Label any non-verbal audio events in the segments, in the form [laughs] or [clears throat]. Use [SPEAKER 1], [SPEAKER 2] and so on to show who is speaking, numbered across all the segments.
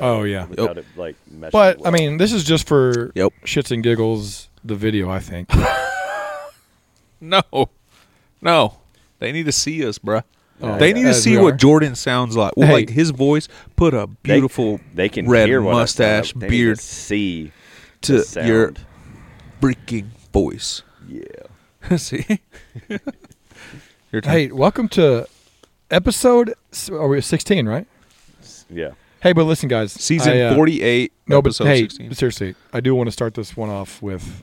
[SPEAKER 1] Oh yeah.
[SPEAKER 2] without it like meshing.
[SPEAKER 1] But I
[SPEAKER 2] well.
[SPEAKER 1] mean, this is just for
[SPEAKER 3] Yep.
[SPEAKER 1] shits and giggles. The video, I think. [laughs]
[SPEAKER 4] No, no, they need to see us, bruh.
[SPEAKER 1] Oh,
[SPEAKER 4] they
[SPEAKER 1] yeah.
[SPEAKER 4] need to
[SPEAKER 1] As
[SPEAKER 4] see
[SPEAKER 1] we
[SPEAKER 4] what
[SPEAKER 1] are.
[SPEAKER 4] Jordan sounds like. Well,
[SPEAKER 1] Hey.
[SPEAKER 4] Like his voice, put a
[SPEAKER 2] They-
[SPEAKER 4] beautiful
[SPEAKER 2] they can
[SPEAKER 4] red
[SPEAKER 2] hear what I sound
[SPEAKER 4] mustache
[SPEAKER 2] like. They need
[SPEAKER 4] beard
[SPEAKER 2] to see
[SPEAKER 4] to
[SPEAKER 1] Uh,
[SPEAKER 2] the
[SPEAKER 4] your
[SPEAKER 2] sound.
[SPEAKER 4] freaking
[SPEAKER 1] [laughs]
[SPEAKER 4] voice.
[SPEAKER 2] yeah.
[SPEAKER 4] see, [laughs] your turn.
[SPEAKER 1] hey, welcome to episode. s- Are we at sixteen, right?
[SPEAKER 2] Yeah.
[SPEAKER 1] Hey, but listen, guys.
[SPEAKER 4] season
[SPEAKER 1] I, uh,
[SPEAKER 4] forty-eight,
[SPEAKER 1] No, but
[SPEAKER 4] episode
[SPEAKER 1] hey,
[SPEAKER 4] sixteen.
[SPEAKER 1] seriously, I do want to start this one off with,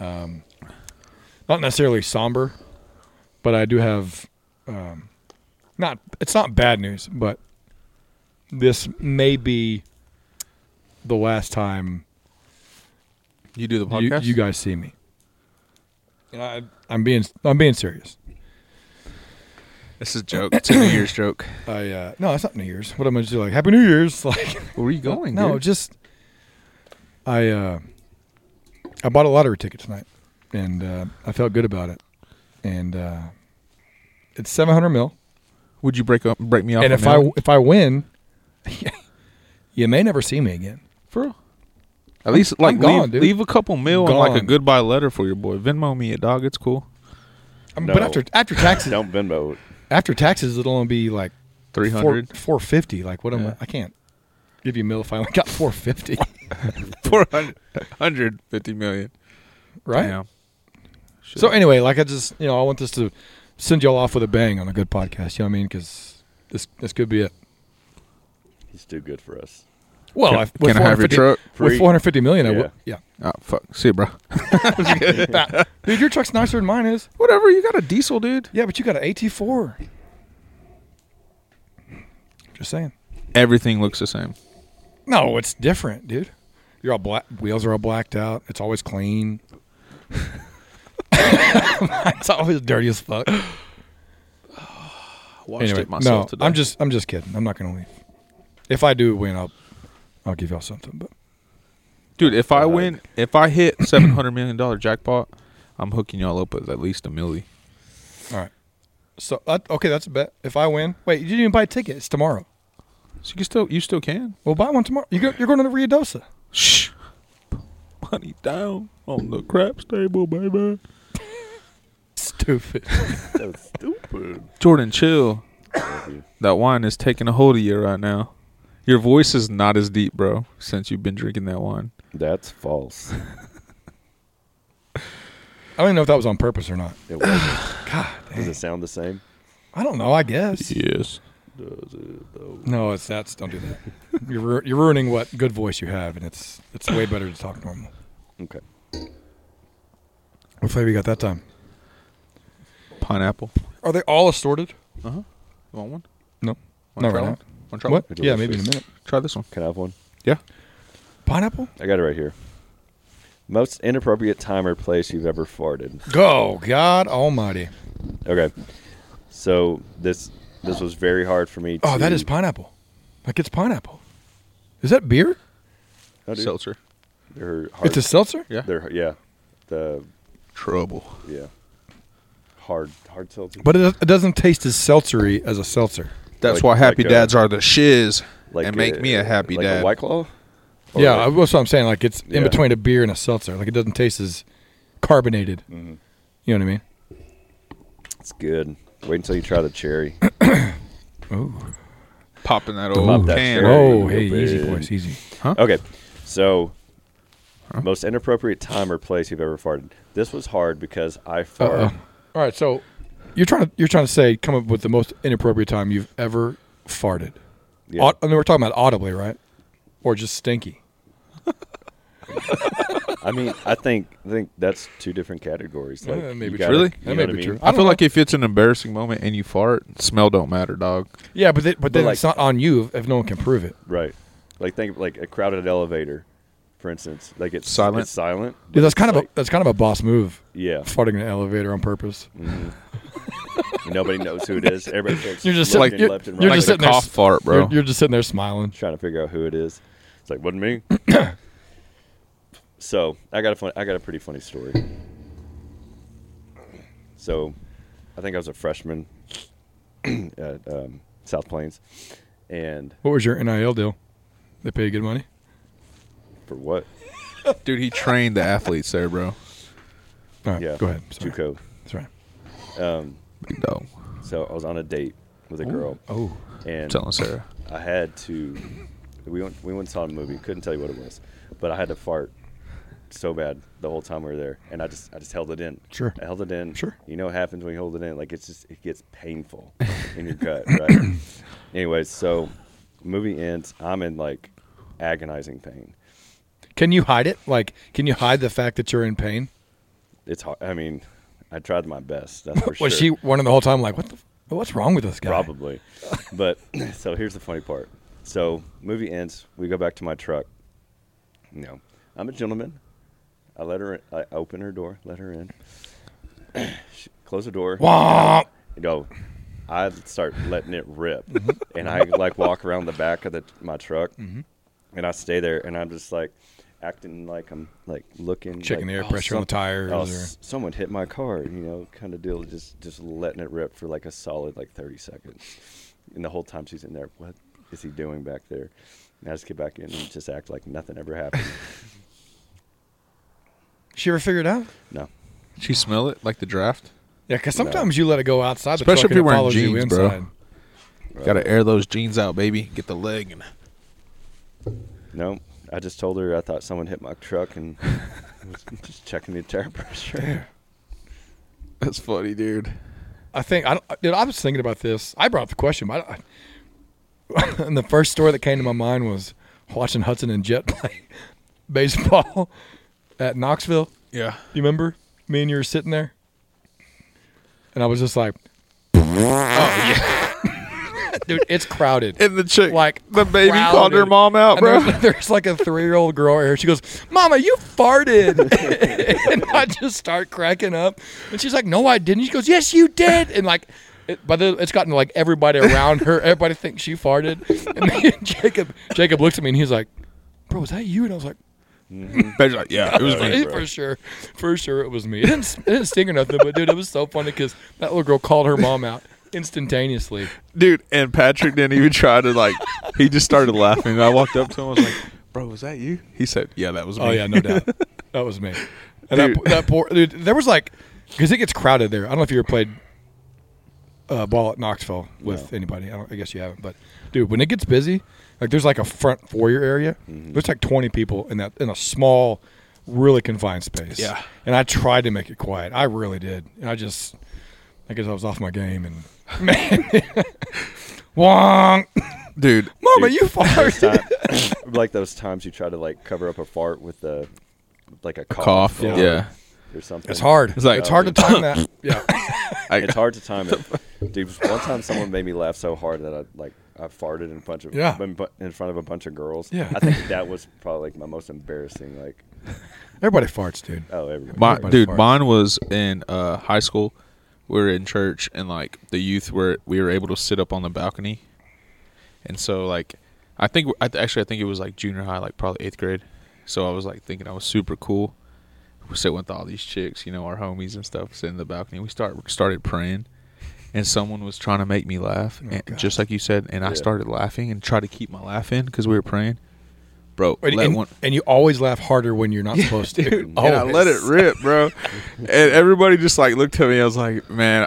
[SPEAKER 1] um, not necessarily somber, but I do have, um, not it's not bad news, but this may be the last time
[SPEAKER 4] You do the
[SPEAKER 1] you,
[SPEAKER 4] podcast.
[SPEAKER 1] you guys see me. And I, I'm being I'm being serious.
[SPEAKER 4] this is a joke. It's a New Year's joke.
[SPEAKER 1] I uh, no, it's not New Year's. What am I just like? Happy New Year's, [laughs] like.
[SPEAKER 4] Where are you going?
[SPEAKER 1] No,
[SPEAKER 4] dude?
[SPEAKER 1] just I uh I bought a lottery ticket tonight, and uh, I felt good about it. And uh, it's seven hundred mil.
[SPEAKER 4] would you break up? Break me off?
[SPEAKER 1] and
[SPEAKER 4] on
[SPEAKER 1] if
[SPEAKER 4] that
[SPEAKER 1] I
[SPEAKER 4] one?
[SPEAKER 1] if I win, [laughs] you may never see me again. For real.
[SPEAKER 4] At least like
[SPEAKER 1] I'm gone,
[SPEAKER 4] leave,
[SPEAKER 1] dude.
[SPEAKER 4] leave a couple mil and like a
[SPEAKER 1] Gone.
[SPEAKER 4] goodbye letter for your boy. Venmo me a dog. It's [laughs] cool.
[SPEAKER 1] I mean, But
[SPEAKER 2] No.
[SPEAKER 1] after after
[SPEAKER 4] [laughs]
[SPEAKER 1] taxes,
[SPEAKER 2] Don't Venmo.
[SPEAKER 1] after taxes, it'll only be like
[SPEAKER 4] Three hundred
[SPEAKER 1] four fifty. Like what am
[SPEAKER 4] Yeah.
[SPEAKER 1] I? I can't give you a mil if I only got four fifty. [laughs]
[SPEAKER 4] four hundred fifty million.
[SPEAKER 1] right.
[SPEAKER 4] Damn. Shit.
[SPEAKER 1] So anyway, like I just you know I want this to send y'all off with a bang on a good podcast. You know what I mean? Because this this could be it.
[SPEAKER 2] He's too good for us.
[SPEAKER 1] Well,
[SPEAKER 4] Can-
[SPEAKER 1] I, with
[SPEAKER 4] can I have your
[SPEAKER 1] 450
[SPEAKER 4] truck?
[SPEAKER 1] With
[SPEAKER 2] Free.
[SPEAKER 1] 450 million, I
[SPEAKER 2] Yeah.
[SPEAKER 1] would. Yeah.
[SPEAKER 4] Oh fuck. See, you, bro.
[SPEAKER 1] Dude, your truck's nicer than mine is.
[SPEAKER 4] [laughs] Whatever. You got a diesel, dude.
[SPEAKER 1] Yeah, but you got an AT4. Just saying.
[SPEAKER 4] Everything looks the same.
[SPEAKER 1] No, it's different, dude. You're all black. Wheels are all blacked out. It's always clean. [laughs] it's always dirty as fuck.
[SPEAKER 4] I watched
[SPEAKER 1] Anyway,
[SPEAKER 4] it
[SPEAKER 1] no,
[SPEAKER 4] myself today.
[SPEAKER 1] I'm just, I'm just kidding. I'm not gonna leave. If I do win, I'll, I'll give y'all something. But
[SPEAKER 4] dude. If I
[SPEAKER 2] Right.
[SPEAKER 4] win, if I hit [clears throat] seven hundred million dollar jackpot, I'm hooking y'all up with at least a milli.
[SPEAKER 1] all right. So uh, okay, that's a bet. If I win, wait, you didn't even buy a ticket. It's tomorrow.
[SPEAKER 4] So you can still, you still can.
[SPEAKER 1] Well, buy one tomorrow. You go, you're going to the Rio Dosa.
[SPEAKER 4] Shh. [laughs] Money down on the craps table, baby.
[SPEAKER 1] [laughs] Stupid.
[SPEAKER 2] So stupid.
[SPEAKER 4] Jordan, [coughs] chill.
[SPEAKER 2] Thank you.
[SPEAKER 4] That wine is taking a hold of you right now. Your voice is not as deep, bro, since you've been drinking that wine.
[SPEAKER 2] That's false.
[SPEAKER 1] I don't even know if that was on purpose or not. [sighs]
[SPEAKER 2] It wasn't.
[SPEAKER 1] God,
[SPEAKER 2] Does it sound the same?
[SPEAKER 1] I don't know. I guess.
[SPEAKER 4] Yes.
[SPEAKER 2] Does it though?
[SPEAKER 1] No, it's that's don't do that. you're ru- you're ruining what good voice you have, and it's it's way better to talk normal.
[SPEAKER 2] Okay.
[SPEAKER 1] What flavor you got that time?
[SPEAKER 4] Pineapple.
[SPEAKER 1] Are they all assorted?
[SPEAKER 4] Uh huh. You want one?
[SPEAKER 1] No,
[SPEAKER 4] Wanna
[SPEAKER 1] Not
[SPEAKER 4] try
[SPEAKER 1] right
[SPEAKER 4] one?
[SPEAKER 1] now.
[SPEAKER 4] Wanna try
[SPEAKER 1] what?
[SPEAKER 4] one?
[SPEAKER 1] Yeah, maybe in a minute.
[SPEAKER 4] Try this one.
[SPEAKER 2] Can I have one?
[SPEAKER 4] Yeah.
[SPEAKER 1] Pineapple?
[SPEAKER 2] I got it right here. Most inappropriate time or place you've ever farted.
[SPEAKER 1] Go, God Almighty!
[SPEAKER 2] Okay. So this this was very hard for me.
[SPEAKER 1] Oh,
[SPEAKER 2] to,
[SPEAKER 1] that is pineapple. Like it's pineapple. Is that beer?
[SPEAKER 2] No, dude,
[SPEAKER 4] Seltzer.
[SPEAKER 2] they're
[SPEAKER 1] It's a seltzer.
[SPEAKER 4] Yeah.
[SPEAKER 2] They're yeah. The
[SPEAKER 4] Trouble.
[SPEAKER 2] yeah. Hard hard seltzer.
[SPEAKER 1] But it, it doesn't taste as seltzery as a seltzer.
[SPEAKER 4] That's
[SPEAKER 2] Like-
[SPEAKER 4] why happy
[SPEAKER 2] like a-
[SPEAKER 4] dads are the shiz and make me a happy
[SPEAKER 2] uh, like
[SPEAKER 4] dad.
[SPEAKER 2] A White Claw. Or
[SPEAKER 1] yeah,
[SPEAKER 2] like-
[SPEAKER 1] that's what I'm saying. Like it's in
[SPEAKER 2] Oh, Yeah.
[SPEAKER 1] between a beer and a seltzer. Like it doesn't taste as carbonated.
[SPEAKER 2] Mhm.
[SPEAKER 1] You know what I mean?
[SPEAKER 2] it's good. Wait until you try the cherry. [coughs]
[SPEAKER 1] Oh,
[SPEAKER 4] Popping that old
[SPEAKER 2] Pop that
[SPEAKER 4] can.
[SPEAKER 2] cherry.
[SPEAKER 1] oh,
[SPEAKER 2] you
[SPEAKER 1] hey,
[SPEAKER 2] go,
[SPEAKER 1] easy
[SPEAKER 2] babe.
[SPEAKER 1] boys, easy.
[SPEAKER 2] Okay, so most inappropriate time or place you've ever farted. This was hard because I farted.
[SPEAKER 1] Uh-oh. All right, so you're trying to you're trying to say come up with the most inappropriate time you've ever farted.
[SPEAKER 2] Yeah.
[SPEAKER 1] Aud- I mean, we're talking about audibly, right? Or just stinky.
[SPEAKER 2] I mean, I think I think that's two different categories. Like,
[SPEAKER 1] Yeah, that may
[SPEAKER 2] you
[SPEAKER 1] be Eh,
[SPEAKER 2] gotta-
[SPEAKER 1] true.
[SPEAKER 4] Really?
[SPEAKER 2] you
[SPEAKER 1] That
[SPEAKER 2] know
[SPEAKER 1] may
[SPEAKER 2] what I
[SPEAKER 1] be
[SPEAKER 2] mean?
[SPEAKER 1] true.
[SPEAKER 4] I, feel like if it's an embarrassing moment and you fart, smell don't matter, dog.
[SPEAKER 1] Yeah, but they, but then
[SPEAKER 2] like-
[SPEAKER 1] it's not on you if, if no one can prove it.
[SPEAKER 2] Right. Like think of like a crowded elevator, for instance. Like it's
[SPEAKER 4] Silent.
[SPEAKER 2] It's silent. but
[SPEAKER 1] Dude, that's
[SPEAKER 2] it's
[SPEAKER 1] kind of
[SPEAKER 2] like-
[SPEAKER 1] a that's kind of a boss move.
[SPEAKER 2] yeah.
[SPEAKER 1] Farting in an elevator on purpose.
[SPEAKER 2] Nobody knows who it
[SPEAKER 1] [laughs]
[SPEAKER 2] is. Everybody starts
[SPEAKER 1] You're just
[SPEAKER 2] looking
[SPEAKER 1] sitting- you're-
[SPEAKER 2] left and right.
[SPEAKER 1] you're
[SPEAKER 4] like
[SPEAKER 1] just
[SPEAKER 4] a
[SPEAKER 1] sitting there
[SPEAKER 4] cough
[SPEAKER 1] s-
[SPEAKER 4] fart, bro.
[SPEAKER 1] You're, you're just sitting there smiling.
[SPEAKER 2] trying to figure out who it is. It's like
[SPEAKER 1] [coughs]
[SPEAKER 2] wasn't me. so I got a fun, I got a pretty funny story. So, I think I was a freshman [coughs] at um, South Plains, and
[SPEAKER 1] What was your NIL deal? They pay you good money.
[SPEAKER 2] For what?
[SPEAKER 4] Dude, he trained the athletes there, bro.
[SPEAKER 1] All right,
[SPEAKER 2] Yeah.
[SPEAKER 1] Uh, go ahead. Sorry.
[SPEAKER 2] JUCO.
[SPEAKER 1] Sorry.
[SPEAKER 2] Um,
[SPEAKER 4] Big dog.
[SPEAKER 2] so I was on a date with a girl,
[SPEAKER 1] Oh,
[SPEAKER 4] I'm
[SPEAKER 2] and
[SPEAKER 4] telling Sarah.
[SPEAKER 2] I had to. We went. We went and saw a movie. Couldn't tell you what it was, but I had to fart so bad the whole time we were there, and I just I just held it in.
[SPEAKER 1] Sure.
[SPEAKER 2] I held it in.
[SPEAKER 1] Sure.
[SPEAKER 2] You know what happens when you hold it in? Like it's just it gets painful in your gut.
[SPEAKER 1] [coughs]
[SPEAKER 2] Right. Anyways, so movie ends. I'm in like agonizing pain.
[SPEAKER 1] can you hide it? Like, can you hide the fact that you're in pain?
[SPEAKER 2] It's hard. I mean, I tried my best. That's for
[SPEAKER 1] [laughs]
[SPEAKER 2] sure.
[SPEAKER 1] Was she wondering the whole time, like, what the, what's wrong with this guy?
[SPEAKER 2] Probably. but [clears throat] so here's the funny part. So movie ends. We go back to my truck. You know, I'm a gentleman. I let her. In, I open her door. Let her in. [clears throat] She- Close the door.
[SPEAKER 1] Womp.
[SPEAKER 2] You know, I start letting it rip,
[SPEAKER 1] Mm-hmm.
[SPEAKER 2] and I like walk around the back of the my truck, and I stay there, and I'm just like acting like I'm like looking,
[SPEAKER 1] Checking
[SPEAKER 2] like,
[SPEAKER 1] the air
[SPEAKER 2] "Oh,
[SPEAKER 1] pressure on the
[SPEAKER 2] some-
[SPEAKER 1] tires.
[SPEAKER 2] Oh,
[SPEAKER 1] or,
[SPEAKER 2] s- someone hit my car, you know, kind of deal. Just just letting it rip for like a solid like thirty seconds, and the whole time she's in there, what is he doing back there? And I just get back in and just act like nothing
[SPEAKER 1] [laughs]
[SPEAKER 2] ever happened.
[SPEAKER 1] she ever figured it out?
[SPEAKER 2] No,
[SPEAKER 4] She smell it like the draft.
[SPEAKER 1] Yeah, because sometimes you let it go outside the
[SPEAKER 4] Especially
[SPEAKER 1] truck
[SPEAKER 4] if you're
[SPEAKER 1] and it
[SPEAKER 4] wearing
[SPEAKER 1] follows you
[SPEAKER 4] jeans, bro.
[SPEAKER 1] inside.
[SPEAKER 4] Got to air those jeans out, baby. Get the leg. And
[SPEAKER 2] no. I just told her I thought someone hit my
[SPEAKER 1] [laughs]
[SPEAKER 2] truck and was just checking the tire pressure.
[SPEAKER 4] that's funny, dude.
[SPEAKER 1] I think I, don't- dude, I was thinking about this. I brought up the question, but I, [laughs] I- and the first story that came to my mind was watching Hudson and Jet [laughs] play baseball at Knoxville.
[SPEAKER 4] Yeah.
[SPEAKER 1] You remember me and you were sitting there, and I was just like, [laughs] "Oh yeah, [laughs] dude, it's crowded."
[SPEAKER 4] And the chick,
[SPEAKER 1] Like,
[SPEAKER 4] the baby called her
[SPEAKER 1] crowded.
[SPEAKER 4] mom out,
[SPEAKER 1] And
[SPEAKER 4] Oh, bro.
[SPEAKER 1] There's, [laughs] there's like a three year old girl here. She goes, Mama, you farted. and I just start cracking up. And she's like, No, I didn't. She goes, Yes, you did. And like, it, by the, it's gotten like everybody around her. Everybody thinks she farted. And then Jacob, Jacob looks at me and he's like, Bro, was that you? And I was like, "Uh,
[SPEAKER 4] Baby's like, yeah, it was
[SPEAKER 1] [laughs]
[SPEAKER 4] me.
[SPEAKER 2] bro.
[SPEAKER 1] for sure, for sure, it was me. It didn't, it didn't sting or nothing, but dude, it was so funny because that little girl called her mom out instantaneously.
[SPEAKER 4] dude. And Patrick didn't even try to like. He just started laughing. I walked up to him. I was like, "Bro, was that you?" He said, "Yeah, that was me."
[SPEAKER 1] Oh yeah, no doubt. That was me. And that,
[SPEAKER 4] Dude.
[SPEAKER 1] that poor dude, there was like because it gets crowded there. I don't know if you ever played uh, ball at Knoxville with
[SPEAKER 2] No.
[SPEAKER 1] anybody. I, don't, I guess you haven't, but dude, when it gets busy, like there's like a front foyer area. There's like 20 people in that in a small, really confined space.
[SPEAKER 4] Yeah.
[SPEAKER 1] and I tried to make it quiet. I really did. And I just, I guess I was off my game and [laughs] man, Wong,
[SPEAKER 4] [laughs] dude.
[SPEAKER 1] Mama,
[SPEAKER 2] Dude. [laughs]
[SPEAKER 1] you farted. [laughs]
[SPEAKER 2] Ti- [clears throat] like those times you try to like cover up a fart with a like a cough,
[SPEAKER 4] Cough.
[SPEAKER 2] or,
[SPEAKER 4] Yeah.
[SPEAKER 2] or something.
[SPEAKER 1] It's hard.
[SPEAKER 4] It's like-
[SPEAKER 1] it's hard to time that. Yeah.
[SPEAKER 4] I,
[SPEAKER 2] It's hard to time
[SPEAKER 4] [laughs]
[SPEAKER 2] it. Dude, one time someone made me laugh so hard that I like I farted in front of
[SPEAKER 1] Yeah.
[SPEAKER 2] in bu- in front of a bunch of girls.
[SPEAKER 1] Yeah.
[SPEAKER 2] I think that was probably like my most embarrassing. Like
[SPEAKER 1] Everybody farts, dude.
[SPEAKER 2] oh everybody.
[SPEAKER 4] My,
[SPEAKER 1] Everybody
[SPEAKER 4] dude,
[SPEAKER 1] farts.
[SPEAKER 4] mine was in uh, high school. We were in church, and like the youth were, we were able to sit up on the balcony, and so like, I think I th- actually I think it was like junior high, like probably eighth grade. So I was like thinking I was super cool. We sitting with all these chicks, you know, our homies and stuff, sitting in the balcony. We start started praying, and someone was trying to make me laugh, and, just like you said, and I
[SPEAKER 2] Yeah.
[SPEAKER 4] started laughing and tried to keep my laugh in because we were praying. Bro,
[SPEAKER 1] And,
[SPEAKER 4] let
[SPEAKER 1] and-
[SPEAKER 4] one,
[SPEAKER 1] and you always laugh harder when you're not supposed to. Oh,
[SPEAKER 4] dude. And I let it rip, bro. and everybody just like looked at me. I was like, man,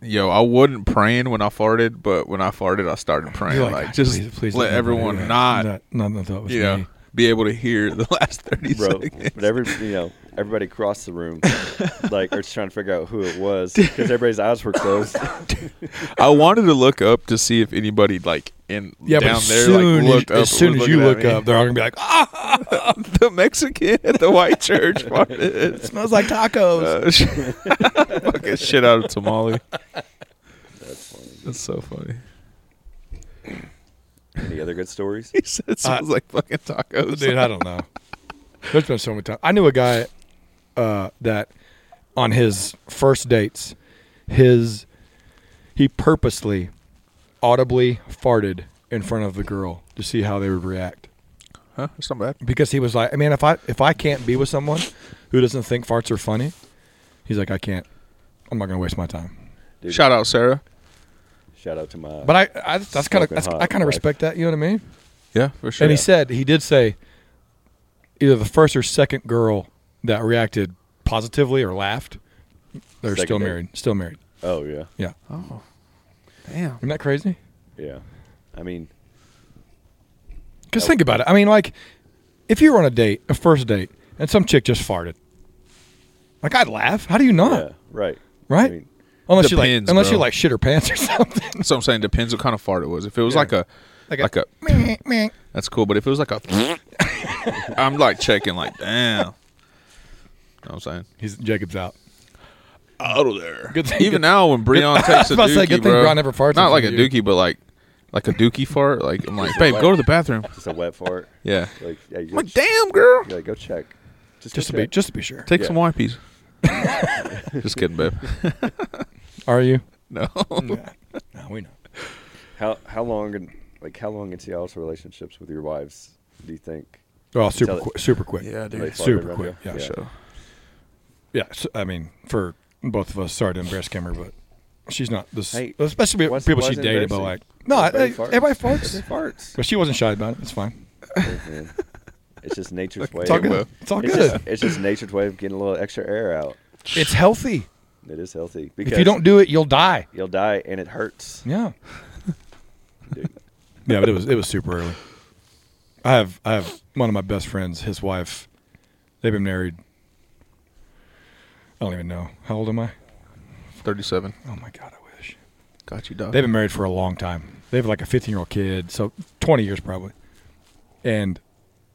[SPEAKER 4] yo, I wasn't praying when I farted, but when I farted, I started praying.
[SPEAKER 1] You're
[SPEAKER 4] Like, just let everyone not,
[SPEAKER 1] No, no, that was
[SPEAKER 4] you know,
[SPEAKER 1] me.
[SPEAKER 4] be able to hear the [laughs] last thirty
[SPEAKER 2] Bro,
[SPEAKER 4] seconds.
[SPEAKER 2] but every you know everybody across the
[SPEAKER 4] [laughs]
[SPEAKER 2] room, like, are just trying to figure out who it was because everybody's eyes were
[SPEAKER 4] [laughs]
[SPEAKER 2] closed.
[SPEAKER 4] I wanted to look up to see if anybody like in
[SPEAKER 1] Yeah,
[SPEAKER 4] down
[SPEAKER 1] but as
[SPEAKER 4] there
[SPEAKER 1] soon,
[SPEAKER 4] like looked
[SPEAKER 1] as,
[SPEAKER 4] up.
[SPEAKER 1] as soon
[SPEAKER 4] was
[SPEAKER 1] as you
[SPEAKER 4] looking
[SPEAKER 1] look
[SPEAKER 4] at me.
[SPEAKER 1] up, they're all gonna be like, "Ah,
[SPEAKER 4] [laughs] the Mexican at
[SPEAKER 1] [laughs]
[SPEAKER 4] the white church farted.
[SPEAKER 1] smells like tacos."
[SPEAKER 4] Uh, [laughs] fucking shit out
[SPEAKER 1] [laughs]
[SPEAKER 4] of tamale.
[SPEAKER 2] That's funny.
[SPEAKER 4] That's so funny.
[SPEAKER 2] Any other good stories?
[SPEAKER 4] [laughs] He said it smells like fucking tacos.
[SPEAKER 1] Uh, Dude, I don't know. There's been so many times. I knew a guy uh, that on his first dates, his he purposely audibly farted in front of the girl to see how they would react.
[SPEAKER 4] [laughs] Huh? It's not bad.
[SPEAKER 1] because he was like, I mean, if I if I can't be with someone who doesn't think farts are funny, he's like, I can't. I'm not gonna waste my time.
[SPEAKER 2] Dude,
[SPEAKER 4] Shout out, Sarah.
[SPEAKER 2] shout out to my.
[SPEAKER 1] But I, I that's kind of
[SPEAKER 2] Smoking
[SPEAKER 1] that's,
[SPEAKER 2] hot,
[SPEAKER 1] I kind of
[SPEAKER 2] like-
[SPEAKER 1] respect that. You know what I mean?
[SPEAKER 4] Yeah, for sure.
[SPEAKER 1] And he said he did say either the first or second girl that reacted positively or laughed, they're
[SPEAKER 2] Second
[SPEAKER 1] still
[SPEAKER 2] date.
[SPEAKER 1] married. Still married.
[SPEAKER 2] Oh yeah,
[SPEAKER 1] Yeah.
[SPEAKER 4] "Oh, damn."
[SPEAKER 1] Isn't that crazy?
[SPEAKER 2] yeah. I mean,
[SPEAKER 1] Because think about it. I mean, like, if you were on a date, a first date, and some chick just farted, like I'd laugh. How do you not?
[SPEAKER 2] yeah, right,
[SPEAKER 1] Right?
[SPEAKER 2] I mean,
[SPEAKER 1] Unless you like,
[SPEAKER 4] Depends,
[SPEAKER 1] unless you
[SPEAKER 4] bro.
[SPEAKER 1] like shit her pants or [laughs] something.
[SPEAKER 4] So I'm saying depends what kind of fart it was. If it was
[SPEAKER 1] Yeah.
[SPEAKER 4] like a
[SPEAKER 1] Like
[SPEAKER 4] like
[SPEAKER 1] a-
[SPEAKER 4] a,
[SPEAKER 2] [laughs]
[SPEAKER 1] Meh, meh.
[SPEAKER 4] that's cool, but if it was like a [laughs] I'm like checking like damn. You know what I'm saying?
[SPEAKER 1] He's Jacob's out.
[SPEAKER 4] Out of there.
[SPEAKER 1] Good thing-
[SPEAKER 4] Even
[SPEAKER 1] good-
[SPEAKER 4] now when
[SPEAKER 1] [laughs]
[SPEAKER 4] Breon
[SPEAKER 1] I was
[SPEAKER 4] takes a
[SPEAKER 1] about to
[SPEAKER 4] dookie,
[SPEAKER 1] say, good thing
[SPEAKER 4] bro,
[SPEAKER 1] Breon never farts in
[SPEAKER 4] Not like a
[SPEAKER 1] front of you.
[SPEAKER 4] dookie, but like like a dookie fart. Like I'm like, babe, go to the bathroom.
[SPEAKER 2] just a wet fart.
[SPEAKER 4] Yeah.
[SPEAKER 2] Like, yeah, you
[SPEAKER 4] I'm
[SPEAKER 2] go
[SPEAKER 4] like, damn girl.
[SPEAKER 2] Yeah, go check. Just,
[SPEAKER 1] Just to
[SPEAKER 2] go
[SPEAKER 1] be,
[SPEAKER 2] check.
[SPEAKER 1] just to be sure.
[SPEAKER 4] Take
[SPEAKER 2] Yeah.
[SPEAKER 4] some [laughs] wipes. Just kidding, babe. [laughs]
[SPEAKER 1] Are you?
[SPEAKER 4] No.
[SPEAKER 1] Yeah. No, we know.
[SPEAKER 2] How how long and like how long into y'all's relationships with your wives do you think?
[SPEAKER 1] Well, super,
[SPEAKER 2] Tell it.
[SPEAKER 1] quick, super quick.
[SPEAKER 4] Yeah,
[SPEAKER 2] they
[SPEAKER 4] dude.
[SPEAKER 2] farted
[SPEAKER 1] Super
[SPEAKER 2] around
[SPEAKER 1] quick,
[SPEAKER 2] you?
[SPEAKER 1] yeah.
[SPEAKER 4] For sure.
[SPEAKER 1] Yeah, so, I mean, for both of us, sorry to embarrass Kimmer, but she's not this,
[SPEAKER 2] Hey,
[SPEAKER 1] especially
[SPEAKER 2] what's-
[SPEAKER 1] people
[SPEAKER 2] why
[SPEAKER 1] she
[SPEAKER 2] is it
[SPEAKER 1] dated. But like,
[SPEAKER 2] embarrassing?
[SPEAKER 1] no, I, I-
[SPEAKER 2] Everybody farts.
[SPEAKER 1] everybody farts.
[SPEAKER 2] Everybody
[SPEAKER 1] [laughs]
[SPEAKER 2] farts.
[SPEAKER 1] but she wasn't shy about it. It's fine.
[SPEAKER 2] Mhm. it's just nature's way.
[SPEAKER 1] It's all
[SPEAKER 2] of-
[SPEAKER 1] good. It's all
[SPEAKER 2] it's
[SPEAKER 1] good.
[SPEAKER 2] Just, it's just nature's way of getting a little extra air out. [laughs]
[SPEAKER 1] it's healthy.
[SPEAKER 2] It is healthy because
[SPEAKER 1] If you don't do it, you'll die.
[SPEAKER 2] you'll die and it hurts.
[SPEAKER 1] Yeah.
[SPEAKER 2] Dude.
[SPEAKER 1] Yeah, but it was it was super early. I have I have one of my best friends, his wife, they've been married. I don't even know how old am I.
[SPEAKER 4] Thirty-seven.
[SPEAKER 1] Oh my god, I wish
[SPEAKER 4] Got you, dog.
[SPEAKER 1] they've been married for a long time. They have like a 15 year old kid, so 20 years probably. And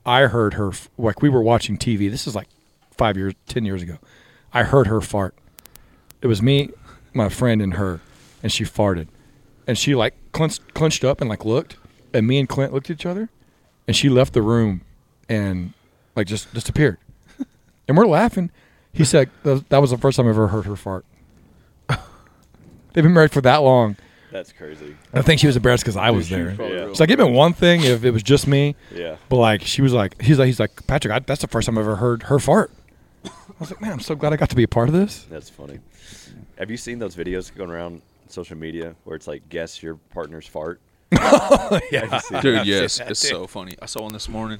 [SPEAKER 1] I heard her f- like we were watching TV. This is like five years, 10 years ago. I heard her fart. It was me, my friend, and her, and she farted, and she like clenched, clenched up and like looked, and me and Clint looked at each other, and she left the room, and like just disappeared, and we're laughing. He said "That- that was the first time I ever heard her fart. [laughs] They've been married for that long.
[SPEAKER 2] That's crazy.
[SPEAKER 1] I think she was embarrassed because I was
[SPEAKER 4] she
[SPEAKER 1] there.
[SPEAKER 4] probably
[SPEAKER 2] Yeah.
[SPEAKER 1] It's like it'd been one thing if it was just me,
[SPEAKER 2] Yeah.
[SPEAKER 1] but like she was like, he's like, he's like, Patrick, I, that's the first time I've ever heard her fart. I was like, man, I'm so glad I got to be a part of this.
[SPEAKER 2] That's funny. Have you seen those videos going around social media where it's like guess your partner's fart? [laughs] yeah.
[SPEAKER 4] dude yes it's so funny i saw one this morning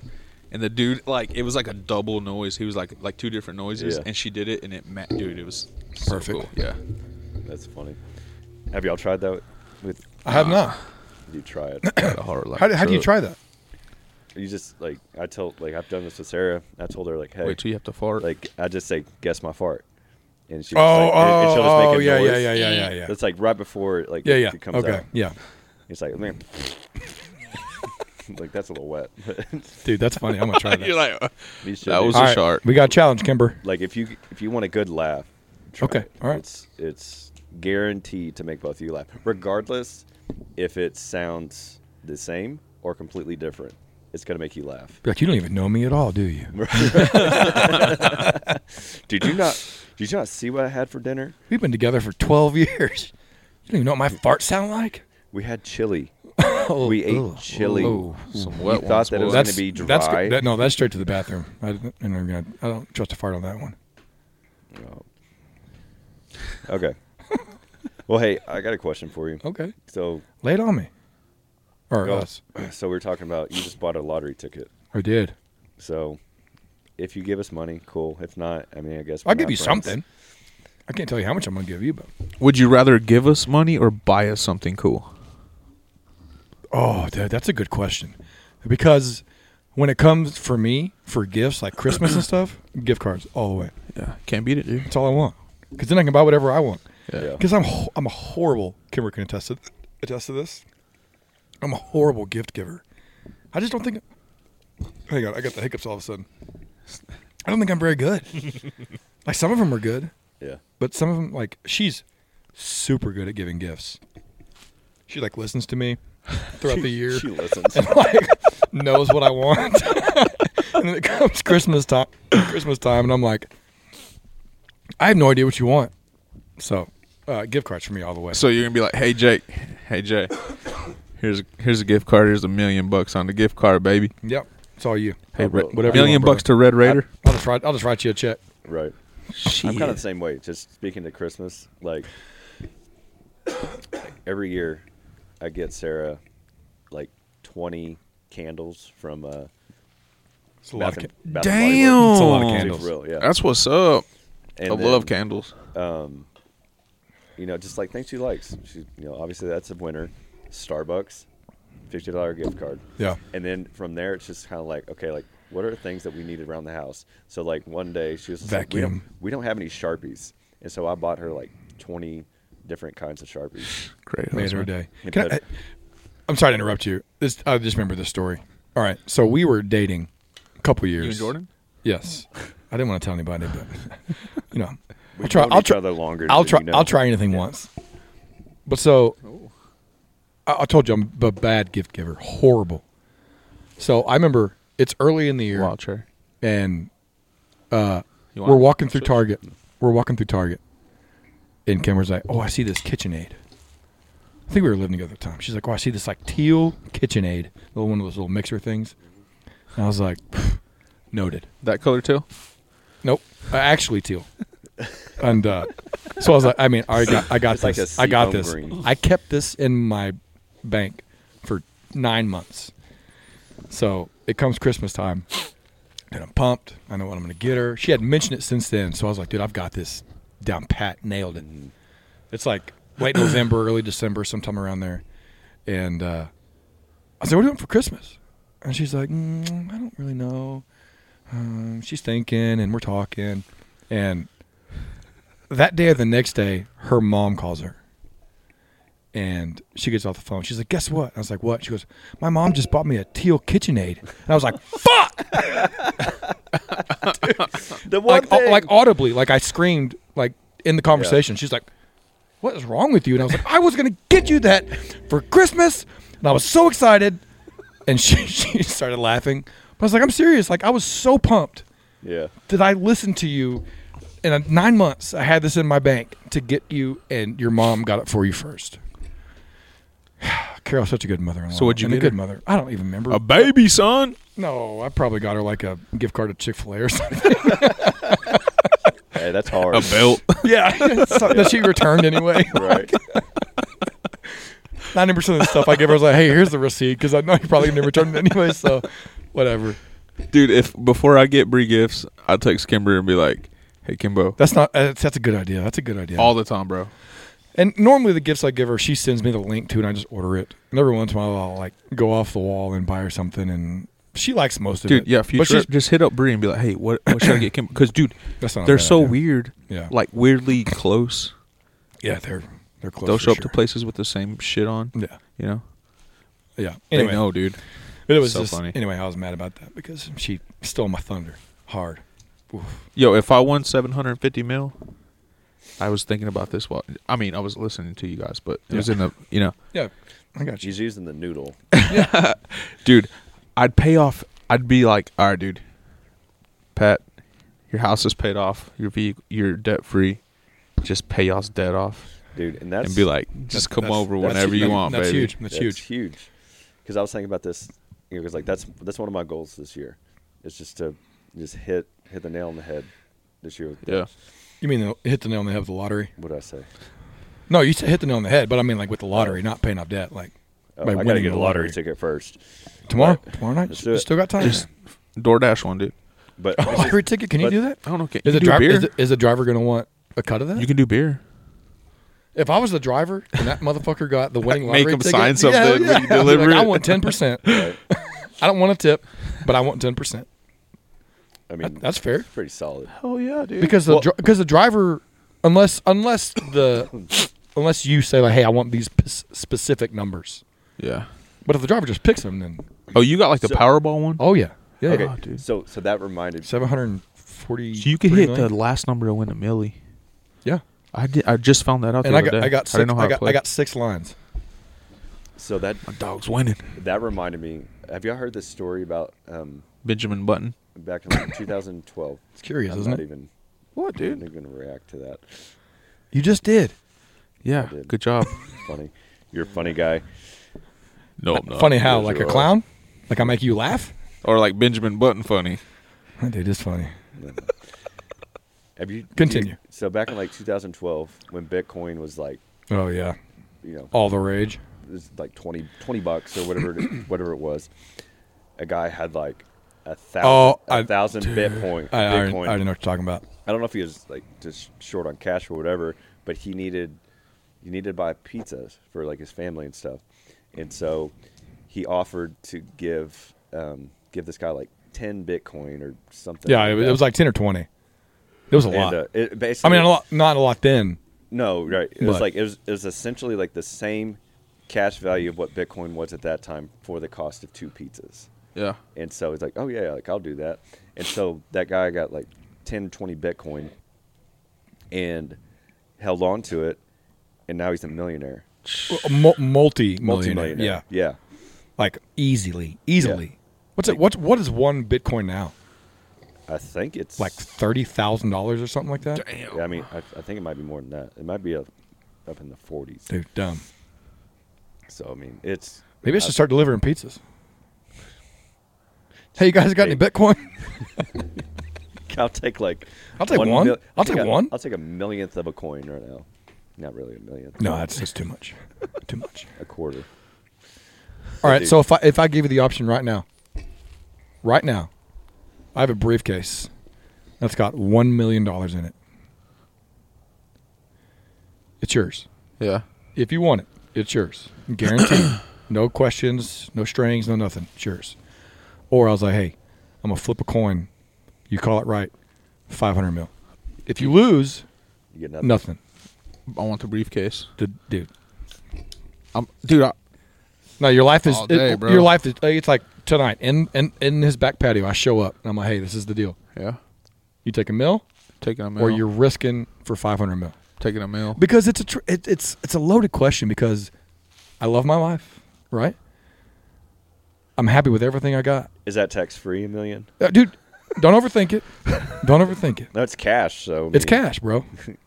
[SPEAKER 4] and the dude like it was like a double noise he was like like two different noises
[SPEAKER 2] Yeah.
[SPEAKER 4] and she did it and it met dude it was so
[SPEAKER 1] Perfect.
[SPEAKER 4] cool. yeah
[SPEAKER 2] That's funny. Have y'all tried that with
[SPEAKER 1] I have not.
[SPEAKER 2] you try it?
[SPEAKER 4] Got a heart like
[SPEAKER 1] How,
[SPEAKER 4] a
[SPEAKER 1] do- how do you
[SPEAKER 4] truck.
[SPEAKER 1] try that?
[SPEAKER 2] you just like I told like I've done this with Sarah. I told her like, hey,
[SPEAKER 4] wait till you have to fart
[SPEAKER 2] like I just say guess my fart, and she
[SPEAKER 1] Oh,
[SPEAKER 2] like, and- and she'll just
[SPEAKER 1] oh,
[SPEAKER 2] make a
[SPEAKER 1] yeah, yeah,
[SPEAKER 2] noise.
[SPEAKER 1] yeah, yeah, yeah, yeah.
[SPEAKER 2] It's like right before it, like
[SPEAKER 1] Yeah, yeah.
[SPEAKER 2] it comes
[SPEAKER 1] Okay,
[SPEAKER 2] out.
[SPEAKER 1] yeah,
[SPEAKER 2] It's like man, [laughs] like that's a little wet. [laughs]
[SPEAKER 1] dude, that's funny. I'm gonna try that.
[SPEAKER 4] [laughs] you're like uh,
[SPEAKER 2] You should
[SPEAKER 4] That
[SPEAKER 2] do
[SPEAKER 4] was
[SPEAKER 2] it.
[SPEAKER 1] All
[SPEAKER 4] a
[SPEAKER 1] right,
[SPEAKER 4] shark.
[SPEAKER 1] We got a challenge, Kimber.
[SPEAKER 2] like if you if you want a good laugh. try
[SPEAKER 1] Okay,
[SPEAKER 2] it.
[SPEAKER 1] all right.
[SPEAKER 2] It's it's guaranteed to make both of you laugh, regardless if it sounds the same or completely different. It's gonna make you laugh. [laughs]
[SPEAKER 1] Be Like you don't even know me at all, do you?
[SPEAKER 2] Did you not? Did you not see what I had for dinner?
[SPEAKER 1] We've been together for 12 [laughs] years. You don't even know what my farts sound like.
[SPEAKER 2] We had chili.
[SPEAKER 1] Oh,
[SPEAKER 2] [laughs] We ate
[SPEAKER 1] oh,
[SPEAKER 2] chili.
[SPEAKER 1] oh.
[SPEAKER 4] some wet
[SPEAKER 2] thought
[SPEAKER 4] ones,
[SPEAKER 2] that it was
[SPEAKER 4] boy.
[SPEAKER 2] gonna
[SPEAKER 1] That's
[SPEAKER 2] be
[SPEAKER 1] That's
[SPEAKER 2] dry.
[SPEAKER 1] good. That- no, that's straight to the bathroom. I, don't- I'm not gonna- I don't trust a fart on that one.
[SPEAKER 2] Oh. Okay. well, hey, I got a question for you.
[SPEAKER 1] Okay,
[SPEAKER 2] So,
[SPEAKER 1] lay it on me, or
[SPEAKER 2] Go.
[SPEAKER 1] us.
[SPEAKER 2] so we are talking about you just bought a lottery ticket.
[SPEAKER 1] I did.
[SPEAKER 2] So, if you give us money, cool. If not, I mean, I guess we're
[SPEAKER 1] I'll give
[SPEAKER 2] not
[SPEAKER 1] you
[SPEAKER 2] friends.
[SPEAKER 1] something. I can't tell you how much I'm going to give you, but
[SPEAKER 4] would you rather give us money or buy us something cool
[SPEAKER 1] oh, dude, that's a good question. Because when it comes for me for gifts like Christmas and [clears throat] stuff, gift cards all the way.
[SPEAKER 4] yeah can't beat it dude
[SPEAKER 1] That's all I want. Because then I can buy whatever I want.
[SPEAKER 4] yeah,
[SPEAKER 2] Yeah.
[SPEAKER 1] Because I'm ho- I'm a horrible. Kimber can attest to attest to this. I'm a horrible gift giver. I just don't think. Hang on, I got the hiccups all of a sudden. I don't think I'm very [laughs] good. like some of them are good.
[SPEAKER 2] Yeah.
[SPEAKER 1] but some of them like she's super good at giving gifts she like listens to me
[SPEAKER 2] [laughs]
[SPEAKER 4] [laughs]
[SPEAKER 1] throughout the year
[SPEAKER 2] She listens.
[SPEAKER 1] and [laughs] like knows what i want [laughs] and then it comes christmas time christmas time and i'm like i have no idea what you want so uh, gift cards for me all the way
[SPEAKER 4] so you're gonna be like hey jake hey jay here's here's a gift card here's a million bucks on the gift card baby
[SPEAKER 1] yep it's all you
[SPEAKER 4] hey Red-
[SPEAKER 1] Whatever you
[SPEAKER 4] million
[SPEAKER 1] want,
[SPEAKER 4] bucks to red raider
[SPEAKER 1] i'll just write i'll just write you a check
[SPEAKER 2] Right. I'm kind of the same way. Just speaking to Christmas, like every year, I get Sarah like 20 candles from uh,
[SPEAKER 1] It's a lot of ca-
[SPEAKER 2] Bath and- Bath and Body
[SPEAKER 4] Damn.
[SPEAKER 2] Works.
[SPEAKER 1] It's a lot of
[SPEAKER 4] Oh.
[SPEAKER 1] candles.
[SPEAKER 2] For real, yeah.
[SPEAKER 4] That's what's up.
[SPEAKER 2] And
[SPEAKER 4] I love
[SPEAKER 2] then,
[SPEAKER 4] candles.
[SPEAKER 2] Um, you know, just like things she likes. She, you know, obviously that's a winner. Starbucks, fifty dollar gift card.
[SPEAKER 1] Yeah.
[SPEAKER 2] And then from there, it's just kind of like, okay, like what are things that we need around the house? So like one day she was just like, we don't,
[SPEAKER 1] Vacuum.
[SPEAKER 2] we don't have any sharpies, and so I bought her like twenty different kinds of sharpies.
[SPEAKER 4] Great.
[SPEAKER 1] made her
[SPEAKER 4] husband.
[SPEAKER 1] day.
[SPEAKER 2] Yeah,
[SPEAKER 1] Can I,
[SPEAKER 2] but-
[SPEAKER 1] I'm sorry to interrupt you. This I just remember this story. All right, so we were dating a couple years.
[SPEAKER 4] You and Jordan?
[SPEAKER 1] Yes. I didn't want to tell anybody, but [laughs] you know, I'll
[SPEAKER 2] We've
[SPEAKER 1] try.
[SPEAKER 2] known
[SPEAKER 1] I'll
[SPEAKER 2] each
[SPEAKER 1] try.
[SPEAKER 2] other longer
[SPEAKER 1] I'll
[SPEAKER 2] than
[SPEAKER 1] try.
[SPEAKER 2] you know.
[SPEAKER 1] I'll try anything once. But so, I, I told you I'm a bad gift giver. Horrible. So I remember it's early in the year,
[SPEAKER 4] Wild cherry.
[SPEAKER 1] and
[SPEAKER 4] You
[SPEAKER 1] we're
[SPEAKER 4] want-
[SPEAKER 1] walking through Target. We're walking through Target. And Kimber's like, Oh, I see this KitchenAid. I think we were living together at the time. She's like, Oh, I see this like teal KitchenAid, little one of those little mixer things. And I was like, noted.
[SPEAKER 4] That color too.
[SPEAKER 1] Nope. Uh, actually teal. and uh, so I was like, I mean, I got I got
[SPEAKER 2] It's like
[SPEAKER 1] this.
[SPEAKER 2] a
[SPEAKER 1] I got
[SPEAKER 2] seafoam
[SPEAKER 1] this.
[SPEAKER 2] green.
[SPEAKER 1] I kept this in my bank for nine months. So it comes Christmas time. And I'm pumped. I know what I'm gonna get her. She had mentioned it since then, so I was like, dude, I've got this down pat, nailed it. It's like late November, early December, sometime around there. And uh, I said, "What are you doing for Christmas?" And she's like, mm, "I don't really know." Um, she's thinking, and we're talking, and that day or the next day, her mom calls her, and she gets off the phone. She's like, "Guess what?" I was like, "What?" She goes, "My mom just bought me a teal KitchenAid," and I
[SPEAKER 2] [laughs]
[SPEAKER 1] was like, "Fuck!"
[SPEAKER 2] The one
[SPEAKER 1] like, au-
[SPEAKER 2] thing,
[SPEAKER 1] like audibly, like I screamed, like in the conversation. She's like, "What is wrong with you?" And I was like, "I was gonna get you that for Christmas," and I was so excited. And she [laughs] she started laughing. But I was like, "I'm serious. Like I was so pumped
[SPEAKER 2] yeah,
[SPEAKER 1] that I listened to you." In a, nine months, I had this in my bank to get you, and your mom got it for you first. [sighs] Carol's such a good mother-in-law.
[SPEAKER 4] So what'd you
[SPEAKER 1] and
[SPEAKER 4] get
[SPEAKER 1] a good
[SPEAKER 4] her?
[SPEAKER 1] mother. I don't even remember.
[SPEAKER 4] A baby son.
[SPEAKER 1] no, I probably got her like a gift card to Chick Fil A or [laughs] something.
[SPEAKER 2] hey, that's hard.
[SPEAKER 4] A belt.
[SPEAKER 1] Yeah, [laughs] so- that she returned anyway.
[SPEAKER 2] right?
[SPEAKER 1] Ninety percent of the stuff I give her is like, "Hey, here's the receipt," because I know you're probably gonna return it anyway. So, whatever.
[SPEAKER 4] [laughs] Dude, if before I get Brie gifts, I text Kimber and be like, "Hey, Kimbo,
[SPEAKER 1] That's not. uh, That's, that's a good idea. That's a good idea.
[SPEAKER 4] all the time, bro."
[SPEAKER 1] and normally the gifts I give her, she sends me the link to, and I just order it. And every once in a while, I'll like go off the wall and buy her something, and she likes most of it.
[SPEAKER 4] Dude, yeah,
[SPEAKER 1] but
[SPEAKER 4] future.
[SPEAKER 1] she's
[SPEAKER 4] Just hit up Brie and be like, "Hey, what, what should I get Kimber?" Because dude,
[SPEAKER 1] That's not a
[SPEAKER 4] they're
[SPEAKER 1] bad
[SPEAKER 4] so
[SPEAKER 1] idea.
[SPEAKER 4] weird.
[SPEAKER 1] Yeah.
[SPEAKER 4] Like weirdly close.
[SPEAKER 1] yeah, they're they're close.
[SPEAKER 4] They'll
[SPEAKER 1] for
[SPEAKER 4] show up to
[SPEAKER 1] sure.
[SPEAKER 4] places with the same shit on.
[SPEAKER 1] Yeah,
[SPEAKER 4] You know.
[SPEAKER 1] yeah.
[SPEAKER 4] Mm. They know, dude.
[SPEAKER 1] but it was
[SPEAKER 4] So
[SPEAKER 1] just
[SPEAKER 4] funny.
[SPEAKER 1] anyway. I was mad about that because she stole my thunder hard. Oof.
[SPEAKER 4] Yo, if I won 750 mil, I was thinking about this while I mean, I was listening to you guys, but it was
[SPEAKER 1] Yeah.
[SPEAKER 4] in the, you know,
[SPEAKER 1] Yeah, I got you.
[SPEAKER 2] She's using the noodle.
[SPEAKER 4] dude, I'd pay off, I'd be like, "All right, dude. Pat, your house is paid off. Your vehicle, you're debt free. Just pay y'all's debt off
[SPEAKER 2] dude, and that's
[SPEAKER 4] and be like, just come
[SPEAKER 1] That's-
[SPEAKER 4] over
[SPEAKER 1] that's-
[SPEAKER 4] whenever you
[SPEAKER 1] that's-
[SPEAKER 4] want,
[SPEAKER 1] that's
[SPEAKER 4] baby."
[SPEAKER 1] Huge. That's huge.
[SPEAKER 2] huge. Because I was thinking about this, you know, 'cause, like that's that's one of my goals this year. It's just to just hit hit the nail on the head this year. With
[SPEAKER 4] Yeah.
[SPEAKER 1] You mean the- hit the nail on the head with the lottery?
[SPEAKER 2] What did I say?
[SPEAKER 1] No, you said hit the nail on the head, but I mean like with the lottery, not paying off debt. Like
[SPEAKER 2] Oh,
[SPEAKER 1] by
[SPEAKER 2] I gotta
[SPEAKER 1] winning
[SPEAKER 2] get
[SPEAKER 1] the
[SPEAKER 2] a lottery
[SPEAKER 1] lottery.
[SPEAKER 2] ticket first.
[SPEAKER 1] tomorrow,
[SPEAKER 2] Right.
[SPEAKER 1] tomorrow night,
[SPEAKER 2] Let's do
[SPEAKER 1] you
[SPEAKER 2] it.
[SPEAKER 1] still got time.
[SPEAKER 4] [clears throat] Just DoorDash one, dude.
[SPEAKER 2] But
[SPEAKER 1] A lottery Oh, ticket? Can you
[SPEAKER 2] but-
[SPEAKER 1] do that?
[SPEAKER 4] I don't know. Can,
[SPEAKER 1] Is the
[SPEAKER 4] you do
[SPEAKER 1] driver
[SPEAKER 4] beer?
[SPEAKER 1] is the, is the driver going to want a cut of that?
[SPEAKER 4] you can do beer.
[SPEAKER 1] if I was the driver and that motherfucker got the winning
[SPEAKER 4] [laughs] Make
[SPEAKER 1] lottery
[SPEAKER 4] him
[SPEAKER 1] ticket,
[SPEAKER 4] sign something when you
[SPEAKER 1] I'd be like,
[SPEAKER 4] deliver
[SPEAKER 1] I
[SPEAKER 4] it."
[SPEAKER 1] want ten
[SPEAKER 4] [laughs]
[SPEAKER 1] percent. [laughs] I don't want a tip, but I want ten percent.
[SPEAKER 2] I mean,
[SPEAKER 1] That's fair
[SPEAKER 2] pretty solid.
[SPEAKER 4] Hell Oh, yeah, dude.
[SPEAKER 1] because the dri because the driver, unless unless
[SPEAKER 4] [coughs]
[SPEAKER 1] the unless you say like, hey, I want these p- specific numbers.
[SPEAKER 4] yeah.
[SPEAKER 1] But if the driver just picks them, then
[SPEAKER 4] Oh, you got like the
[SPEAKER 2] So-
[SPEAKER 4] Powerball one?
[SPEAKER 1] oh yeah, yeah,
[SPEAKER 4] Okay.
[SPEAKER 1] yeah.
[SPEAKER 4] Oh, dude.
[SPEAKER 2] So so that reminded
[SPEAKER 1] seven hundred and forty.
[SPEAKER 4] So you could hit the last number to win a milli.
[SPEAKER 1] yeah.
[SPEAKER 4] I did. I just found that out.
[SPEAKER 1] And
[SPEAKER 4] the
[SPEAKER 1] I
[SPEAKER 4] other
[SPEAKER 1] got,
[SPEAKER 4] day.
[SPEAKER 1] I got
[SPEAKER 4] I didn't
[SPEAKER 1] six,
[SPEAKER 4] know how
[SPEAKER 1] I,
[SPEAKER 4] it
[SPEAKER 1] got, I
[SPEAKER 4] played.
[SPEAKER 1] got six lines.
[SPEAKER 2] so that
[SPEAKER 4] My dog's winning.
[SPEAKER 2] that reminded me. Have y'all heard this story about um,
[SPEAKER 4] Benjamin Button.
[SPEAKER 2] back in like 2012?
[SPEAKER 1] It's curious,
[SPEAKER 2] I'm
[SPEAKER 1] isn't
[SPEAKER 2] not
[SPEAKER 1] it?
[SPEAKER 2] even
[SPEAKER 4] What,
[SPEAKER 2] I'm not even gonna react to that.
[SPEAKER 1] You just did.
[SPEAKER 4] Yeah.
[SPEAKER 2] did.
[SPEAKER 4] Good job.
[SPEAKER 2] Funny, you're a funny guy.
[SPEAKER 4] no, I'm not.
[SPEAKER 1] Funny how,
[SPEAKER 2] yes,
[SPEAKER 1] like
[SPEAKER 2] you
[SPEAKER 1] a
[SPEAKER 2] are.
[SPEAKER 1] clown, like I make you laugh.
[SPEAKER 4] Or like Benjamin Button funny.
[SPEAKER 1] Dude, it's funny.
[SPEAKER 2] Have you
[SPEAKER 1] Continue.
[SPEAKER 2] so back in like 2012, when Bitcoin was like,
[SPEAKER 1] Oh yeah,
[SPEAKER 2] you know,
[SPEAKER 1] all the rage. [coughs]
[SPEAKER 2] it was like 20, 20 bucks or whatever, it, whatever it was. a guy had like a thousand,
[SPEAKER 1] Oh,
[SPEAKER 2] a
[SPEAKER 1] I-
[SPEAKER 2] thousand Bitcoin.
[SPEAKER 1] I, I,
[SPEAKER 2] Bitcoin.
[SPEAKER 1] I didn't know what you're talking about.
[SPEAKER 2] I don't know if he was like just short on cash or whatever, but he needed he needed to buy pizzas for like his family and stuff, and so he offered to give um, give this guy like ten Bitcoin or something.
[SPEAKER 1] Yeah, it was,
[SPEAKER 2] that.
[SPEAKER 1] it was like ten or twenty. It was a lot.
[SPEAKER 2] And, uh, it
[SPEAKER 1] I
[SPEAKER 2] basically,
[SPEAKER 1] mean, a lot, not a lot then.
[SPEAKER 2] No, right. It was
[SPEAKER 1] But-
[SPEAKER 2] like it was, it was essentially like the same cash value of what Bitcoin was at that time for the cost of two pizzas.
[SPEAKER 4] Yeah.
[SPEAKER 2] And so he's like, oh, yeah, like I'll do that. And so that guy got like 10, 20 Bitcoin and held on to it. And now he's a millionaire.
[SPEAKER 1] Mu- multi millionaire.
[SPEAKER 2] Multi-millionaire.
[SPEAKER 1] Yeah,
[SPEAKER 2] Yeah.
[SPEAKER 1] like easily, easily. What's it? What's what is one Bitcoin now?
[SPEAKER 2] I think it's
[SPEAKER 1] Like thirty thousand dollars or something like that.
[SPEAKER 4] Damn.
[SPEAKER 2] I mean, I, I think it might be more than that. It might be up up in the 40s.
[SPEAKER 1] Dude, dumb.
[SPEAKER 2] So, I mean, it's.
[SPEAKER 1] Maybe I should start delivering pizzas. Hey, you guys got any Bitcoin?
[SPEAKER 2] [laughs] I'll take like.
[SPEAKER 1] I'll take one. I'll
[SPEAKER 2] I think
[SPEAKER 1] take
[SPEAKER 2] I-
[SPEAKER 1] one.
[SPEAKER 2] I'll take a millionth of a coin right now. Not really a millionth.
[SPEAKER 1] No, that's just too much. Too much.
[SPEAKER 2] a quarter.
[SPEAKER 1] All right.
[SPEAKER 2] Dude.
[SPEAKER 1] So if I if I gave you the option right now, right now, I have a briefcase that's got one million dollars in it. It's yours.
[SPEAKER 4] Yeah.
[SPEAKER 1] If you want it, it's yours. Guaranteed. no questions, no strings, no nothing. It's yours. Or I was like, hey, I'm gonna flip a coin. You call it right, five hundred mil. If you lose,
[SPEAKER 2] You get nothing.
[SPEAKER 1] nothing.
[SPEAKER 4] I want the briefcase.
[SPEAKER 1] Dude- Dude.
[SPEAKER 4] I'm, dude, I,
[SPEAKER 1] No, your life is
[SPEAKER 4] All day,
[SPEAKER 1] it-
[SPEAKER 4] bro.
[SPEAKER 1] your life is uh, it's like tonight in, in in his back patio. I show up and I'm like, hey, this is the deal.
[SPEAKER 4] yeah.
[SPEAKER 1] You take a mill,
[SPEAKER 4] Taking a meal.
[SPEAKER 1] or you're risking for 500 mil
[SPEAKER 4] taking a meal.
[SPEAKER 1] because it's a tr- it, it's it's a loaded question because I love my life, right? I'm happy with everything I got,
[SPEAKER 2] Is that tax free a million?
[SPEAKER 1] Uh, dude. Don't overthink it. Don't overthink it.
[SPEAKER 2] No, it's cash. So I mean,
[SPEAKER 1] It's cash, bro.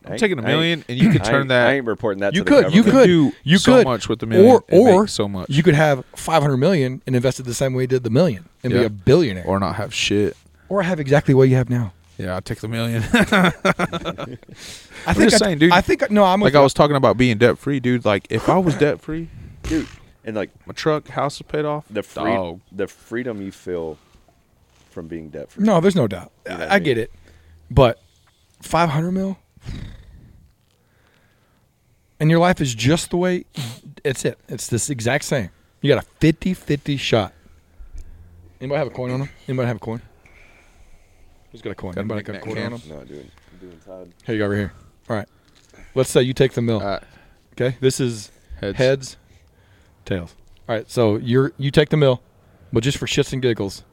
[SPEAKER 2] I ain't-
[SPEAKER 4] taking a
[SPEAKER 2] I ain't-
[SPEAKER 4] million, and you
[SPEAKER 2] [clears throat]
[SPEAKER 4] could
[SPEAKER 2] I
[SPEAKER 4] turn
[SPEAKER 2] ain't-
[SPEAKER 4] that-
[SPEAKER 2] I ain't reporting that.
[SPEAKER 1] You
[SPEAKER 2] to the
[SPEAKER 1] could, you
[SPEAKER 4] You
[SPEAKER 2] government.
[SPEAKER 1] could,
[SPEAKER 4] do
[SPEAKER 1] you
[SPEAKER 4] so
[SPEAKER 1] could
[SPEAKER 4] much with the million
[SPEAKER 1] or
[SPEAKER 4] and make
[SPEAKER 1] or
[SPEAKER 4] so much.
[SPEAKER 1] You could have 500 million and invest it the same way you did the million and be
[SPEAKER 4] Yeah.
[SPEAKER 1] a billionaire, or,
[SPEAKER 4] Or not have shit.
[SPEAKER 1] have exactly what you have now.
[SPEAKER 4] Yeah, I take the million. [laughs]
[SPEAKER 1] I
[SPEAKER 4] I'm
[SPEAKER 1] think
[SPEAKER 4] just
[SPEAKER 1] I,
[SPEAKER 4] saying, dude.
[SPEAKER 1] I think no, I'm with
[SPEAKER 4] like I
[SPEAKER 1] you.
[SPEAKER 4] was talking about being debt free, dude. Like if I was debt free,
[SPEAKER 2] dude. And like
[SPEAKER 4] my truck, house is paid off.
[SPEAKER 2] the free,
[SPEAKER 4] dog.
[SPEAKER 2] the freedom you feel from being debt free.
[SPEAKER 1] No, there's no doubt.
[SPEAKER 2] know
[SPEAKER 1] I,
[SPEAKER 2] what
[SPEAKER 1] I
[SPEAKER 2] I
[SPEAKER 1] get
[SPEAKER 2] mean?
[SPEAKER 1] it, but 500 mil, and your life is just the way. It's it. It's this exact same. You got a 50-50 shot. Anybody have a coin on them? Anybody have a coin? Who's got a coin?
[SPEAKER 4] Gotta
[SPEAKER 1] Anybody
[SPEAKER 4] make
[SPEAKER 1] got a
[SPEAKER 4] that
[SPEAKER 1] coin on
[SPEAKER 4] count.
[SPEAKER 1] them?
[SPEAKER 2] no, dude. I'm doing Todd.
[SPEAKER 1] Here you go, over here. All right. Let's say you take the mill.
[SPEAKER 4] Alright.
[SPEAKER 1] Okay. This is
[SPEAKER 4] Uh, Heads.
[SPEAKER 1] heads, tails. All right. So you're you take the mill, but just for shits and giggles,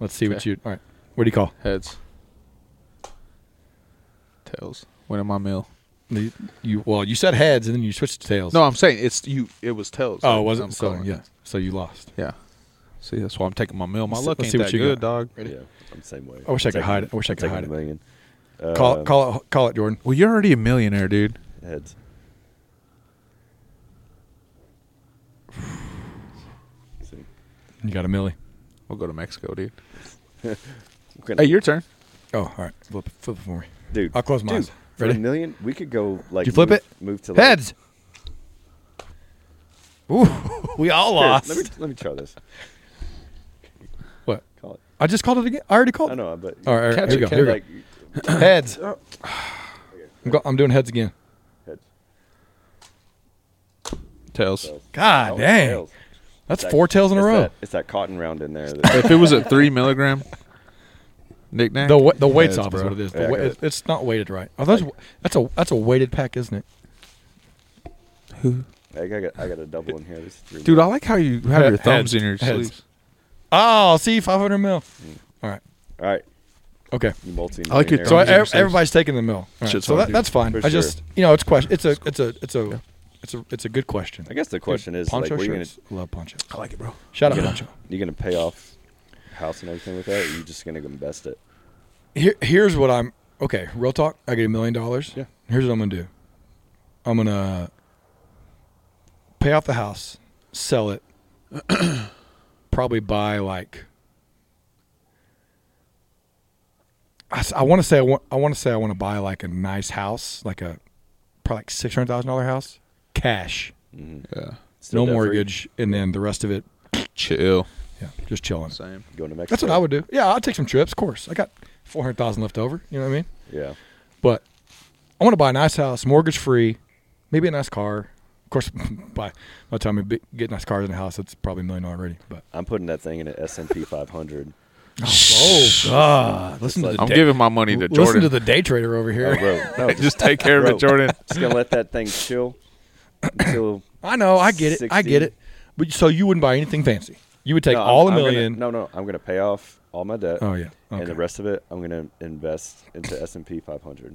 [SPEAKER 1] let's see what
[SPEAKER 4] Okay.
[SPEAKER 1] you. All right. What do you call?
[SPEAKER 4] Heads. Tails. Winning my meal.
[SPEAKER 1] You, you well, you said heads, and then you switched to tails.
[SPEAKER 4] No, I'm saying it's you. It was tails.
[SPEAKER 1] oh,
[SPEAKER 4] Like,
[SPEAKER 1] was it?
[SPEAKER 4] I'm
[SPEAKER 1] So
[SPEAKER 4] calling
[SPEAKER 1] yeah,
[SPEAKER 4] it.
[SPEAKER 1] so you lost.
[SPEAKER 4] Yeah. See, that's why I'm taking my meal. My
[SPEAKER 1] Let's-
[SPEAKER 4] luck
[SPEAKER 1] let's
[SPEAKER 4] ain't
[SPEAKER 1] see what
[SPEAKER 4] that
[SPEAKER 1] you
[SPEAKER 4] good,
[SPEAKER 1] got.
[SPEAKER 4] dog.
[SPEAKER 2] Yeah, I'm the same way.
[SPEAKER 1] I wish I could
[SPEAKER 2] I'm taking-
[SPEAKER 1] hide it. I wish I
[SPEAKER 2] I'm
[SPEAKER 1] could
[SPEAKER 2] taking
[SPEAKER 1] hide
[SPEAKER 2] a
[SPEAKER 1] it.
[SPEAKER 2] million.
[SPEAKER 1] call
[SPEAKER 2] Uh,
[SPEAKER 1] it, call it, call it, Jordan.
[SPEAKER 4] Well, you're already a millionaire, dude.
[SPEAKER 1] [sighs]
[SPEAKER 2] heads. See.
[SPEAKER 1] You got a millie.
[SPEAKER 4] We'll go to Mexico, dude.
[SPEAKER 2] We're gonna-
[SPEAKER 4] Hey, your turn.
[SPEAKER 1] Oh, all right. Flip, flip it for me.
[SPEAKER 2] dude.
[SPEAKER 1] I'll close my
[SPEAKER 2] dude,
[SPEAKER 1] eyes.
[SPEAKER 2] For
[SPEAKER 1] Ready?
[SPEAKER 2] a million, we could go like.
[SPEAKER 1] Did you flip
[SPEAKER 2] move,
[SPEAKER 1] it?
[SPEAKER 2] Move to like,
[SPEAKER 1] heads. Ooh, [laughs] we all
[SPEAKER 2] Here,
[SPEAKER 1] lost.
[SPEAKER 2] Let me let me try this.
[SPEAKER 1] what?
[SPEAKER 2] Call it.
[SPEAKER 1] I just called it again. I already called.
[SPEAKER 2] I
[SPEAKER 1] it.
[SPEAKER 2] know, Oh. but
[SPEAKER 1] All right, all right,
[SPEAKER 4] Catch
[SPEAKER 1] here we go.
[SPEAKER 4] it, catch
[SPEAKER 1] Here we
[SPEAKER 2] like
[SPEAKER 1] go. Heads. I'm, go, I'm doing heads again.
[SPEAKER 2] heads,
[SPEAKER 4] Tails.
[SPEAKER 2] tails.
[SPEAKER 1] God
[SPEAKER 2] Oh,
[SPEAKER 1] dang,
[SPEAKER 2] tails.
[SPEAKER 1] that's
[SPEAKER 2] It's
[SPEAKER 1] four
[SPEAKER 2] that-
[SPEAKER 1] tails in a
[SPEAKER 2] it's
[SPEAKER 1] row.
[SPEAKER 2] That, it's that cotton round in there.
[SPEAKER 1] [laughs]
[SPEAKER 2] That,
[SPEAKER 4] if it was a three milligram nickname,
[SPEAKER 1] The wa- the weight's
[SPEAKER 4] Heads,
[SPEAKER 1] off is
[SPEAKER 4] bro.
[SPEAKER 1] what it is. The
[SPEAKER 2] Yeah, I
[SPEAKER 1] wa-
[SPEAKER 2] got
[SPEAKER 1] it- it's not weighted right. Are those, that's a that's a weighted pack, isn't it?
[SPEAKER 2] I, got, I got a double in here. This is three
[SPEAKER 4] dude, I
[SPEAKER 2] million.
[SPEAKER 4] like how you have your
[SPEAKER 1] Heads,
[SPEAKER 4] thumbs in your
[SPEAKER 1] heads.
[SPEAKER 4] sleeves.
[SPEAKER 1] Oh, see, 500 mil. All right.
[SPEAKER 2] All right,
[SPEAKER 1] Okay.
[SPEAKER 2] you multi.
[SPEAKER 4] I like your
[SPEAKER 1] So ev-
[SPEAKER 4] Thumbs in your sleeves.
[SPEAKER 1] everybody's taking the mill. All right.
[SPEAKER 4] Shit's
[SPEAKER 1] So
[SPEAKER 4] hard,
[SPEAKER 1] that,
[SPEAKER 4] dude.
[SPEAKER 1] that's fine.
[SPEAKER 2] For
[SPEAKER 1] I
[SPEAKER 2] sure.
[SPEAKER 1] just, you know, it's question. It's a, it's a, it's a, it's a, it's a good question.
[SPEAKER 2] I guess the question is like,
[SPEAKER 1] poncho
[SPEAKER 2] were you gonna
[SPEAKER 1] shirts. I love ponchos.
[SPEAKER 4] I like it, bro.
[SPEAKER 1] Shout out poncho.
[SPEAKER 2] you gonna pay off house and everything with that? Or you just gonna invest it?
[SPEAKER 1] Here, here's what I'm. Okay, real talk. I get a million dollars.
[SPEAKER 2] Yeah.
[SPEAKER 1] Here's what I'm gonna do. I'm gonna pay off the house, sell it, [clears throat] probably buy like. I want to say I want. I want to say I want to buy like a nice house, like a probably like six hundred thousand dollar house, cash,
[SPEAKER 4] Yeah.
[SPEAKER 1] no
[SPEAKER 2] Still debt-free?
[SPEAKER 1] mortgage, and then the rest of it.
[SPEAKER 4] Chill.
[SPEAKER 1] Yeah, just chilling.
[SPEAKER 4] Same.
[SPEAKER 2] Going to Mexico.
[SPEAKER 1] That's what I would do. Yeah, I'll take some trips. Of course, I got four hundred thousand left over. You know what I mean?
[SPEAKER 2] Yeah.
[SPEAKER 1] But I want to buy a nice house, mortgage free, maybe a nice car. Of course, [laughs] by by the time we be- get nice cars and a house, it's probably a million already. But
[SPEAKER 2] I'm putting that thing in an S&P 500.
[SPEAKER 1] oh god, listen
[SPEAKER 2] to
[SPEAKER 4] I'm
[SPEAKER 1] day-
[SPEAKER 4] giving my money to
[SPEAKER 1] listen
[SPEAKER 4] Jordan.
[SPEAKER 1] to the day trader over
[SPEAKER 2] Oh,
[SPEAKER 1] here.
[SPEAKER 2] bro.
[SPEAKER 1] [laughs]
[SPEAKER 2] No, just,
[SPEAKER 4] just take care of [laughs]
[SPEAKER 2] Bro.
[SPEAKER 4] it, Jordan.
[SPEAKER 2] just gonna let that thing chill until.
[SPEAKER 1] I know, I get it, I get
[SPEAKER 2] 60.
[SPEAKER 1] it. But so you wouldn't buy anything fancy. You would take
[SPEAKER 2] No, I'm-
[SPEAKER 1] all a
[SPEAKER 2] I'm gonna-
[SPEAKER 1] 1000000
[SPEAKER 2] no, no, I'm gonna pay off all my debt.
[SPEAKER 1] Oh yeah, okay.
[SPEAKER 2] And the rest of it, I'm gonna invest into S&P 500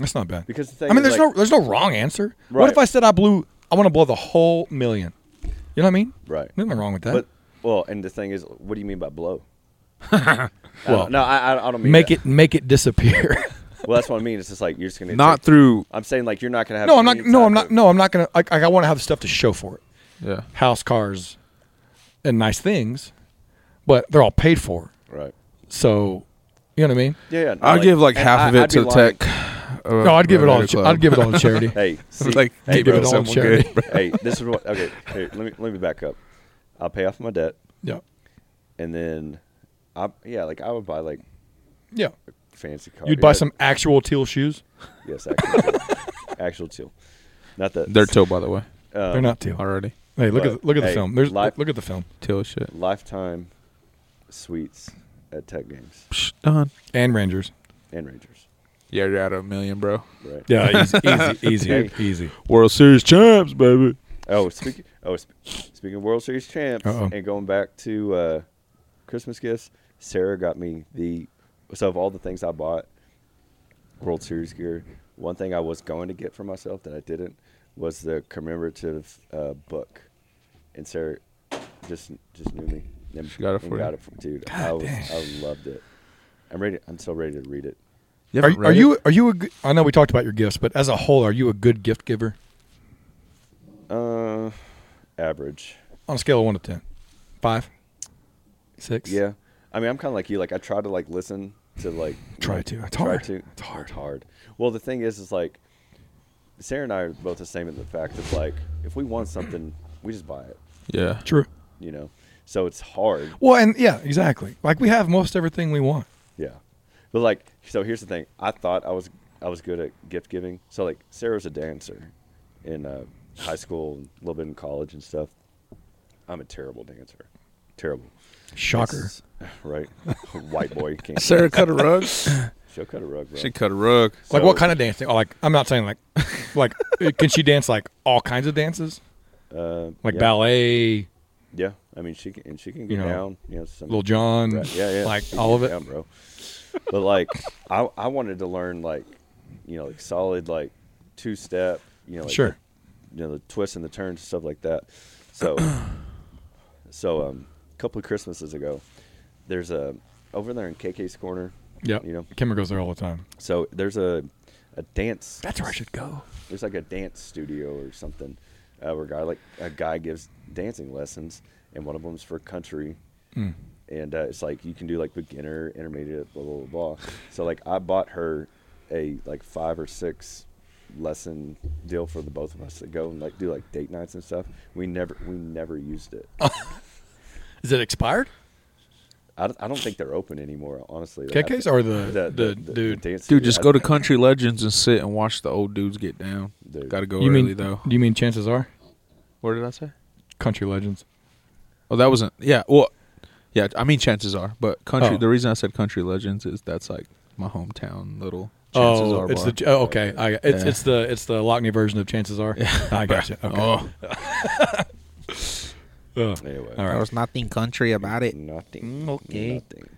[SPEAKER 1] That's not bad.
[SPEAKER 2] because the thing
[SPEAKER 1] I mean,
[SPEAKER 2] is,
[SPEAKER 1] there's
[SPEAKER 2] like-
[SPEAKER 1] no there's no wrong answer. What
[SPEAKER 2] Right.
[SPEAKER 1] if I said I blew? I want to blow the whole million. You know what I mean?
[SPEAKER 2] right.
[SPEAKER 1] Nothing wrong with that.
[SPEAKER 2] But well, and the thing is, what do you mean by blow?
[SPEAKER 1] [laughs] Well,
[SPEAKER 2] well, no, I, I- I don't mean
[SPEAKER 1] make
[SPEAKER 2] that.
[SPEAKER 1] it make it disappear. [laughs]
[SPEAKER 2] Well, that's what I mean. It's just like you're just gonna
[SPEAKER 4] Not
[SPEAKER 2] take-
[SPEAKER 4] through.
[SPEAKER 2] I'm saying like you're not gonna have.
[SPEAKER 1] no, I'm not.
[SPEAKER 2] any
[SPEAKER 1] No, I'm
[SPEAKER 2] type
[SPEAKER 1] not. No, I'm not gonna. Like, I want to have stuff to show for it:
[SPEAKER 4] Yeah.
[SPEAKER 1] house, cars, and nice things. But they're all paid for,
[SPEAKER 2] of- Right.
[SPEAKER 1] so you know what I mean.
[SPEAKER 2] Yeah. yeah no,
[SPEAKER 4] I'll give like
[SPEAKER 2] and
[SPEAKER 4] half
[SPEAKER 2] I-
[SPEAKER 4] of it
[SPEAKER 2] I'd
[SPEAKER 4] to
[SPEAKER 2] be
[SPEAKER 4] the
[SPEAKER 2] lying.
[SPEAKER 4] tech. uh,
[SPEAKER 1] No, I'd give it all. To, I'd give
[SPEAKER 4] [laughs]
[SPEAKER 1] it all to charity. [laughs]
[SPEAKER 2] [laughs] Hey, see,
[SPEAKER 4] like
[SPEAKER 2] hey,
[SPEAKER 4] give
[SPEAKER 1] bro.
[SPEAKER 4] it all
[SPEAKER 1] Someone
[SPEAKER 4] to charity.
[SPEAKER 1] good.
[SPEAKER 2] hey, this is what. Okay, here, let me let me back up. I'll pay off my debt,
[SPEAKER 1] Yeah,
[SPEAKER 2] and then, I yeah, like I would buy like
[SPEAKER 1] yeah.
[SPEAKER 2] fancy car.
[SPEAKER 1] You'd buy
[SPEAKER 2] Yeah,
[SPEAKER 1] some actual teal shoes.
[SPEAKER 2] Yes,
[SPEAKER 1] [laughs]
[SPEAKER 2] actual teal. actual teal. Not that
[SPEAKER 4] [laughs] They're till, by the way,
[SPEAKER 2] um,
[SPEAKER 1] They're not teal.
[SPEAKER 4] already.
[SPEAKER 1] Hey, look at
[SPEAKER 2] but,
[SPEAKER 1] the- look at the
[SPEAKER 2] hey,
[SPEAKER 1] film. There's
[SPEAKER 2] life-
[SPEAKER 1] look at the film
[SPEAKER 4] Till as shit.
[SPEAKER 2] lifetime suites at Tech Games
[SPEAKER 4] Psh, done.
[SPEAKER 1] and Rangers.
[SPEAKER 2] and Rangers.
[SPEAKER 4] Yeah, you're out of a million, bro.
[SPEAKER 2] Right. [laughs]
[SPEAKER 1] Yeah, easy, easy, easy, easy.
[SPEAKER 4] World Series champs, baby.
[SPEAKER 2] Oh, speaking oh sp- speaking of World Series champs
[SPEAKER 1] Uh-oh.
[SPEAKER 2] and going back to uh, Christmas gifts, Sarah got me the so of all the things I bought World Series gear. One thing I was going to get for myself that I didn't was the commemorative uh, book, and Sarah just just knew me and
[SPEAKER 4] She got it
[SPEAKER 2] and
[SPEAKER 4] for you.
[SPEAKER 2] got it for dude. I was, I loved it. I'm ready. I'm so ready to read it.
[SPEAKER 4] You
[SPEAKER 1] Are,
[SPEAKER 4] haven't
[SPEAKER 1] are
[SPEAKER 4] read
[SPEAKER 1] you
[SPEAKER 4] it?
[SPEAKER 1] are you a good, I know we talked about your gifts, but as a whole, are you a good gift giver
[SPEAKER 2] Uh, average.
[SPEAKER 1] on a scale of one to ten? Five, six.
[SPEAKER 2] Yeah, I mean, I'm kind of like you. Like, I try to like listen to like you
[SPEAKER 1] Try
[SPEAKER 2] know,
[SPEAKER 1] to. It's
[SPEAKER 2] try
[SPEAKER 1] hard.
[SPEAKER 2] to.
[SPEAKER 1] It's hard.
[SPEAKER 2] hard. Well, the thing is, is like Sarah and I are both the same in the fact that like if we want something, we just buy it.
[SPEAKER 4] Yeah.
[SPEAKER 1] True.
[SPEAKER 2] You know, so it's hard.
[SPEAKER 1] Well, and yeah, exactly. Like we have most everything we want.
[SPEAKER 2] Yeah, but like, so here's the thing. I thought I was I was good at gift giving. So like, Sarah's a dancer in uh, high school, and a little bit in college and stuff. I'm a terrible dancer. Terrible.
[SPEAKER 1] Shocker.
[SPEAKER 2] It's- [laughs] Right. White boy
[SPEAKER 1] [laughs]
[SPEAKER 2] can't.
[SPEAKER 4] Sarah cut a rug.
[SPEAKER 2] She'll cut a rug, bro.
[SPEAKER 4] [laughs] she cut a rug.
[SPEAKER 1] like what
[SPEAKER 2] So-
[SPEAKER 1] kind of dancing? Oh, like I'm not saying like [laughs] like uh, can she dance like all kinds of dances?
[SPEAKER 2] Uh,
[SPEAKER 1] Like
[SPEAKER 2] yeah.
[SPEAKER 1] ballet,
[SPEAKER 2] Yeah, I mean she can and she can get
[SPEAKER 1] You know,
[SPEAKER 2] down. You know, some
[SPEAKER 1] Little John,
[SPEAKER 2] Right, yeah, yeah,
[SPEAKER 1] like
[SPEAKER 2] she can
[SPEAKER 1] all of
[SPEAKER 2] get
[SPEAKER 1] it.
[SPEAKER 2] down, bro. But like, [laughs] I I wanted to learn like, you know, like solid like two step. You know, like,
[SPEAKER 1] Sure.
[SPEAKER 2] You know the twists and the turns and stuff like that. So, [clears throat] so um, a couple of Christmases ago, there's a over there in KK's corner.
[SPEAKER 1] Yeah.
[SPEAKER 2] You know,
[SPEAKER 1] Kimmer goes there all the time.
[SPEAKER 2] so there's a a dance.
[SPEAKER 1] That's where I should go.
[SPEAKER 2] There's like a dance studio or something uh, where a guy like a guy gives dancing lessons, and one of them's for country,
[SPEAKER 1] Mm.
[SPEAKER 2] and uh, it's like you can do like beginner, intermediate, blah blah blah. blah. So like I bought her a like five or six lesson deal for the both of us to go and like do like date nights and stuff. We never we never used it.
[SPEAKER 1] Oh. Is it expired?
[SPEAKER 2] I don't, I don't think they're open anymore. Honestly, They have
[SPEAKER 1] KK's
[SPEAKER 2] to-
[SPEAKER 1] or the the, dude?
[SPEAKER 2] dance
[SPEAKER 4] Dude,
[SPEAKER 2] studio.
[SPEAKER 4] just
[SPEAKER 2] I-
[SPEAKER 4] go to Country Legends and sit and watch the old dudes get down.
[SPEAKER 2] Dude.
[SPEAKER 4] Got to go
[SPEAKER 1] you
[SPEAKER 4] early
[SPEAKER 1] mean
[SPEAKER 4] though.
[SPEAKER 1] Do you mean chances are
[SPEAKER 4] What did I say?
[SPEAKER 1] country legends?
[SPEAKER 4] Oh, that wasn't. Yeah. Well, yeah. I mean, chances are, but country.
[SPEAKER 1] Oh.
[SPEAKER 4] The reason I said Country Legends is that's like my hometown little. Chances
[SPEAKER 1] oh,
[SPEAKER 4] are
[SPEAKER 1] it's
[SPEAKER 4] bar.
[SPEAKER 1] the oh, okay. I, it's
[SPEAKER 4] Yeah.
[SPEAKER 1] it's the it's the Lockney version of chances are. [laughs] I got you. Okay. [laughs]
[SPEAKER 4] Oh,
[SPEAKER 1] Ugh.
[SPEAKER 2] Anyway,
[SPEAKER 1] All right.
[SPEAKER 3] There was nothing country about it.
[SPEAKER 2] Nothing. Okay. Nothing.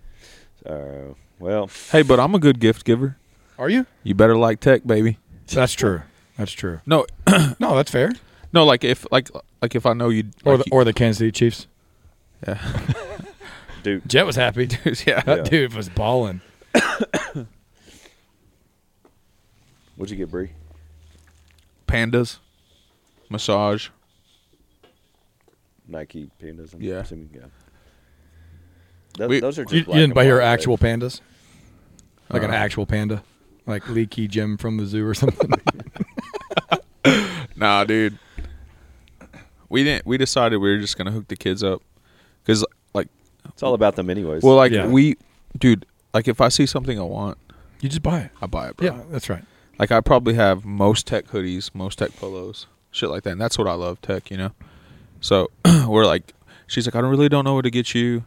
[SPEAKER 2] Uh, well,
[SPEAKER 4] hey, but I'm a good gift giver.
[SPEAKER 1] Are you?
[SPEAKER 4] You better like tech, baby.
[SPEAKER 1] That's true. That's true.
[SPEAKER 4] No,
[SPEAKER 1] [laughs]
[SPEAKER 4] [clears throat]
[SPEAKER 1] No, that's fair.
[SPEAKER 4] no. Like if like like if I know you
[SPEAKER 1] Or
[SPEAKER 4] like
[SPEAKER 1] the or the Kansas City Chiefs.
[SPEAKER 2] dude,
[SPEAKER 1] Jet was happy.
[SPEAKER 4] you- [laughs] yeah.
[SPEAKER 1] That
[SPEAKER 2] Yeah.
[SPEAKER 1] dude [laughs] was balling.
[SPEAKER 2] what'd you get, Bree?
[SPEAKER 4] Pandas, massage.
[SPEAKER 2] Nike pandas. I'm
[SPEAKER 4] Yeah.
[SPEAKER 2] assuming, yeah. Tho-
[SPEAKER 4] We-
[SPEAKER 2] those are just
[SPEAKER 1] You, you
[SPEAKER 2] black
[SPEAKER 1] didn't
[SPEAKER 2] and
[SPEAKER 1] buy your
[SPEAKER 2] white, right?
[SPEAKER 1] actual pandas, like an
[SPEAKER 4] Uh.
[SPEAKER 1] actual panda, like Leaky Jim from the zoo or [laughs] something.
[SPEAKER 4] Nah, dude. We didn't. We decided we were just gonna hook the kids up because like
[SPEAKER 2] It's all about them, anyways.
[SPEAKER 4] well like
[SPEAKER 1] Yeah.
[SPEAKER 4] we dude like if I see something I want
[SPEAKER 1] You just buy it.
[SPEAKER 4] I buy it bro.
[SPEAKER 1] Yeah, that's right.
[SPEAKER 4] Like I probably have most tech hoodies, most tech polos, shit like that. And that's what I love tech, you know. So [clears throat] we're like, she's like, I don't really don't know what to get you.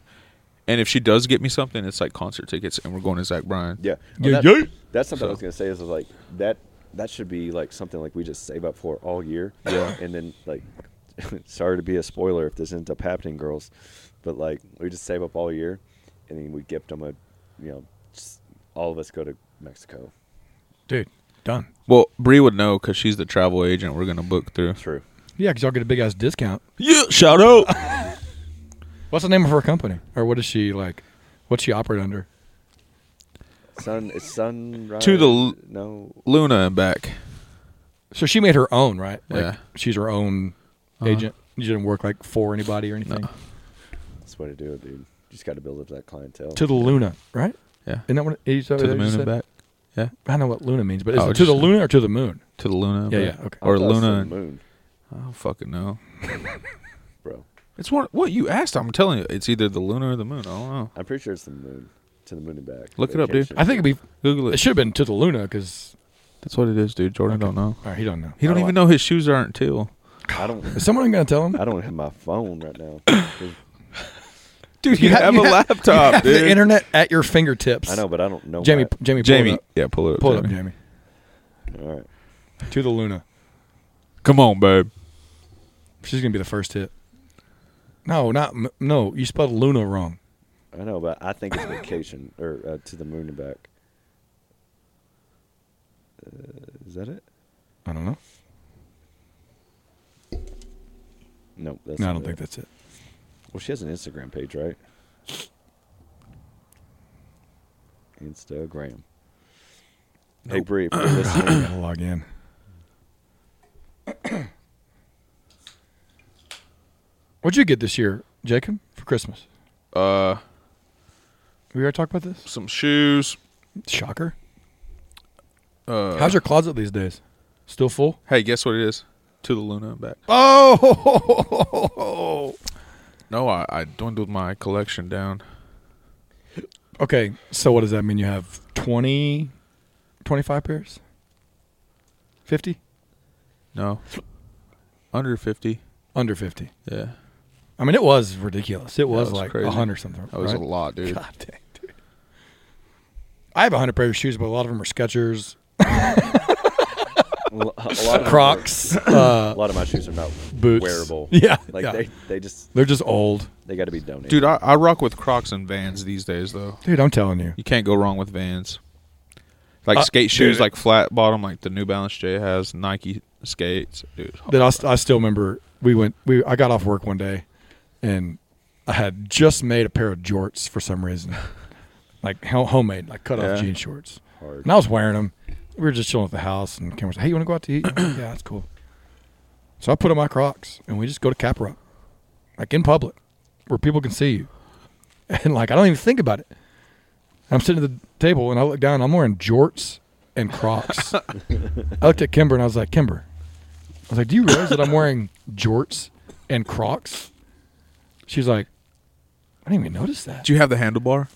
[SPEAKER 4] And if she does get me something, it's like concert tickets, and we're going to Zach Bryan.
[SPEAKER 2] yeah, Oh,
[SPEAKER 1] Yeah,
[SPEAKER 2] that-
[SPEAKER 1] yeah.
[SPEAKER 2] That's something I
[SPEAKER 4] So-
[SPEAKER 2] was gonna say is like that. That should be like something like we just save up for all year.
[SPEAKER 4] Yeah.
[SPEAKER 2] and then like, [laughs] sorry to be a spoiler if this ends up happening, girls, but like we just save up all year, and then we gift them a, you know, just all of us go to Mexico.
[SPEAKER 1] Dude, done.
[SPEAKER 4] Well, Bree would know because she's the travel agent we're gonna book through.
[SPEAKER 2] True.
[SPEAKER 1] Yeah, because y'all get a big ass discount.
[SPEAKER 4] Yeah, shout out.
[SPEAKER 1] What's the name of her company? Or what is she like? What's she operate under?
[SPEAKER 2] Sun is sunrise
[SPEAKER 4] To the l-
[SPEAKER 2] no.
[SPEAKER 4] Luna and back.
[SPEAKER 1] So she made her own, right? Like,
[SPEAKER 4] Yeah.
[SPEAKER 1] She's her own agent. You didn't work like for anybody or anything.
[SPEAKER 2] That's the way to do it, dude. You just got to build up that clientele.
[SPEAKER 1] To the Luna, right?
[SPEAKER 4] Yeah,
[SPEAKER 1] Isn't that what it is?
[SPEAKER 4] to the moon and back. Yeah,
[SPEAKER 1] I know what Luna means, but is
[SPEAKER 4] Oh,
[SPEAKER 1] it to the
[SPEAKER 4] just-
[SPEAKER 1] Luna or to the moon?
[SPEAKER 4] to the Luna. and
[SPEAKER 1] Yeah,
[SPEAKER 4] back.
[SPEAKER 1] yeah, okay.
[SPEAKER 2] I
[SPEAKER 4] Or
[SPEAKER 2] thought it was to
[SPEAKER 4] Luna.
[SPEAKER 2] the
[SPEAKER 4] and-
[SPEAKER 2] moon,
[SPEAKER 4] I don't fucking know.
[SPEAKER 2] bro.
[SPEAKER 4] It's one. What you asked? I'm telling you, it's either the Luna or the moon. I don't know.
[SPEAKER 2] I'm pretty sure it's the moon. To the moon and back.
[SPEAKER 4] Look it up, dude.
[SPEAKER 1] I think it'd be.
[SPEAKER 4] Google it.
[SPEAKER 1] It should have been to the Luna because
[SPEAKER 4] That's what it is, dude. Jordan don't know.
[SPEAKER 1] he don't know.
[SPEAKER 4] He don't
[SPEAKER 2] I
[SPEAKER 4] even know his shoes aren't teal.
[SPEAKER 2] I don't.
[SPEAKER 4] [laughs]
[SPEAKER 1] Is someone gonna tell him?
[SPEAKER 4] Uh,
[SPEAKER 2] I don't have my phone right now.
[SPEAKER 4] Dude,
[SPEAKER 1] You ha- you have-
[SPEAKER 4] laptop,
[SPEAKER 1] The internet at your fingertips.
[SPEAKER 2] I know, but I don't know.
[SPEAKER 1] Jamie,
[SPEAKER 2] my-
[SPEAKER 1] Jamie, pull
[SPEAKER 4] Jamie,
[SPEAKER 1] it up.
[SPEAKER 4] yeah, pull it up.
[SPEAKER 1] pull it up,
[SPEAKER 4] Jamie.
[SPEAKER 1] Jamie.
[SPEAKER 2] All right.
[SPEAKER 1] To the Luna.
[SPEAKER 4] Come on, babe.
[SPEAKER 1] She's gonna be the first hit. No, not m- no. You spelled Luna wrong.
[SPEAKER 2] I know, but I think it's vacation or uh, to the moon and back. Uh, is that it?
[SPEAKER 1] I don't know.
[SPEAKER 2] No, that's
[SPEAKER 1] No, I
[SPEAKER 2] not
[SPEAKER 1] don't
[SPEAKER 2] it.
[SPEAKER 1] think that's it.
[SPEAKER 2] Well, she has an Instagram page, right? Instagram. Hey, Bree, if you're
[SPEAKER 1] I [coughs]
[SPEAKER 2] listening,
[SPEAKER 1] gotta log in. What'd you get this year, Jacob, for Christmas?
[SPEAKER 4] Uh,
[SPEAKER 1] We already talked about this.
[SPEAKER 4] some shoes.
[SPEAKER 1] Shocker.
[SPEAKER 4] Uh,
[SPEAKER 1] How's your closet these days? Still full?
[SPEAKER 4] hey, guess what it is? To the Luna and back.
[SPEAKER 1] Oh.
[SPEAKER 4] No, I, I dwindled my collection down.
[SPEAKER 1] Okay, so what does that mean? You have 20, 25 pairs? 50?
[SPEAKER 4] No, under fifty.
[SPEAKER 1] Under 50.
[SPEAKER 4] Yeah,
[SPEAKER 1] I mean, it was ridiculous. It was,
[SPEAKER 4] was
[SPEAKER 1] like
[SPEAKER 4] crazy.
[SPEAKER 1] a 100 something.
[SPEAKER 4] that was
[SPEAKER 1] right?
[SPEAKER 4] a lot, dude.
[SPEAKER 1] God dang, dude. I have a 100 pairs of shoes, but a lot of them are Skechers,
[SPEAKER 2] a lot of them are-
[SPEAKER 1] Crocs,
[SPEAKER 2] A
[SPEAKER 1] uh,
[SPEAKER 2] lot of my shoes are not
[SPEAKER 1] boots.
[SPEAKER 2] wearable.
[SPEAKER 1] [laughs] Yeah,
[SPEAKER 2] like
[SPEAKER 1] yeah.
[SPEAKER 2] they, they just
[SPEAKER 1] They're just old.
[SPEAKER 2] they got to be donated.
[SPEAKER 4] Dude, I, I rock with Crocs and Vans these days, though.
[SPEAKER 1] Dude, I'm telling you.
[SPEAKER 4] You can't go wrong with Vans. Like
[SPEAKER 1] Uh,
[SPEAKER 4] skate shoes,
[SPEAKER 1] dude.
[SPEAKER 4] like flat bottom, like the New Balance J has Nike skates, dude.
[SPEAKER 1] that I, st- I still remember we went we I got off work one day and I had just made a pair of jorts for some reason [laughs] like ho- homemade like cut off
[SPEAKER 4] Yeah.
[SPEAKER 1] jean shorts
[SPEAKER 2] Hard.
[SPEAKER 1] and I was wearing them we were just chilling at the house and Cameron was like hey you want to go out to eat [clears throat] yeah that's cool so I put on my Crocs and we just go to Cap Rock like in public where people can see you [laughs] and like I don't even think about it I'm sitting at the table and I look down I'm wearing jorts and Crocs I looked at Kimber and I was like Kimber I was like, "Do you realize that I'm wearing jorts and Crocs?" She's like, "I didn't even notice that."
[SPEAKER 4] Do you have the handlebar?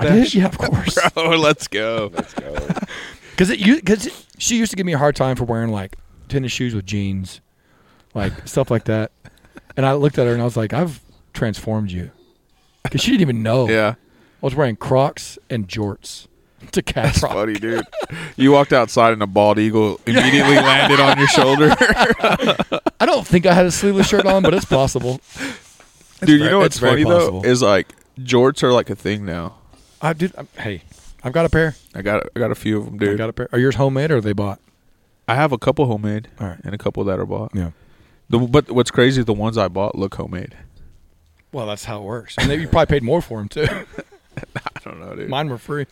[SPEAKER 1] I did, yeah, of
[SPEAKER 4] [laughs]
[SPEAKER 1] course,
[SPEAKER 4] Oh, let's go.
[SPEAKER 2] Let's go.
[SPEAKER 1] because it because she used to give me a hard time for wearing like tennis shoes with jeans, like stuff like that. And I looked at her and I was like, "I've transformed you," because she didn't even know.
[SPEAKER 4] Yeah.
[SPEAKER 1] I was wearing Crocs and jorts to Cat Rock.
[SPEAKER 4] Buddy, dude. You walked outside and a
[SPEAKER 1] [laughs]
[SPEAKER 4] bald eagle immediately landed on your shoulder.
[SPEAKER 1] I don't think I had a sleeveless shirt on, but it's possible.
[SPEAKER 4] [laughs] dude, you
[SPEAKER 1] very-
[SPEAKER 4] know
[SPEAKER 1] it's
[SPEAKER 4] what's
[SPEAKER 1] very
[SPEAKER 4] funny though
[SPEAKER 1] possible.
[SPEAKER 4] is like jorts are like a thing now.
[SPEAKER 1] [laughs] I did. I, hey, I've got a pair.
[SPEAKER 4] I got I got a few of them,
[SPEAKER 1] I
[SPEAKER 4] dude. I,
[SPEAKER 1] got a pair. Are yours homemade or are they bought?
[SPEAKER 4] have a couple homemade
[SPEAKER 1] All right.
[SPEAKER 4] and a couple that are bought.
[SPEAKER 1] Yeah.
[SPEAKER 4] The, but what's crazy is the ones I bought look homemade.
[SPEAKER 1] Well, that's how it works. And they, you probably paid more for them
[SPEAKER 4] [laughs]
[SPEAKER 1] too.
[SPEAKER 4] I don't know, dude.
[SPEAKER 1] Mine were free.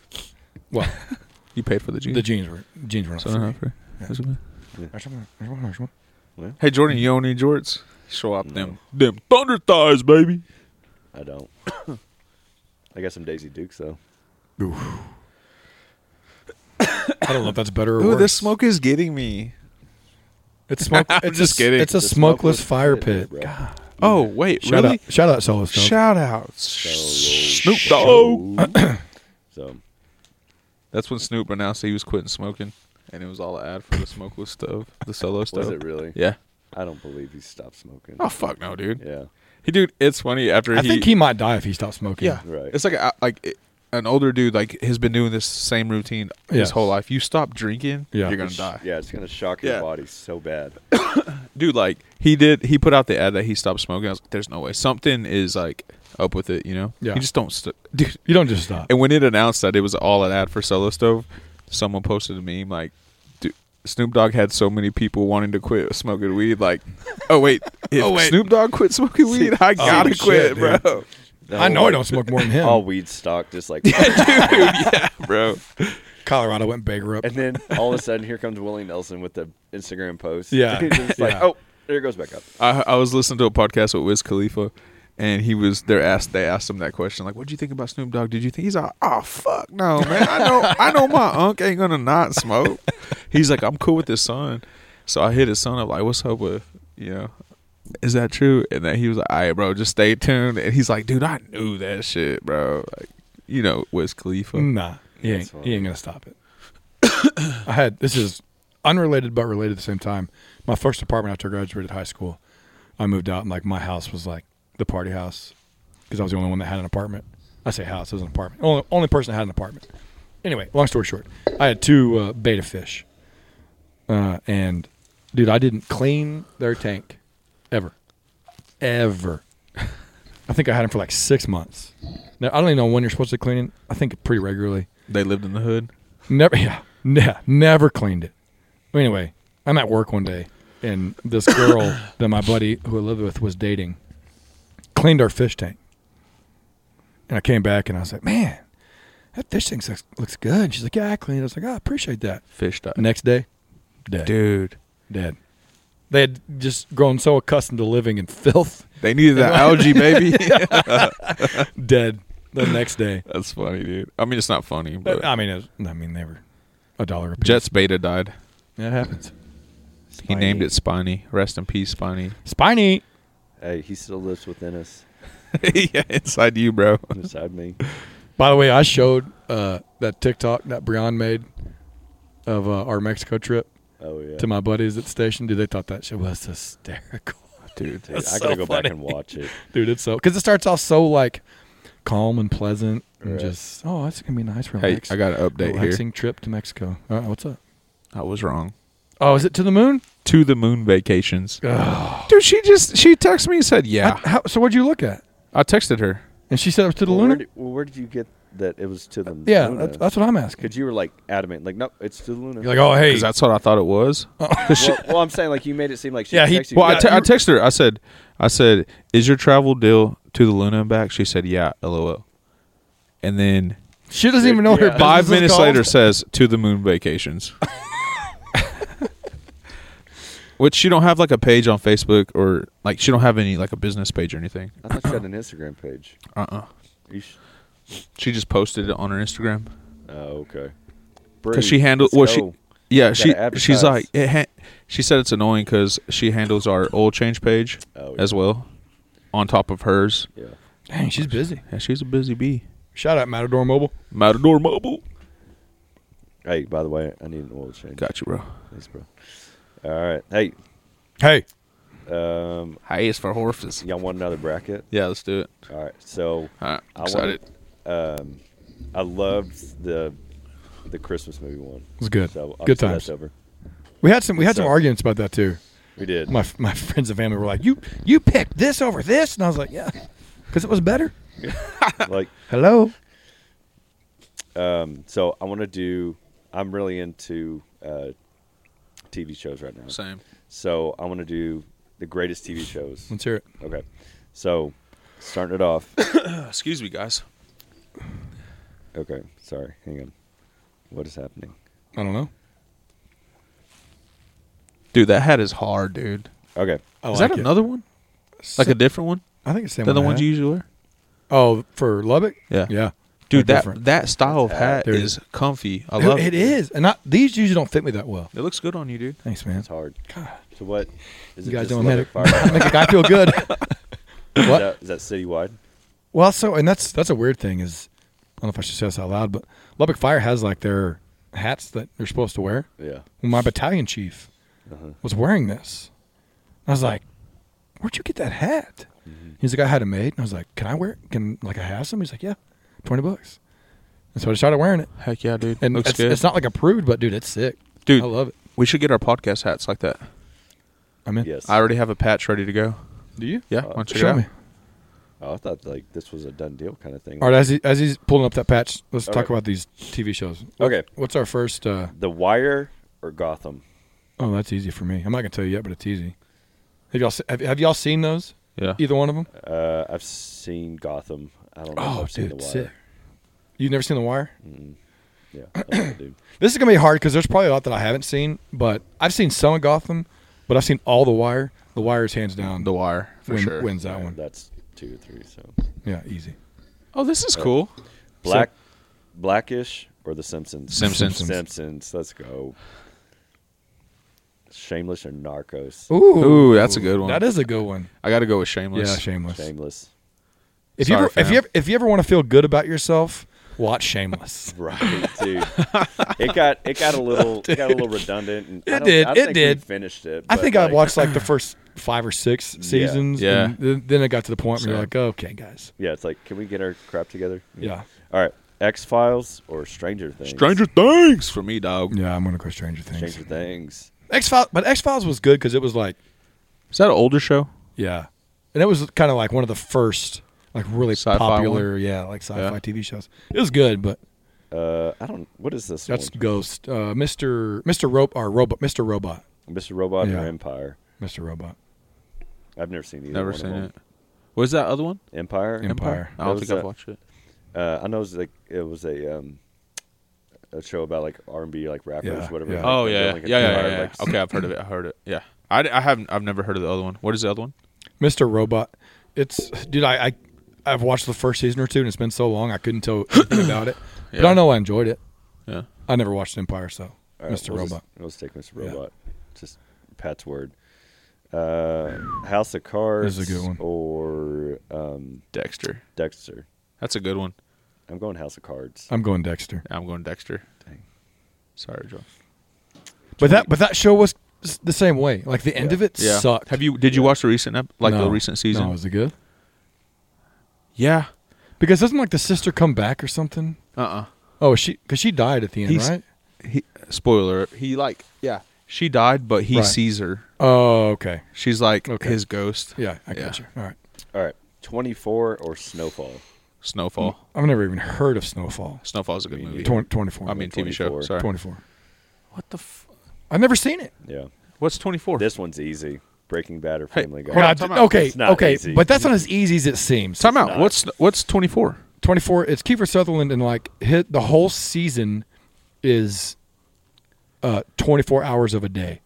[SPEAKER 1] Well,
[SPEAKER 4] you paid for the jeans.
[SPEAKER 1] the jeans were jeans were not
[SPEAKER 4] So
[SPEAKER 1] free.
[SPEAKER 4] uh-huh. not free. That's okay.
[SPEAKER 1] There's one, there's one, there's one.
[SPEAKER 4] Hey Jordan, you own any jorts? Show up them Mm. them thunder thighs, baby.
[SPEAKER 2] I don't. [coughs] I got some Daisy Dukes though.
[SPEAKER 1] I don't know if that's better or
[SPEAKER 4] Ooh,
[SPEAKER 1] worse.
[SPEAKER 4] this smoke is getting me.
[SPEAKER 1] It's smoke.
[SPEAKER 4] [laughs] I'm
[SPEAKER 1] it's
[SPEAKER 4] just
[SPEAKER 1] a,
[SPEAKER 4] kidding.
[SPEAKER 1] It's a
[SPEAKER 2] The
[SPEAKER 1] smokeless fire pit.
[SPEAKER 2] bro.
[SPEAKER 1] God.
[SPEAKER 4] Oh wait,
[SPEAKER 1] Shout
[SPEAKER 4] really?
[SPEAKER 1] out, shout out, Solo Stove.
[SPEAKER 4] Shout out
[SPEAKER 2] Solo
[SPEAKER 4] Snoop Dogg.
[SPEAKER 2] Show. [coughs] so
[SPEAKER 4] That's when Snoop announced he was quitting smoking, and it was all an ad for the smokeless stove, the solo stove.
[SPEAKER 2] was it really?
[SPEAKER 4] Yeah.
[SPEAKER 2] I don't believe he stopped smoking.
[SPEAKER 4] Oh fuck no, dude.
[SPEAKER 2] Yeah.
[SPEAKER 4] He dude, it's funny after
[SPEAKER 1] I
[SPEAKER 4] he,
[SPEAKER 1] think he might die if he stops smoking.
[SPEAKER 4] yeah
[SPEAKER 2] Right.
[SPEAKER 4] It's like a, like it- an older dude like has been doing this same routine his
[SPEAKER 1] Yes.
[SPEAKER 4] whole life. You stop drinking,
[SPEAKER 1] Yeah.
[SPEAKER 4] you're gonna die,
[SPEAKER 2] Yeah, it's gonna shock your
[SPEAKER 4] Yeah.
[SPEAKER 2] body so bad.
[SPEAKER 4] dude. Like he did, he put out the ad that he stopped smoking. I was like, there's no way something is like up with it, you know?
[SPEAKER 1] Yeah.
[SPEAKER 4] You just don't, st- dude.
[SPEAKER 1] You don't just stop.
[SPEAKER 4] And when it announced that it was all an ad for Solo Stove, someone posted a meme like, dude, Snoop Dogg had so many people wanting to quit smoking weed. Like,
[SPEAKER 1] [laughs]
[SPEAKER 4] oh, wait,
[SPEAKER 1] wait.
[SPEAKER 4] if
[SPEAKER 1] Oh,
[SPEAKER 4] Snoop Dogg quit
[SPEAKER 1] [laughs]
[SPEAKER 4] smoking weed, I gotta
[SPEAKER 1] shit,
[SPEAKER 4] quit,
[SPEAKER 1] dude.
[SPEAKER 4] bro.
[SPEAKER 1] [coughs] I
[SPEAKER 4] Oh.
[SPEAKER 1] know I don't smoke
[SPEAKER 4] [laughs]
[SPEAKER 1] more than him.
[SPEAKER 2] All weed stock,
[SPEAKER 1] [laughs]
[SPEAKER 2] just like,
[SPEAKER 4] bro.
[SPEAKER 1] Colorado went bankrupt.
[SPEAKER 2] and then all of a sudden, here comes Willie Nelson with the Instagram post. [laughs]
[SPEAKER 1] Yeah.
[SPEAKER 2] just like,
[SPEAKER 1] Yeah.
[SPEAKER 2] oh, there it goes back up.
[SPEAKER 4] I, I was listening to a podcast with Wiz Khalifa, and he was they're asked they asked him that question like, "What do you think about Snoop Dogg? Did you think he's like, oh fuck no, man? I know I know my unk ain't gonna not smoke." He's like, "I'm cool with his son," so I hit his son up like, "What's up with you know?" Is that true? And then he was like, "All right, bro, just stay tuned." And he's like, "Dude, I knew that shit, bro. Like, you know, Wiz Khalifa."
[SPEAKER 1] Nah, he ain't,
[SPEAKER 2] That's what-
[SPEAKER 1] he ain't gonna stop it. [coughs] I had this is unrelated but related at the same time. My first apartment after I graduated high school, I moved out and like my house was like the party house because I was the only one that had an apartment. I say house, it was an apartment. Only only person that had an apartment. Anyway, long story short, I had two uh, beta fish, uh, and dude, I didn't clean their tank ever, ever. [laughs] I think I had them for like six months. Now I don't even know when you're supposed to clean it. I think pretty regularly.
[SPEAKER 4] They lived in the hood.
[SPEAKER 1] Never, [laughs] yeah, ne- never cleaned it. Anyway, I'm at work one day, and this [coughs] girl that my buddy who I lived with was dating cleaned our fish tank. And I came back and I was like, man, that fish tank looks, looks good. And she's like, yeah, I cleaned it. I was like, oh, I appreciate that.
[SPEAKER 4] Fish died.
[SPEAKER 1] Next day, dead.
[SPEAKER 4] Dude,
[SPEAKER 1] Dead. They had just grown so accustomed to living in filth, [laughs]
[SPEAKER 4] they needed that algae, baby. [laughs]
[SPEAKER 1] dead the next [coughs] day.
[SPEAKER 4] That's funny, dude. I mean, it's not funny, but
[SPEAKER 1] But, I mean, it was- I mean, they were a dollar a piece.
[SPEAKER 4] Jets Beta died.
[SPEAKER 1] That happens.
[SPEAKER 4] He named it Spiny. Rest in
[SPEAKER 1] [laughs]
[SPEAKER 4] peace, Spiny.
[SPEAKER 1] Spiny.
[SPEAKER 2] Hey, he still lives within us,
[SPEAKER 4] yeah, inside you, bro.
[SPEAKER 1] [laughs]
[SPEAKER 2] inside me.
[SPEAKER 1] By the way, I showed uh, that TikTok that Brian made of uh, our Mexico trip
[SPEAKER 2] Oh yeah.
[SPEAKER 1] to my buddies at the station. Dude, they thought that shit was hysterical, [laughs]
[SPEAKER 4] Dude,
[SPEAKER 2] Dude,
[SPEAKER 1] That's
[SPEAKER 2] I gotta
[SPEAKER 1] so
[SPEAKER 2] go
[SPEAKER 1] funny.
[SPEAKER 2] back and watch it.
[SPEAKER 1] dude. It's so because it starts off so like calm and pleasant and
[SPEAKER 2] Right.
[SPEAKER 1] just oh, that's gonna be nice.
[SPEAKER 4] hey,
[SPEAKER 1] Relax,
[SPEAKER 4] I got an update
[SPEAKER 1] relaxing trip to Mexico. Uh, what's up?
[SPEAKER 4] here. I was wrong.
[SPEAKER 1] Oh, is it to the moon?
[SPEAKER 4] To the moon vacations.
[SPEAKER 1] Ugh.
[SPEAKER 4] Dude, she just she texted me and said, "Yeah."
[SPEAKER 1] I- how- so what'd you look at?
[SPEAKER 4] I, texted her.
[SPEAKER 1] And she said it was to [laughs] the
[SPEAKER 2] Well,
[SPEAKER 1] lunar.
[SPEAKER 2] where, did, well, where did you get that? It was to the
[SPEAKER 1] yeah,
[SPEAKER 2] Luna?
[SPEAKER 1] that's, that's what I'm asking.
[SPEAKER 2] Because you were like adamant, like no, it's to the Luna.
[SPEAKER 1] You're like, oh hey,
[SPEAKER 4] Cuz that's what I thought it was.
[SPEAKER 2] well, well, I'm saying like you made it seem like she
[SPEAKER 1] Yeah, he-
[SPEAKER 2] texted you.
[SPEAKER 4] Well, I
[SPEAKER 1] Yeah,
[SPEAKER 4] te- I
[SPEAKER 1] you-
[SPEAKER 4] texted her. I said I said, "Is your travel deal to the Luna and back?" She said, "Yeah." LOL. And then
[SPEAKER 1] she doesn't even know her.
[SPEAKER 2] Yeah.
[SPEAKER 1] business
[SPEAKER 4] 5
[SPEAKER 1] is
[SPEAKER 4] minutes
[SPEAKER 1] called.
[SPEAKER 4] later says, "To the moon [laughs] vacations." Which she don't have like a page on Facebook or like she don't have any like a business page or anything.
[SPEAKER 2] I thought you had an Instagram page.
[SPEAKER 4] Uh-uh.
[SPEAKER 2] You sh-
[SPEAKER 4] She just posted it on her Instagram.
[SPEAKER 2] oh, okay.
[SPEAKER 4] Because she handled well, she yeah she
[SPEAKER 2] gotta
[SPEAKER 4] she's
[SPEAKER 2] advertise.
[SPEAKER 4] like it ha- she said it's annoying because she handles our oil change page
[SPEAKER 2] Oh,
[SPEAKER 4] as well, on top of hers.
[SPEAKER 2] yeah.
[SPEAKER 1] Dang, she's busy.
[SPEAKER 4] Yeah, she's a busy bee.
[SPEAKER 1] Shout out Matador Mobile.
[SPEAKER 4] Matador Mobile.
[SPEAKER 2] Hey, by the way, I need an oil change.
[SPEAKER 4] Got you, bro.
[SPEAKER 2] Thanks, bro. All right. Hey,
[SPEAKER 1] Hey,
[SPEAKER 2] um,
[SPEAKER 4] Highest for horses.
[SPEAKER 2] y'all want another bracket?
[SPEAKER 4] Yeah, let's do it.
[SPEAKER 2] All right. So
[SPEAKER 4] All right,
[SPEAKER 2] I
[SPEAKER 4] excited.
[SPEAKER 2] Wanted, um, I loved the the Christmas movie one.
[SPEAKER 1] it was good.
[SPEAKER 2] So
[SPEAKER 1] good
[SPEAKER 2] obviously
[SPEAKER 1] times.
[SPEAKER 2] That's over.
[SPEAKER 1] We had some we had some
[SPEAKER 2] So-
[SPEAKER 1] arguments about that too.
[SPEAKER 2] We did. [laughs]
[SPEAKER 1] My my friends and family were like, "You you picked this over this," and I was like, "Yeah, because it was better."
[SPEAKER 2] like
[SPEAKER 1] Hello.
[SPEAKER 2] um, so I want to do. I'm really into uh, TV shows right now.
[SPEAKER 4] Same.
[SPEAKER 2] So I want to do the greatest TV shows.
[SPEAKER 1] Let's hear it.
[SPEAKER 2] Okay. So starting it off.
[SPEAKER 4] Uh, excuse me, guys.
[SPEAKER 2] Okay. Sorry. Hang on. What is happening?
[SPEAKER 1] I don't know.
[SPEAKER 4] Dude, that hat is hard, dude.
[SPEAKER 2] Okay.
[SPEAKER 1] I
[SPEAKER 4] is
[SPEAKER 1] like
[SPEAKER 4] that
[SPEAKER 1] it.
[SPEAKER 4] another one?
[SPEAKER 1] So-
[SPEAKER 4] Like a different one
[SPEAKER 1] I think it's the same
[SPEAKER 4] than the
[SPEAKER 1] one I
[SPEAKER 4] ones
[SPEAKER 1] had.
[SPEAKER 4] you usually wear?
[SPEAKER 1] Oh, for Lubbock.
[SPEAKER 4] Yeah.
[SPEAKER 1] Yeah,
[SPEAKER 4] Dude,
[SPEAKER 1] They're
[SPEAKER 4] that
[SPEAKER 1] different.
[SPEAKER 4] that style of hat
[SPEAKER 1] Dude.
[SPEAKER 4] is comfy. I love
[SPEAKER 1] it
[SPEAKER 4] it.
[SPEAKER 1] is, and not these usually don't fit me that well.
[SPEAKER 4] It looks good on you, dude.
[SPEAKER 1] Thanks, man.
[SPEAKER 2] It's hard.
[SPEAKER 1] God,
[SPEAKER 2] So what? Is
[SPEAKER 1] you guys
[SPEAKER 2] just
[SPEAKER 1] don't make
[SPEAKER 2] Lubbock
[SPEAKER 1] a,
[SPEAKER 2] Fire?
[SPEAKER 4] [laughs]
[SPEAKER 1] make a guy feel good.
[SPEAKER 2] Is
[SPEAKER 1] [laughs] What?
[SPEAKER 2] that, is that citywide?
[SPEAKER 1] Well, so and that's that's a weird thing is I don't know if I should say this out loud, but Lubbock Fire has like their hats that they're supposed to wear.
[SPEAKER 2] Yeah.
[SPEAKER 1] My battalion chief
[SPEAKER 2] Uh-huh.
[SPEAKER 1] was wearing this. I was like, "Where'd you get that hat?"
[SPEAKER 2] Mm-hmm.
[SPEAKER 1] He's like, "I had it made." And I was like, "Can I wear it? Can like I have some?" He's like, "Yeah, twenty bucks." And so I started wearing it,
[SPEAKER 4] Heck yeah, dude.
[SPEAKER 1] and
[SPEAKER 4] Looks
[SPEAKER 1] it's,
[SPEAKER 4] good.
[SPEAKER 1] it's not like approved, but dude, it's sick.
[SPEAKER 4] Dude.
[SPEAKER 1] I love it.
[SPEAKER 4] we should get our podcast hats like that.
[SPEAKER 1] I'm in.
[SPEAKER 2] Yes.
[SPEAKER 4] I already have a patch ready to go.
[SPEAKER 1] Do you?
[SPEAKER 4] Yeah,
[SPEAKER 2] Uh,
[SPEAKER 4] why don't you check it
[SPEAKER 1] Show
[SPEAKER 4] out?
[SPEAKER 1] me.
[SPEAKER 2] Oh, I thought like this was a done deal kind of thing.
[SPEAKER 1] All right, as, he, as he's pulling up that patch, let's
[SPEAKER 2] All
[SPEAKER 1] talk
[SPEAKER 2] right.
[SPEAKER 1] about these TV shows.
[SPEAKER 2] Okay.
[SPEAKER 1] What's our first? Uh,
[SPEAKER 2] The Wire or Gotham?
[SPEAKER 1] oh, that's easy for me. I'm not gonna tell you yet, but it's easy. Have y'all se- have, have y'all seen those?
[SPEAKER 4] Yeah.
[SPEAKER 1] Either one of them?
[SPEAKER 2] Uh, I've seen Gotham. I don't know. if
[SPEAKER 1] Oh,
[SPEAKER 2] I've seen
[SPEAKER 1] dude,
[SPEAKER 2] The Wire.
[SPEAKER 1] sick. You've never seen The Wire?
[SPEAKER 2] Yeah, I don't know, dude.
[SPEAKER 1] This is gonna be hard because there's probably a lot that I haven't seen, but I've seen some of Gotham, but I've seen all The Wire. The Wire is hands down.
[SPEAKER 4] The Wire for
[SPEAKER 1] win-
[SPEAKER 4] sure.
[SPEAKER 1] wins that
[SPEAKER 2] Yeah,
[SPEAKER 1] one.
[SPEAKER 2] That's two or three. So
[SPEAKER 1] Yeah, easy.
[SPEAKER 4] Oh, this
[SPEAKER 1] Uh,
[SPEAKER 4] is cool.
[SPEAKER 2] black, blackish or The Simpsons. [laughs]
[SPEAKER 4] Simpsons.
[SPEAKER 2] Simpsons. Let's go. Shameless or Narcos?
[SPEAKER 4] Ooh, that's a good one.
[SPEAKER 1] That is a good one.
[SPEAKER 4] I got to go with Shameless.
[SPEAKER 1] Yeah, Shameless.
[SPEAKER 2] Shameless.
[SPEAKER 1] If you
[SPEAKER 4] Sorry,
[SPEAKER 1] ever, if
[SPEAKER 4] fam.
[SPEAKER 1] you ever, if you ever want to feel good about yourself, watch Shameless.
[SPEAKER 2] Right, dude. it got it got a
[SPEAKER 1] [laughs]
[SPEAKER 2] little it got a little redundant. And I
[SPEAKER 1] It
[SPEAKER 2] don't-
[SPEAKER 1] did,
[SPEAKER 2] I don't
[SPEAKER 1] it
[SPEAKER 2] think
[SPEAKER 1] did.
[SPEAKER 2] We finished it.
[SPEAKER 1] I
[SPEAKER 2] but,
[SPEAKER 1] think
[SPEAKER 2] like,
[SPEAKER 1] I watched like the first five or six seasons.
[SPEAKER 4] Yeah.
[SPEAKER 1] And th- then it got to the point where you're
[SPEAKER 4] Same.
[SPEAKER 1] like, okay, guys.
[SPEAKER 2] Yeah, it's like, can we get our crap together?
[SPEAKER 1] Yeah.
[SPEAKER 2] All right, X Files or Stranger Things?
[SPEAKER 4] Stranger Things for me, dog.
[SPEAKER 1] Yeah, I'm gonna go Stranger Things.
[SPEAKER 2] Stranger Things.
[SPEAKER 1] X Files, but X Files was good because it was like,
[SPEAKER 4] Is that an older show?
[SPEAKER 1] yeah, and it was kind of like one of the first like really
[SPEAKER 4] Sci-fi
[SPEAKER 1] popular, yeah, like sci-fi
[SPEAKER 4] Yeah.
[SPEAKER 1] TV shows. It was good, but
[SPEAKER 2] Uh, I don't. What is this
[SPEAKER 1] that's
[SPEAKER 2] one?
[SPEAKER 1] Ghost, uh, Mister Mister Rope or Robot, Mister Robot,
[SPEAKER 2] Mr. Robot
[SPEAKER 1] Yeah.
[SPEAKER 2] or Empire?
[SPEAKER 1] Mister Robot,
[SPEAKER 2] I've never seen either.
[SPEAKER 4] Never
[SPEAKER 2] one of
[SPEAKER 4] seen
[SPEAKER 2] them.
[SPEAKER 4] it. Was that other one?
[SPEAKER 2] Empire.
[SPEAKER 1] Empire.
[SPEAKER 4] I don't
[SPEAKER 2] That
[SPEAKER 4] think
[SPEAKER 2] was
[SPEAKER 4] I've
[SPEAKER 2] a-
[SPEAKER 4] watched it.
[SPEAKER 2] Uh, I know it was like it was a um, a show about like R and B like rappers
[SPEAKER 1] Yeah,
[SPEAKER 2] whatever.
[SPEAKER 1] yeah.
[SPEAKER 2] like,
[SPEAKER 4] Oh
[SPEAKER 2] they're
[SPEAKER 4] yeah,
[SPEAKER 2] doing,
[SPEAKER 4] yeah,
[SPEAKER 2] like,
[SPEAKER 4] yeah,
[SPEAKER 2] a
[SPEAKER 4] yeah.
[SPEAKER 2] Empire,
[SPEAKER 4] yeah.
[SPEAKER 2] like,
[SPEAKER 4] okay,
[SPEAKER 2] [clears throat]
[SPEAKER 4] I've heard of it. I heard it. Yeah, I, I haven't. I've never heard of the other one. What is the other one?
[SPEAKER 1] Mister Robot. It's dude, I, I I've watched the first season or two, and it's been so long I couldn't tell anything about
[SPEAKER 4] [coughs]
[SPEAKER 1] it. But I
[SPEAKER 4] Yeah.
[SPEAKER 1] know I enjoyed it.
[SPEAKER 4] Yeah.
[SPEAKER 1] I never watched Empire, so
[SPEAKER 2] all right,
[SPEAKER 1] Mister
[SPEAKER 2] uh, we'll just-
[SPEAKER 1] Robot.
[SPEAKER 2] let's take Mr.
[SPEAKER 1] Yeah.
[SPEAKER 2] Robot. Just Pat's word. Uh, House of Cards.
[SPEAKER 1] This is a good one.
[SPEAKER 2] Or um,
[SPEAKER 4] Dexter.
[SPEAKER 2] Dexter.
[SPEAKER 4] That's a good one.
[SPEAKER 2] I'm going House of Cards.
[SPEAKER 1] I'm going Dexter.
[SPEAKER 4] I'm going Dexter.
[SPEAKER 2] Dang.
[SPEAKER 4] Sorry, Joe.
[SPEAKER 1] But that but that show was s- the same way. Like the end
[SPEAKER 2] Yeah.
[SPEAKER 1] of it sucked.
[SPEAKER 4] Have you? Did you watch the recent ep- like
[SPEAKER 1] No.
[SPEAKER 4] the recent season?
[SPEAKER 1] No, is it good?
[SPEAKER 4] yeah.
[SPEAKER 1] Because doesn't like the sister come back or something?
[SPEAKER 4] Uh.
[SPEAKER 2] Uh-uh.
[SPEAKER 4] uh
[SPEAKER 1] Oh, is she because she died at the end,
[SPEAKER 4] He's-
[SPEAKER 1] right?
[SPEAKER 4] He. Spoiler. He like. Yeah. She died, but he
[SPEAKER 1] Right.
[SPEAKER 4] sees her.
[SPEAKER 1] Oh, okay.
[SPEAKER 4] She's like
[SPEAKER 1] Okay.
[SPEAKER 4] his ghost.
[SPEAKER 1] Yeah, I
[SPEAKER 4] Yeah.
[SPEAKER 1] got you. All right.
[SPEAKER 2] All right, 24 or Snowfall.
[SPEAKER 4] Snowfall.
[SPEAKER 1] I've never even heard of Snowfall.
[SPEAKER 4] Snowfall's a good movie.
[SPEAKER 1] Twen- 24.
[SPEAKER 4] I mean, TV show.
[SPEAKER 2] 24.
[SPEAKER 4] Sorry.
[SPEAKER 1] 24.
[SPEAKER 4] What the? F-
[SPEAKER 1] I've never seen it.
[SPEAKER 2] Yeah,
[SPEAKER 4] What's twenty four?
[SPEAKER 2] this one's easy. Breaking Bad or
[SPEAKER 4] Hey,
[SPEAKER 2] Family
[SPEAKER 4] hold
[SPEAKER 2] Guy.
[SPEAKER 4] on,
[SPEAKER 1] God,
[SPEAKER 4] time out.
[SPEAKER 1] okay,
[SPEAKER 2] It's not
[SPEAKER 1] okay,
[SPEAKER 2] easy.
[SPEAKER 1] but that's not as easy as it seems.
[SPEAKER 4] Time out.
[SPEAKER 2] not.
[SPEAKER 4] What's what's twenty four?
[SPEAKER 1] 24. It's Kiefer Sutherland and like hit the whole season is uh 24 hours of a day.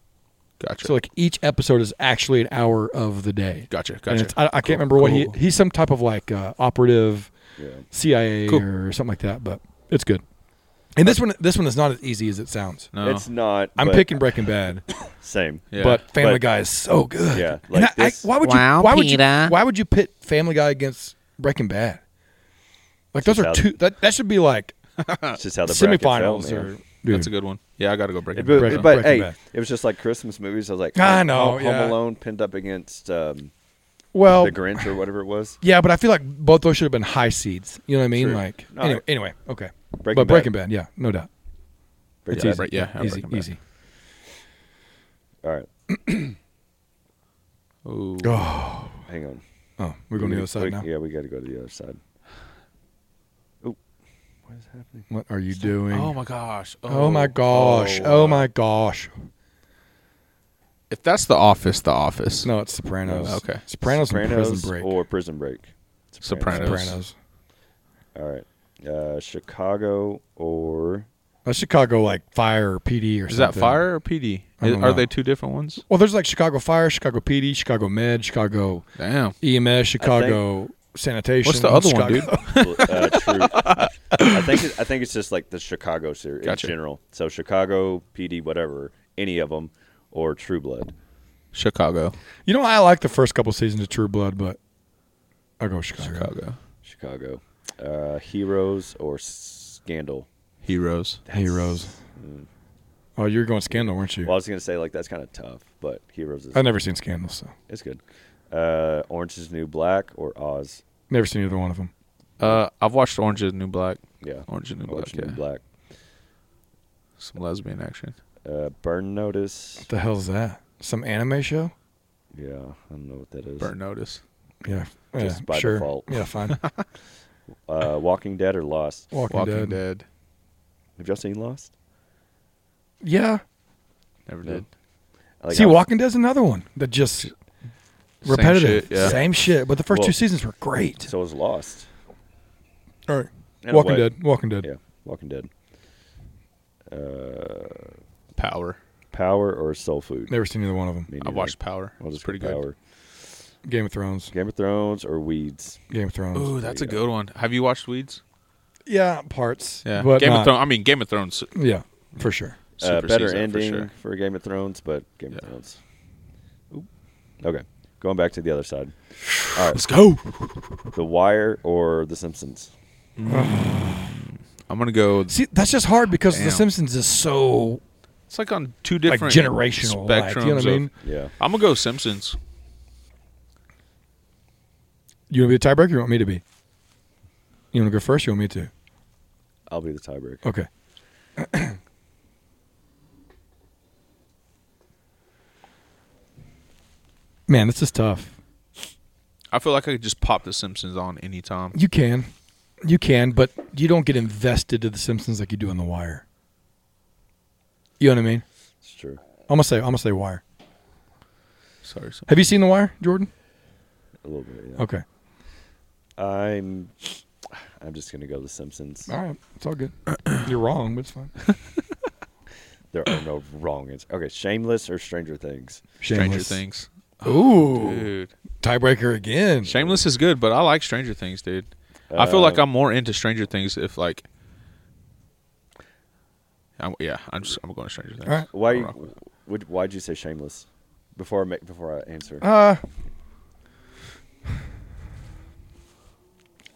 [SPEAKER 4] Gotcha.
[SPEAKER 1] So like each episode is actually an hour of the day.
[SPEAKER 4] gotcha. Gotcha.
[SPEAKER 1] And it's, I, I can't remember what
[SPEAKER 4] cool.
[SPEAKER 1] he he's some type of like uh, operative
[SPEAKER 2] Yeah.
[SPEAKER 1] CIA
[SPEAKER 4] Cool.
[SPEAKER 1] or something like that, but it's good. And this one this one is not as easy as it sounds.
[SPEAKER 4] no.
[SPEAKER 2] It's not.
[SPEAKER 1] I'm
[SPEAKER 2] but
[SPEAKER 1] picking Breaking
[SPEAKER 2] [laughs]
[SPEAKER 1] Bad,
[SPEAKER 2] same.
[SPEAKER 4] Yeah.
[SPEAKER 1] but Family
[SPEAKER 2] But-
[SPEAKER 1] Guy is so good.
[SPEAKER 2] Yeah,
[SPEAKER 1] And
[SPEAKER 2] like
[SPEAKER 1] I- I-
[SPEAKER 2] this-
[SPEAKER 1] why would you?
[SPEAKER 3] Wow,
[SPEAKER 1] why would you?
[SPEAKER 3] Peter.
[SPEAKER 1] Why would you pit Family Guy against Breaking Bad? Like those are
[SPEAKER 2] 2000.
[SPEAKER 1] two. That, that should be like
[SPEAKER 2] It's just how the bracket fell,
[SPEAKER 1] semifinals
[SPEAKER 2] man.
[SPEAKER 1] or.
[SPEAKER 4] That's a good one. Yeah, I gotta go break
[SPEAKER 2] It
[SPEAKER 4] it.
[SPEAKER 2] was-
[SPEAKER 4] down.
[SPEAKER 1] Breaking-
[SPEAKER 2] but hey,
[SPEAKER 1] Breaking Bad.
[SPEAKER 2] it was just like Christmas movies. I was like,
[SPEAKER 1] I
[SPEAKER 2] Home-
[SPEAKER 1] know,
[SPEAKER 2] Home
[SPEAKER 1] yeah. Oh.
[SPEAKER 2] Alone pinned up against um,
[SPEAKER 1] well,
[SPEAKER 2] the Grinch or whatever
[SPEAKER 1] [laughs]
[SPEAKER 2] it was.
[SPEAKER 1] yeah, but I feel like both those should have been high seeds. You know what I mean?
[SPEAKER 2] True.
[SPEAKER 1] Like
[SPEAKER 2] No,
[SPEAKER 1] anyway,
[SPEAKER 2] I-
[SPEAKER 1] anyway, okay.
[SPEAKER 2] Breaking
[SPEAKER 1] but
[SPEAKER 2] Bad.
[SPEAKER 1] Breaking Bad, yeah, no doubt.
[SPEAKER 2] Breaking
[SPEAKER 1] It's
[SPEAKER 2] Bad.
[SPEAKER 1] easy,
[SPEAKER 4] Break- yeah, I'm
[SPEAKER 1] easy,
[SPEAKER 4] Breaking Bad.
[SPEAKER 1] easy.
[SPEAKER 2] All right,
[SPEAKER 4] Ooh.
[SPEAKER 1] Oh,
[SPEAKER 2] hang on.
[SPEAKER 1] oh, we're going to the other side now.
[SPEAKER 2] Yeah, we got to go to the other side. Oh, what is happening?
[SPEAKER 1] What are you doing?
[SPEAKER 4] Oh my gosh.
[SPEAKER 1] Oh, my gosh! Oh, my gosh!
[SPEAKER 4] If that's The Office, The Office.
[SPEAKER 1] No, it's Sopranos.
[SPEAKER 4] No, okay.
[SPEAKER 1] Oh, Sopranos, and
[SPEAKER 2] Sopranos
[SPEAKER 1] Prison Break.
[SPEAKER 2] or Prison Break?
[SPEAKER 4] Sopranos.
[SPEAKER 1] Sopranos.
[SPEAKER 2] All right, uh, Chicago or
[SPEAKER 1] [laughs] Uh, Chicago like Fire PD or something.
[SPEAKER 4] Is that Fire or PD?
[SPEAKER 1] I don't
[SPEAKER 4] Are
[SPEAKER 1] know.
[SPEAKER 4] they two different ones?
[SPEAKER 1] Well, there's like Chicago Fire, Chicago PD, Chicago Med, Chicago
[SPEAKER 4] Damn.
[SPEAKER 1] EMS, Chicago Sanitation.
[SPEAKER 4] What's the other one,
[SPEAKER 1] Chicago- [laughs]
[SPEAKER 4] dude?
[SPEAKER 2] uh, True? I think it, I think it's just like the Chicago series
[SPEAKER 4] Gotcha.
[SPEAKER 2] in general. So Chicago PD, whatever, any of them, or True Blood.
[SPEAKER 4] Chicago.
[SPEAKER 1] You know, I like the first couple seasons of True Blood, but I'll go Chicago.
[SPEAKER 4] Chicago
[SPEAKER 2] Chicago. Uh, Heroes or Scandal?
[SPEAKER 4] Heroes.
[SPEAKER 1] Heroes. Oh, you were going Scandal, weren't you?
[SPEAKER 2] Well, I was gonna say like that's kind of tough, but Heroes is
[SPEAKER 1] I've never seen Scandal, so
[SPEAKER 2] it's good. Uh, Orange is the New Black or Oz?
[SPEAKER 1] never seen either one of them.
[SPEAKER 4] Uh, I've watched Orange is the New Black.
[SPEAKER 2] Yeah,
[SPEAKER 4] Orange is the New
[SPEAKER 2] Orange is the
[SPEAKER 4] Black.
[SPEAKER 2] New
[SPEAKER 4] yeah.
[SPEAKER 2] Black.
[SPEAKER 4] Some lesbian action.
[SPEAKER 2] Uh, Burn Notice.
[SPEAKER 1] What the hell's that? Some anime show?
[SPEAKER 2] Yeah, I don't know what that is.
[SPEAKER 4] Burn Notice.
[SPEAKER 1] Yeah.
[SPEAKER 2] Just
[SPEAKER 1] yeah,
[SPEAKER 2] by
[SPEAKER 1] sure.
[SPEAKER 2] default.
[SPEAKER 1] Yeah,
[SPEAKER 2] [laughs]
[SPEAKER 1] fine.
[SPEAKER 2] Uh, Walking Dead or Lost?
[SPEAKER 1] Walking,
[SPEAKER 4] Walking Dead.
[SPEAKER 1] Dead.
[SPEAKER 2] Have y'all seen Lost?
[SPEAKER 1] Yeah.
[SPEAKER 4] Never
[SPEAKER 2] No.
[SPEAKER 4] did.
[SPEAKER 2] Like,
[SPEAKER 1] See,
[SPEAKER 2] I was-
[SPEAKER 1] Walking Dead's another one that just
[SPEAKER 4] Same
[SPEAKER 1] repetitive.
[SPEAKER 4] shit, yeah.
[SPEAKER 1] Same shit, But the first
[SPEAKER 2] Well-
[SPEAKER 1] two seasons were great.
[SPEAKER 2] So is Lost.
[SPEAKER 1] All right.
[SPEAKER 2] In a
[SPEAKER 1] Walking
[SPEAKER 2] way.
[SPEAKER 1] Dead. Walking Dead.
[SPEAKER 2] Yeah, Walking Dead. Uh,
[SPEAKER 4] Power.
[SPEAKER 2] Power or Soul Food?
[SPEAKER 1] Never seen either one of them.
[SPEAKER 2] Me
[SPEAKER 4] I
[SPEAKER 2] neither.
[SPEAKER 4] watched Power.
[SPEAKER 2] I'll just
[SPEAKER 4] it's pretty
[SPEAKER 2] go
[SPEAKER 4] good.
[SPEAKER 2] Power.
[SPEAKER 1] Game of Thrones.
[SPEAKER 2] Game of Thrones or Weeds?
[SPEAKER 1] Game of Thrones.
[SPEAKER 4] Ooh, that's a
[SPEAKER 2] pretty good.
[SPEAKER 4] good one. Have you watched Weeds?
[SPEAKER 1] Yeah, parts.
[SPEAKER 4] Yeah.
[SPEAKER 1] But
[SPEAKER 4] Game
[SPEAKER 1] not-
[SPEAKER 4] of Thrones. I mean, Game of Thrones.
[SPEAKER 1] Yeah, for sure.
[SPEAKER 2] Uh,
[SPEAKER 4] supersedes
[SPEAKER 2] better
[SPEAKER 4] that for
[SPEAKER 2] ending for,
[SPEAKER 4] sure.
[SPEAKER 2] Game of Thrones, but Game of
[SPEAKER 4] Yeah.
[SPEAKER 2] Thrones. Oop. Okay, going back to the other
[SPEAKER 1] [sighs]
[SPEAKER 2] side. All right,
[SPEAKER 1] go.
[SPEAKER 2] The Wire or The Simpsons?
[SPEAKER 4] I'm gonna go.
[SPEAKER 1] See, that's just hard because The
[SPEAKER 4] Damn.
[SPEAKER 1] Simpsons is so
[SPEAKER 4] It's like on two different
[SPEAKER 1] like generational. Like,
[SPEAKER 4] spectrums.
[SPEAKER 1] you know what I
[SPEAKER 4] of-
[SPEAKER 1] mean?
[SPEAKER 2] Yeah,
[SPEAKER 4] I'm gonna go Simpsons.
[SPEAKER 1] You want to be the tiebreaker? Or you want me to be? You want to go first? Or you want me to?
[SPEAKER 2] I'll be the tiebreaker.
[SPEAKER 1] Okay. [clears throat] Man, this is tough.
[SPEAKER 4] I feel like I could just pop the Simpsons on any time.
[SPEAKER 1] You can, you can, but you don't get invested to The Simpsons like you do in The Wire. You know what I mean?
[SPEAKER 2] It's true.
[SPEAKER 1] I'm gonna say I'm gonna say Wire.
[SPEAKER 4] Sorry. Sim-
[SPEAKER 1] Have you seen The Wire, Jordan?
[SPEAKER 2] A little bit. Yeah.
[SPEAKER 1] Okay.
[SPEAKER 2] I'm. I'm just gonna go The Simpsons.
[SPEAKER 1] All right. It's all [clears throat] good. You're wrong, but it's fine.
[SPEAKER 2] There
[SPEAKER 1] [clears throat]
[SPEAKER 2] are no wrong answers. Okay, Shameless or Stranger Things?
[SPEAKER 4] Stranger Things.
[SPEAKER 1] Ooh.
[SPEAKER 4] Dude.
[SPEAKER 1] Tiebreaker again.
[SPEAKER 4] Shameless is good, but I like Stranger Things, dude. I feel like I'm more into Stranger Things if like. I'm, yeah, I'm just I'm going to Stranger Things.
[SPEAKER 1] All right.
[SPEAKER 2] Why?
[SPEAKER 4] I'm rock with
[SPEAKER 2] You, would, why'd you say Shameless? Before I make, before I answer.
[SPEAKER 1] Uh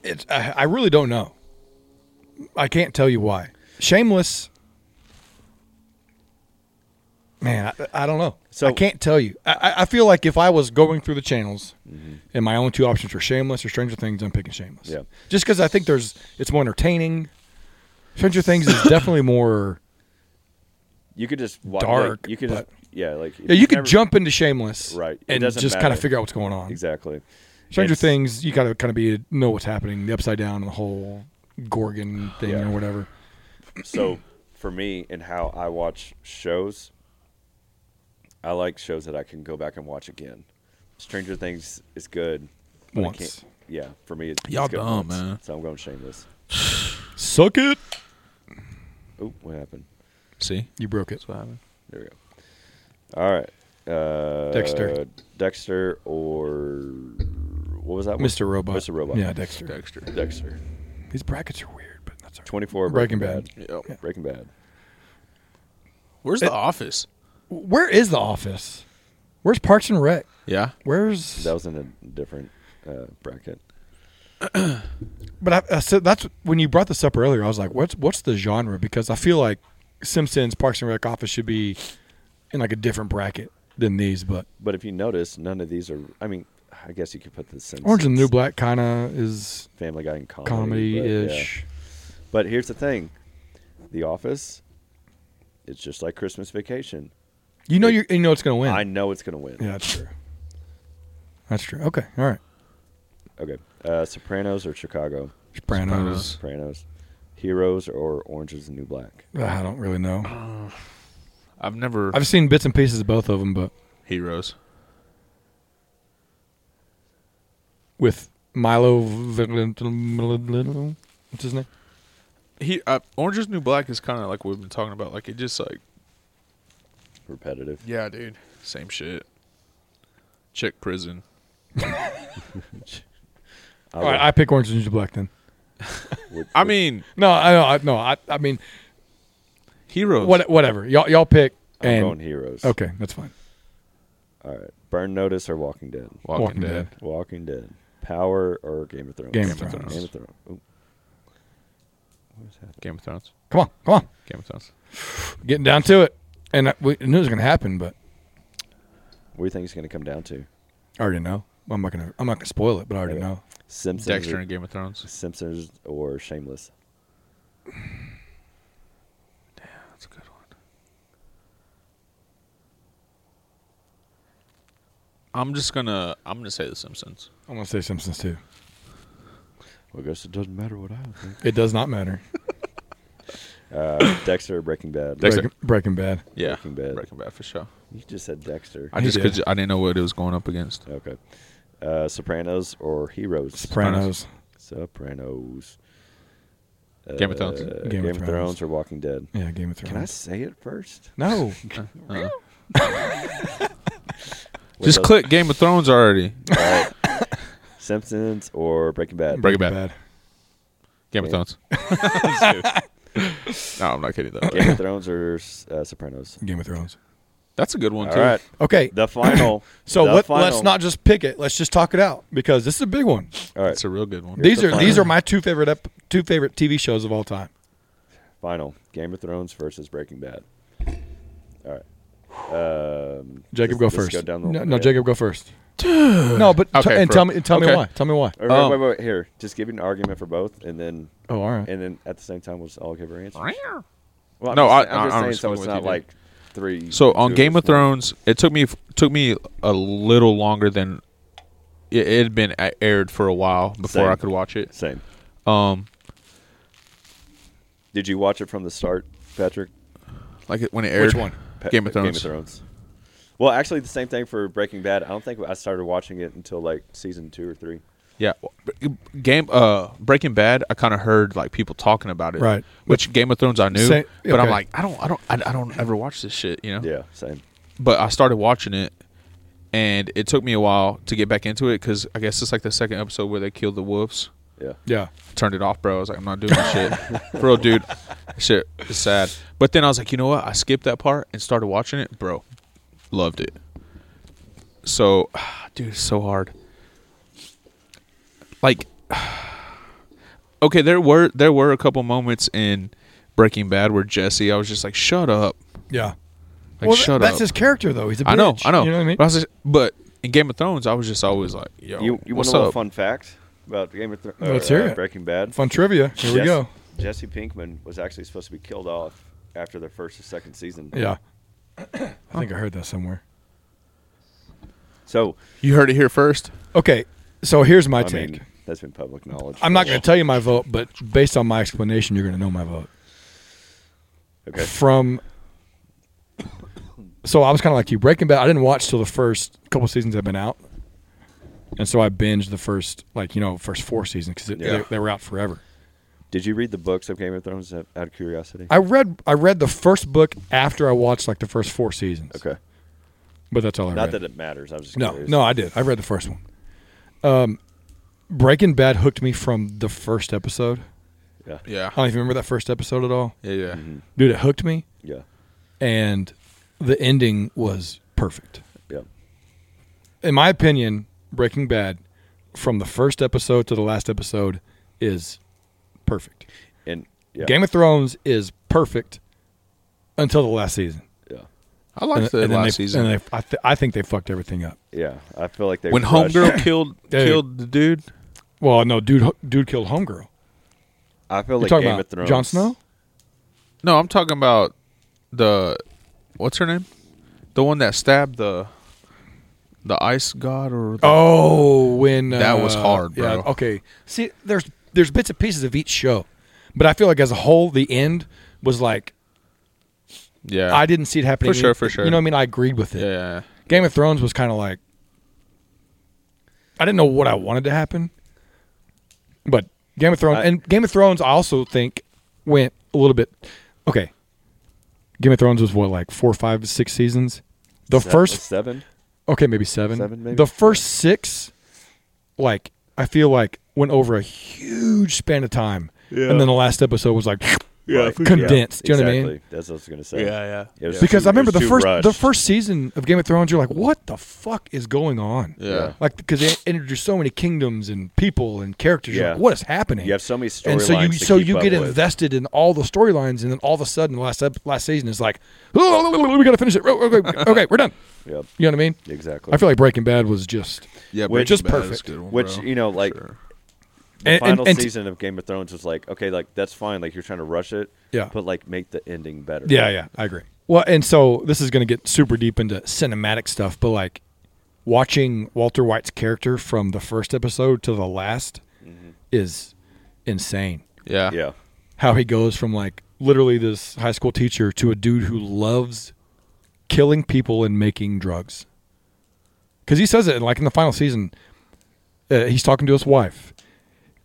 [SPEAKER 1] It's I, I really don't know. I can't tell you why. Shameless. Man, I, I don't know.
[SPEAKER 2] So-
[SPEAKER 1] I can't tell you. I, I- I feel like if I was going through the channels, and my only two options were Shameless or Stranger Things, I'm picking Shameless.
[SPEAKER 2] Mm-hmm. Yeah.
[SPEAKER 1] Just because I think there's it's more entertaining. Stranger Things
[SPEAKER 2] [laughs]
[SPEAKER 1] is definitely more.
[SPEAKER 2] you could just wa-
[SPEAKER 1] dark,
[SPEAKER 2] Like, you could just,
[SPEAKER 1] but-
[SPEAKER 2] yeah, like if
[SPEAKER 1] Yeah, you
[SPEAKER 2] you've
[SPEAKER 1] could
[SPEAKER 2] never-
[SPEAKER 1] jump into Shameless,
[SPEAKER 2] Right. It
[SPEAKER 1] and
[SPEAKER 2] doesn't
[SPEAKER 1] just kind of
[SPEAKER 2] matter.
[SPEAKER 1] figure out what's going on.
[SPEAKER 2] Exactly.
[SPEAKER 1] Stranger
[SPEAKER 2] It's-
[SPEAKER 1] Things, you gotta kind of be know what's happening, the upside down, the whole Gorgon thing
[SPEAKER 2] Yeah.
[SPEAKER 1] or whatever.
[SPEAKER 2] so for me and how I watch shows, I like shows that I can go back and watch again. Stranger Things is good. but I
[SPEAKER 1] Once.
[SPEAKER 2] can't- yeah, for me, it's,
[SPEAKER 4] Y'all
[SPEAKER 2] it's good
[SPEAKER 4] dumb,
[SPEAKER 2] once.
[SPEAKER 4] man.
[SPEAKER 2] So I'm going Shameless.
[SPEAKER 1] Suck it.
[SPEAKER 2] Oh, what happened?
[SPEAKER 4] See,
[SPEAKER 1] You broke it.
[SPEAKER 4] that's what happened.
[SPEAKER 2] There we go. All right. Uh,
[SPEAKER 1] Dexter.
[SPEAKER 2] Dexter or what was that? one?
[SPEAKER 1] Mr. Robot.
[SPEAKER 2] Mr. Robot.
[SPEAKER 1] Yeah, Dexter.
[SPEAKER 4] Dexter.
[SPEAKER 2] Dexter.
[SPEAKER 1] These brackets are weird, but that's all right.
[SPEAKER 2] 24
[SPEAKER 1] Breaking
[SPEAKER 2] Breaking, Bad.
[SPEAKER 1] Bad.
[SPEAKER 4] Yep.
[SPEAKER 1] Yeah.
[SPEAKER 2] Breaking Bad.
[SPEAKER 4] Where's the Office?
[SPEAKER 1] Where is the office? Where's Parks and Rec?
[SPEAKER 4] Yeah.
[SPEAKER 1] Where's
[SPEAKER 2] That was in a different uh, bracket.
[SPEAKER 1] But I, I said that's when you brought this up earlier. I was like, what's what's the genre? Because I feel like Simpsons, Parks and Rec, Office should be in like a different bracket than these. But
[SPEAKER 2] But if you notice, none of these are. I mean, I guess you could put the Simpsons,
[SPEAKER 1] Orange and the New Black kind of is
[SPEAKER 2] Family Guy, and comedy,
[SPEAKER 1] comedy
[SPEAKER 2] But, yeah.
[SPEAKER 1] ish.
[SPEAKER 2] But here's the thing: The Office. It's just like Christmas Vacation.
[SPEAKER 1] You know you you know it's gonna win.
[SPEAKER 2] I know it's gonna win.
[SPEAKER 1] Yeah, that's true. That's true. Okay, all right.
[SPEAKER 2] Okay. Uh, Sopranos or Chicago?
[SPEAKER 1] Sopranos.
[SPEAKER 2] Sopranos. Heroes or Orange Is the New Black?
[SPEAKER 1] I don't really
[SPEAKER 2] Uh,
[SPEAKER 1] know.
[SPEAKER 4] I've never
[SPEAKER 1] I've seen bits and pieces of both of them, but
[SPEAKER 4] Heroes.
[SPEAKER 1] with Milo, what's his name?
[SPEAKER 4] He uh, Orange is the New Black is kind of like we've been talking about. Like it just like
[SPEAKER 2] Repetitive.
[SPEAKER 4] yeah, dude, same shit. Chick prison.
[SPEAKER 2] I
[SPEAKER 1] All right, I pick Orange is the New Black then.
[SPEAKER 2] would-
[SPEAKER 4] I
[SPEAKER 2] would-
[SPEAKER 4] mean,
[SPEAKER 1] No, I know, I, no, I, I mean,
[SPEAKER 4] Heroes.
[SPEAKER 1] what, whatever. Y'all, y'all pick.
[SPEAKER 2] I'm
[SPEAKER 1] And
[SPEAKER 2] going Heroes.
[SPEAKER 1] okay, that's fine.
[SPEAKER 2] All right. Burn Notice or Walking Dead?
[SPEAKER 4] Walking, Dead.
[SPEAKER 2] Walking Dead. Power or Game of Thrones?
[SPEAKER 1] Game of
[SPEAKER 4] Thrones.
[SPEAKER 2] Game of Thrones. Ooh. What is that?
[SPEAKER 4] Game of Thrones.
[SPEAKER 1] Come on, come on,
[SPEAKER 4] Game of Thrones.
[SPEAKER 1] getting down to it. And I, we knew it was going to happen, but
[SPEAKER 2] What do you think it's going to come down to?
[SPEAKER 1] I already know. I'm not going to. I'm not going to spoil it, but I already
[SPEAKER 2] Okay.
[SPEAKER 1] know.
[SPEAKER 2] Simpsons.
[SPEAKER 4] Dexter
[SPEAKER 2] or,
[SPEAKER 4] and Game of Thrones.
[SPEAKER 2] Simpsons or Shameless?
[SPEAKER 4] That's a good one. I'm just gonna I'm gonna say The Simpsons.
[SPEAKER 1] I'm going to say Simpsons too.
[SPEAKER 2] Well, I guess it doesn't matter what I would think.
[SPEAKER 1] It does not matter.
[SPEAKER 2] Uh, Dexter or Breaking Bad?
[SPEAKER 4] Dexter.
[SPEAKER 1] Breaking, Breaking Bad.
[SPEAKER 4] Yeah,
[SPEAKER 2] Breaking Bad.
[SPEAKER 4] Breaking Bad for sure.
[SPEAKER 2] You just said Dexter.
[SPEAKER 4] I
[SPEAKER 1] He
[SPEAKER 4] just
[SPEAKER 1] did.
[SPEAKER 4] cause I didn't know what it was going
[SPEAKER 2] [laughs]
[SPEAKER 4] up against.
[SPEAKER 2] Okay. Uh, Sopranos or Heroes?
[SPEAKER 1] Sopranos.
[SPEAKER 2] Sopranos.
[SPEAKER 4] Game of Thrones.
[SPEAKER 2] Uh,
[SPEAKER 1] Game
[SPEAKER 2] Game,
[SPEAKER 1] of
[SPEAKER 2] of Thrones.
[SPEAKER 1] Thrones.
[SPEAKER 2] or Walking Dead?
[SPEAKER 1] Yeah, Game of Thrones.
[SPEAKER 2] Can I say it first?
[SPEAKER 1] No.
[SPEAKER 4] Uh-uh.
[SPEAKER 2] Wait,
[SPEAKER 4] Just
[SPEAKER 2] those-
[SPEAKER 4] click Game of Thrones already.
[SPEAKER 2] All right. Simpsons or Breaking Bad?
[SPEAKER 4] Breaking Bad.
[SPEAKER 1] Bad.
[SPEAKER 4] Game of
[SPEAKER 2] Yeah.
[SPEAKER 4] Thrones. [laughs] no, I'm not kidding though.
[SPEAKER 2] Game of Thrones or uh, Sopranos?
[SPEAKER 1] Game of Thrones.
[SPEAKER 4] That's a good one
[SPEAKER 2] All
[SPEAKER 4] too.
[SPEAKER 2] right.
[SPEAKER 1] Okay.
[SPEAKER 2] The final.
[SPEAKER 1] so
[SPEAKER 2] the
[SPEAKER 1] let,
[SPEAKER 2] final.
[SPEAKER 1] let's not just pick it. Let's just talk it out because this is a big one.
[SPEAKER 2] All right.
[SPEAKER 4] That's a real good one.
[SPEAKER 1] These
[SPEAKER 2] the
[SPEAKER 1] are these
[SPEAKER 2] final.
[SPEAKER 1] are my two favorite ep- two favorite TV shows of all time.
[SPEAKER 2] Final. Game of Thrones versus Breaking Bad. All right. Um,
[SPEAKER 1] Jacob,
[SPEAKER 2] let's-
[SPEAKER 1] go
[SPEAKER 2] let's
[SPEAKER 1] first.
[SPEAKER 2] Go down the
[SPEAKER 1] no, no,
[SPEAKER 2] yeah.
[SPEAKER 1] Jacob, go first. no, but t-
[SPEAKER 4] Okay,
[SPEAKER 1] and
[SPEAKER 4] for-
[SPEAKER 1] tell me and tell me
[SPEAKER 4] okay.
[SPEAKER 1] why. Tell me why.
[SPEAKER 2] All right,
[SPEAKER 4] Um,
[SPEAKER 2] wait, wait, wait, here. Just give an argument for both, and then
[SPEAKER 1] Oh, all right.
[SPEAKER 2] and then at the same time, we'll just all give our answer. Well,
[SPEAKER 4] No,
[SPEAKER 2] just,
[SPEAKER 4] I-
[SPEAKER 2] I'm
[SPEAKER 4] I-
[SPEAKER 2] just
[SPEAKER 4] I'm
[SPEAKER 2] saying
[SPEAKER 4] just
[SPEAKER 2] so
[SPEAKER 4] going
[SPEAKER 2] it's
[SPEAKER 4] with
[SPEAKER 2] not
[SPEAKER 4] you, dude.
[SPEAKER 2] like three.
[SPEAKER 4] So on
[SPEAKER 2] two,
[SPEAKER 4] Game of
[SPEAKER 2] it's one.
[SPEAKER 4] Thrones, it took me took me a little longer than it, it had been a- aired for a while before
[SPEAKER 2] Same.
[SPEAKER 4] I could watch it.
[SPEAKER 2] Same.
[SPEAKER 4] Um,
[SPEAKER 2] Did you watch it from the start, Patrick?
[SPEAKER 4] like it, when it aired,
[SPEAKER 1] one?
[SPEAKER 2] Pa-
[SPEAKER 4] Game of Thrones.
[SPEAKER 2] Game of Thrones. Well, actually, the same thing for Breaking Bad. I don't think I started watching it until like season two or three.
[SPEAKER 4] Yeah, But game uh Breaking Bad. I kind of heard like people talking about it,
[SPEAKER 1] Right.
[SPEAKER 4] Which Game of Thrones I knew,
[SPEAKER 1] Say-
[SPEAKER 4] but I'm
[SPEAKER 1] okay.
[SPEAKER 4] like I don't I don't I, I don't ever watch this shit, you know.
[SPEAKER 2] Yeah, same.
[SPEAKER 4] But I started watching it, and it took me a while to get back into it because I guess it's like the second episode where they killed the wolves.
[SPEAKER 2] Yeah.
[SPEAKER 1] yeah.
[SPEAKER 4] turned it off, bro. I was like, I'm not doing this shit.
[SPEAKER 1] [laughs]
[SPEAKER 4] For real, dude. Shit, it's sad. But then I was like, you know what? I skipped that part and started watching it, bro. Loved it. So, [sighs] dude, it's so hard. Like, [sighs] okay, there were there were a couple moments in Breaking Bad where Jesse, I was just like, shut up,
[SPEAKER 1] Yeah.
[SPEAKER 4] like
[SPEAKER 1] well,
[SPEAKER 4] shut
[SPEAKER 1] that's
[SPEAKER 4] up.
[SPEAKER 1] his character though. He's a bitch.
[SPEAKER 4] I know, I know.
[SPEAKER 1] You know what I mean?
[SPEAKER 4] But, I was just- but in Game of Thrones, I was just always like, yo,
[SPEAKER 2] You you want
[SPEAKER 4] what's
[SPEAKER 2] to know a
[SPEAKER 4] up?
[SPEAKER 2] fun fact about Game of Thrones? uh,
[SPEAKER 1] Let's hear it.
[SPEAKER 2] Breaking Bad.
[SPEAKER 1] Fun trivia. Here we
[SPEAKER 2] Jesse-
[SPEAKER 1] go.
[SPEAKER 2] Jesse Pinkman was actually supposed to be killed off after the first or second season.
[SPEAKER 1] Yeah. [clears throat] I think I heard that somewhere.
[SPEAKER 2] So
[SPEAKER 4] You heard it here first.
[SPEAKER 1] Okay. So here's my
[SPEAKER 2] I
[SPEAKER 1] take.
[SPEAKER 2] mean, that's been public knowledge.
[SPEAKER 1] I'm not going to tell you my vote, but based on my explanation, you're going to know my vote.
[SPEAKER 2] Okay.
[SPEAKER 1] From so I was kind of like you. Breaking Bad, I didn't watch till the first couple seasons had been out, and so I binged the first like you know first four seasons because
[SPEAKER 2] Yeah.
[SPEAKER 1] they, they were out forever.
[SPEAKER 2] Did you read the books of Game of Thrones out out of curiosity?
[SPEAKER 1] I read I read the first book after I watched like the first four seasons.
[SPEAKER 2] okay.
[SPEAKER 1] but that's all I
[SPEAKER 2] Not
[SPEAKER 1] read.
[SPEAKER 2] that it matters. I was just
[SPEAKER 1] no,
[SPEAKER 2] curious.
[SPEAKER 1] no, I did. I read the first one. Um, Breaking Bad hooked me from the first episode.
[SPEAKER 2] Yeah.
[SPEAKER 4] Yeah,
[SPEAKER 1] I don't even remember that first episode at all,
[SPEAKER 4] yeah, yeah.
[SPEAKER 2] Mm-hmm.
[SPEAKER 1] dude. It hooked me.
[SPEAKER 2] Yeah.
[SPEAKER 1] and the ending was perfect.
[SPEAKER 2] Yeah.
[SPEAKER 1] In my opinion, Breaking Bad, from the first episode to the last episode, is perfect.
[SPEAKER 2] And yeah.
[SPEAKER 1] Game of Thrones is perfect until the last season.
[SPEAKER 2] yeah.
[SPEAKER 4] I liked the
[SPEAKER 1] then
[SPEAKER 4] last
[SPEAKER 1] they-
[SPEAKER 4] season.
[SPEAKER 1] and they- I, th- I think they fucked everything up.
[SPEAKER 2] Yeah. I feel like they
[SPEAKER 4] when
[SPEAKER 2] rushed-
[SPEAKER 4] homegirl killed
[SPEAKER 1] Dude.
[SPEAKER 4] killed the [laughs] dude
[SPEAKER 1] Well, no, dude, dude killed Homegirl.
[SPEAKER 2] I feel
[SPEAKER 1] You're
[SPEAKER 2] like
[SPEAKER 1] talking
[SPEAKER 2] Game
[SPEAKER 1] about
[SPEAKER 2] of Thrones.
[SPEAKER 1] Jon Snow?
[SPEAKER 4] no i'm talking about the what's her name the one that stabbed the the ice god or the,
[SPEAKER 1] Oh, when
[SPEAKER 4] That was
[SPEAKER 1] uh,
[SPEAKER 4] hard, bro.
[SPEAKER 1] Yeah, okay. See, there's there's bits and pieces of each show, but I feel like as a whole, the end was like
[SPEAKER 4] yeah
[SPEAKER 1] I didn't see it happening.
[SPEAKER 4] For sure, for sure.
[SPEAKER 1] You know what I mean? I agreed with it.
[SPEAKER 4] yeah
[SPEAKER 1] Game of Thrones was kind of like I didn't know what I wanted to happen, but Game of Thrones
[SPEAKER 2] I-
[SPEAKER 1] and Game of Thrones I also think went a little bit okay. Game of Thrones was what like four, five, six seasons. The
[SPEAKER 2] Se-
[SPEAKER 1] first
[SPEAKER 2] seven.
[SPEAKER 1] okay, maybe seven.
[SPEAKER 2] Seven, maybe?
[SPEAKER 1] The first six, like I feel like went over a huge span of time, and then the last episode was like
[SPEAKER 4] Yeah,
[SPEAKER 2] Right.
[SPEAKER 4] for sure.
[SPEAKER 1] condensed. Do you know what I mean?
[SPEAKER 2] Exactly. That's what I was gonna say.
[SPEAKER 4] yeah.
[SPEAKER 2] It was
[SPEAKER 1] Because
[SPEAKER 2] too-
[SPEAKER 1] I remember
[SPEAKER 2] it was
[SPEAKER 1] the
[SPEAKER 2] too
[SPEAKER 1] first the
[SPEAKER 2] rushed.
[SPEAKER 1] first season of Game of Thrones, you're like, what the fuck is going on?
[SPEAKER 4] Yeah.
[SPEAKER 1] Like because they introduced so many kingdoms and people and characters. You're
[SPEAKER 2] Yeah.
[SPEAKER 1] like, what is happening?
[SPEAKER 2] You have so many storylines.
[SPEAKER 1] and so you
[SPEAKER 2] to
[SPEAKER 1] so
[SPEAKER 2] keep
[SPEAKER 1] you
[SPEAKER 2] up
[SPEAKER 1] get
[SPEAKER 2] with.
[SPEAKER 1] invested in all the storylines, and then all of a sudden, last ep- last season is like, oh, we gotta finish it. Okay, okay, okay, we're done.
[SPEAKER 2] Yep.
[SPEAKER 1] You know what I mean?
[SPEAKER 2] Exactly.
[SPEAKER 1] I feel like Breaking Bad was just
[SPEAKER 4] Yeah,
[SPEAKER 2] Which-
[SPEAKER 4] Breaking
[SPEAKER 1] Just
[SPEAKER 4] Bad is a
[SPEAKER 1] perfect.
[SPEAKER 4] good one,
[SPEAKER 2] Which,
[SPEAKER 4] bro.
[SPEAKER 2] you know, like-
[SPEAKER 4] Sure.
[SPEAKER 2] the
[SPEAKER 1] and- and-
[SPEAKER 2] final
[SPEAKER 1] and t-
[SPEAKER 2] season of Game of Thrones was like, okay, like that's fine, like you're trying to rush it.
[SPEAKER 1] Yeah.
[SPEAKER 2] But like make the ending better.
[SPEAKER 1] Yeah, yeah, I agree. Well, and so this is going to get super deep into cinematic stuff, but like watching Walter White's character from the first episode to the last is insane.
[SPEAKER 4] yeah,
[SPEAKER 2] Yeah.
[SPEAKER 1] How he goes from like literally this high school teacher to a dude who loves killing people and making drugs. Because he says it like in the final season, uh, he's talking to his wife,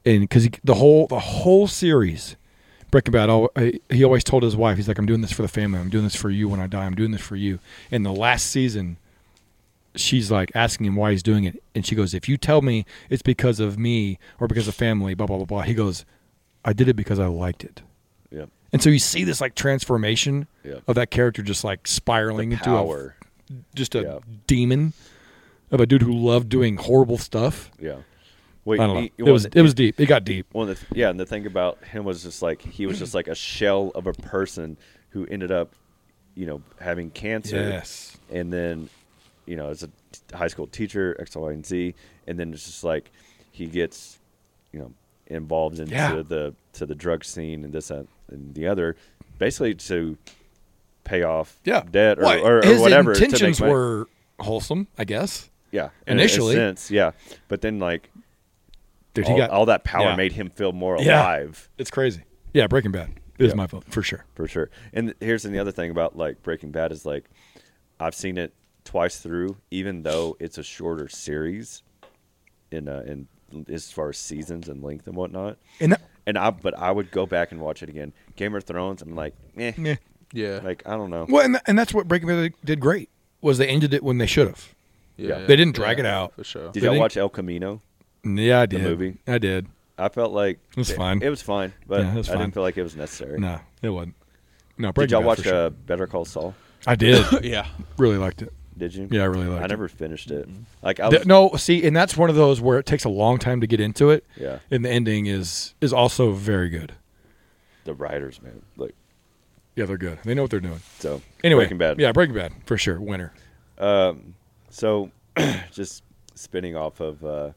[SPEAKER 1] and because the whole the whole series, Breaking Bad, al- I- he always told his wife, he's like, "I'm doing this for the family. I'm doing this for you when I die. I'm doing this for you." And the last season, she's like asking him why he's doing it, and she goes, "If you tell me it's because of me or because of family, blah blah blah blah," he goes, "I did it because I liked it."
[SPEAKER 2] Yep.
[SPEAKER 1] And so you see this like transformation
[SPEAKER 2] Yep.
[SPEAKER 1] of that character just like spiraling into a
[SPEAKER 2] Power.
[SPEAKER 1] just a
[SPEAKER 2] Yeah.
[SPEAKER 1] demon of a dude who loved doing horrible stuff.
[SPEAKER 2] Yeah. Wait,
[SPEAKER 1] I don't know.
[SPEAKER 2] he-
[SPEAKER 1] it
[SPEAKER 2] well,
[SPEAKER 1] was
[SPEAKER 2] the-
[SPEAKER 1] it was deep. It got deep.
[SPEAKER 2] Well, the, yeah, and the thing about him was just like he was just like a shell of a person who ended up, you know, having cancer.
[SPEAKER 1] Yes.
[SPEAKER 2] And then, you know, as a t- high school teacher, X, Y, and Z, and then it's just like he gets, you know, involved into
[SPEAKER 1] Yeah.
[SPEAKER 2] the to the drug scene and this that, and the other, basically to pay off debt or,
[SPEAKER 1] Well,
[SPEAKER 2] or, or
[SPEAKER 1] his
[SPEAKER 2] whatever. to make
[SPEAKER 1] intentions
[SPEAKER 2] money.
[SPEAKER 1] were wholesome, I guess.
[SPEAKER 2] yeah in a-
[SPEAKER 1] initially.
[SPEAKER 2] a sense, yeah, but then like
[SPEAKER 1] Dude,
[SPEAKER 2] all,
[SPEAKER 1] he got
[SPEAKER 2] all that power
[SPEAKER 1] yeah.
[SPEAKER 2] made him feel more
[SPEAKER 1] Yeah.
[SPEAKER 2] alive.
[SPEAKER 1] It's crazy. Yeah, Breaking Bad is
[SPEAKER 2] Yeah.
[SPEAKER 1] my vote for sure.
[SPEAKER 2] for sure. And th- here's the other thing about like Breaking Bad is like I've seen it twice through, even though it's a shorter series in uh, in as far as seasons and length and whatnot.
[SPEAKER 1] And that,
[SPEAKER 2] And I but I would go back and watch it again. Game of Thrones, I'm like, eh,
[SPEAKER 1] meh.
[SPEAKER 4] yeah,
[SPEAKER 2] like I don't know.
[SPEAKER 1] well, and, and that's what Breaking Bad did great was they ended it when they should have.
[SPEAKER 4] yeah,
[SPEAKER 1] They didn't drag
[SPEAKER 4] yeah,
[SPEAKER 1] it out.
[SPEAKER 4] for sure.
[SPEAKER 2] Did
[SPEAKER 1] I
[SPEAKER 2] y'all
[SPEAKER 1] think-
[SPEAKER 2] watch El Camino?
[SPEAKER 1] Yeah, I did.
[SPEAKER 2] movie?
[SPEAKER 1] I did.
[SPEAKER 2] I felt like
[SPEAKER 1] It was fine.
[SPEAKER 2] It was fine, but
[SPEAKER 1] Yeah, it was
[SPEAKER 2] I
[SPEAKER 1] fine.
[SPEAKER 2] didn't feel like it was necessary.
[SPEAKER 1] No, it wasn't. No,
[SPEAKER 2] Did
[SPEAKER 1] Breaking
[SPEAKER 2] y'all
[SPEAKER 1] Bad
[SPEAKER 2] watch
[SPEAKER 1] for sure.
[SPEAKER 2] uh, Better Call Saul?
[SPEAKER 1] I did.
[SPEAKER 2] [coughs]
[SPEAKER 4] yeah,
[SPEAKER 1] really liked it.
[SPEAKER 2] Did you?
[SPEAKER 1] Yeah, I really liked
[SPEAKER 2] I
[SPEAKER 1] it.
[SPEAKER 2] never finished it. Like I
[SPEAKER 1] Th-
[SPEAKER 2] was,
[SPEAKER 1] no, see, and that's one of those where it takes a long time to get into it.
[SPEAKER 2] Yeah.
[SPEAKER 1] And the ending is is also very good.
[SPEAKER 2] the writers, man. Like
[SPEAKER 1] Yeah, they're good. They know what they're doing.
[SPEAKER 2] so.
[SPEAKER 1] Anyway,
[SPEAKER 2] Breaking Bad.
[SPEAKER 1] Yeah, Breaking Bad for sure. Winner.
[SPEAKER 2] Um, so, [clears throat] just spinning off of uh,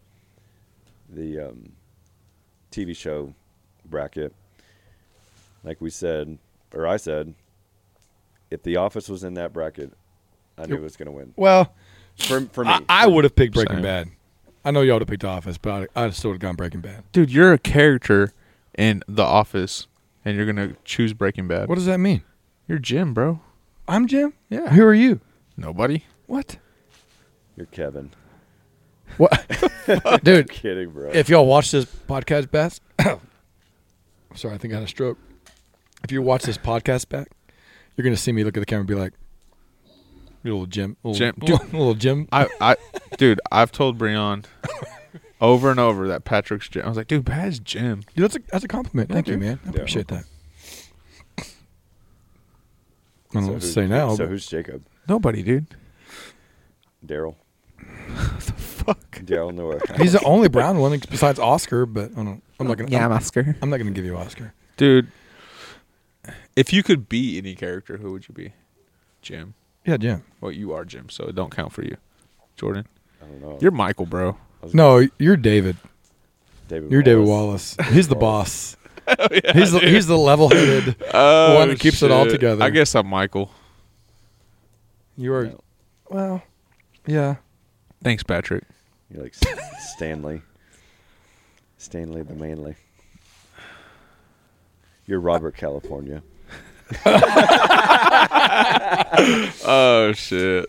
[SPEAKER 2] the um, TV show bracket, like we said, or I said, if The Office was in that bracket, I knew it was going to win.
[SPEAKER 1] Well,
[SPEAKER 2] For, for me,
[SPEAKER 1] I, I would have picked Breaking
[SPEAKER 4] Same.
[SPEAKER 1] Bad. I know y'all would have picked Office, but I, I still would have gone Breaking Bad.
[SPEAKER 4] dude, you're a character in The Office, and you're gonna choose Breaking Bad.
[SPEAKER 1] What does that mean?
[SPEAKER 4] You're Jim, bro.
[SPEAKER 1] I'm Jim.
[SPEAKER 4] Yeah.
[SPEAKER 1] Who are you?
[SPEAKER 4] Nobody.
[SPEAKER 1] What?
[SPEAKER 2] you're Kevin.
[SPEAKER 1] [laughs] What? Dude,
[SPEAKER 2] [laughs] Kidding, bro.
[SPEAKER 1] if y'all watch this podcast back, [coughs] sorry, I think I had a stroke. If you watch this podcast back, you're gonna see me look at the camera and be like, "You "Little Jim, little
[SPEAKER 4] Jim,
[SPEAKER 1] Jim, [laughs]
[SPEAKER 4] dude.
[SPEAKER 1] little Jim."
[SPEAKER 4] I, I, [laughs] dude, I've told Breon over and over that Patrick's Jim. I was like, dude, Pat's Jim.
[SPEAKER 1] Dude, that's a that's a compliment. Thank you,
[SPEAKER 4] dude.
[SPEAKER 1] man. I
[SPEAKER 2] Yeah.
[SPEAKER 1] appreciate that. I don't know what to
[SPEAKER 2] who's-
[SPEAKER 1] say now.
[SPEAKER 2] So
[SPEAKER 1] but-
[SPEAKER 2] who's Jacob?
[SPEAKER 4] Nobody, dude.
[SPEAKER 2] [laughs] Daryl.
[SPEAKER 4] Fuck.
[SPEAKER 2] Daryl Noah.
[SPEAKER 1] He's the only brown one ex- besides Oscar, but I don't, I'm not gonna.
[SPEAKER 3] Yeah, I'm
[SPEAKER 1] I'm,
[SPEAKER 3] Oscar.
[SPEAKER 1] I'm not gonna give you Oscar.
[SPEAKER 4] Dude, if you could be any character, who would you be? Jim.
[SPEAKER 1] Yeah, Jim.
[SPEAKER 4] Well, you are Jim, so it don't count for you. Jordan,
[SPEAKER 2] I don't know.
[SPEAKER 4] you're Michael, bro.
[SPEAKER 1] No, you're David.
[SPEAKER 2] David
[SPEAKER 1] You're David
[SPEAKER 2] Wallace.
[SPEAKER 1] Wallace. He's
[SPEAKER 4] [laughs]
[SPEAKER 1] the boss. he's the, he's the level-headed.
[SPEAKER 4] Oh,
[SPEAKER 1] one that keeps it all together.
[SPEAKER 4] I guess I'm Michael.
[SPEAKER 1] You are,
[SPEAKER 2] No.
[SPEAKER 1] well, yeah.
[SPEAKER 4] Thanks, Patrick.
[SPEAKER 2] You're like S- Stanley. Stanley the Manly. You're Robert California.
[SPEAKER 4] Oh shit.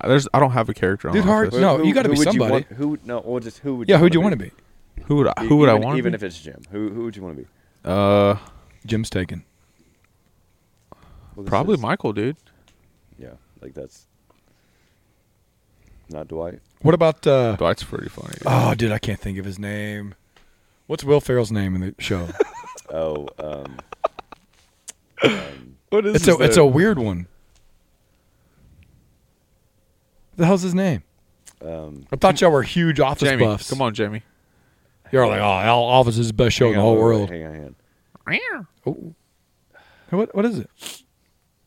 [SPEAKER 4] Uh, There's, I don't have a character on.
[SPEAKER 1] Dude, hard-
[SPEAKER 4] Office.
[SPEAKER 1] No, you gotta be
[SPEAKER 2] would
[SPEAKER 1] somebody.
[SPEAKER 2] want- who no, or just who would?
[SPEAKER 1] Yeah, who'd
[SPEAKER 2] wanna
[SPEAKER 1] you want to be?
[SPEAKER 4] Who would I?
[SPEAKER 2] E-
[SPEAKER 4] Who would
[SPEAKER 2] even,
[SPEAKER 4] I want?
[SPEAKER 2] Even if it's Jim, who who would you want to be?
[SPEAKER 4] uh,
[SPEAKER 1] Jim's taken.
[SPEAKER 2] Well, this
[SPEAKER 4] probably
[SPEAKER 2] is-
[SPEAKER 4] Michael, dude.
[SPEAKER 2] Yeah, like that's not Dwight.
[SPEAKER 1] What about? uh
[SPEAKER 4] Dwight's pretty funny. dude.
[SPEAKER 1] Oh, dude, I
[SPEAKER 4] [laughs]
[SPEAKER 1] can't think of his name. What's Will Ferrell's name in the show?
[SPEAKER 2] Oh, um,
[SPEAKER 4] [laughs] What is
[SPEAKER 1] It's a it's a weird one. The hell's his name?
[SPEAKER 2] Um,
[SPEAKER 1] I thought y'all were huge office
[SPEAKER 4] Jamie?
[SPEAKER 1] buffs.
[SPEAKER 4] Come on, Jamie.
[SPEAKER 1] You're like, oh, Al- Office is the best show in
[SPEAKER 2] hang
[SPEAKER 1] the
[SPEAKER 2] on,
[SPEAKER 1] whole
[SPEAKER 2] wait, wait,
[SPEAKER 1] world.
[SPEAKER 2] Hang on, hang on.
[SPEAKER 1] Oh. What what is it?
[SPEAKER 2] It's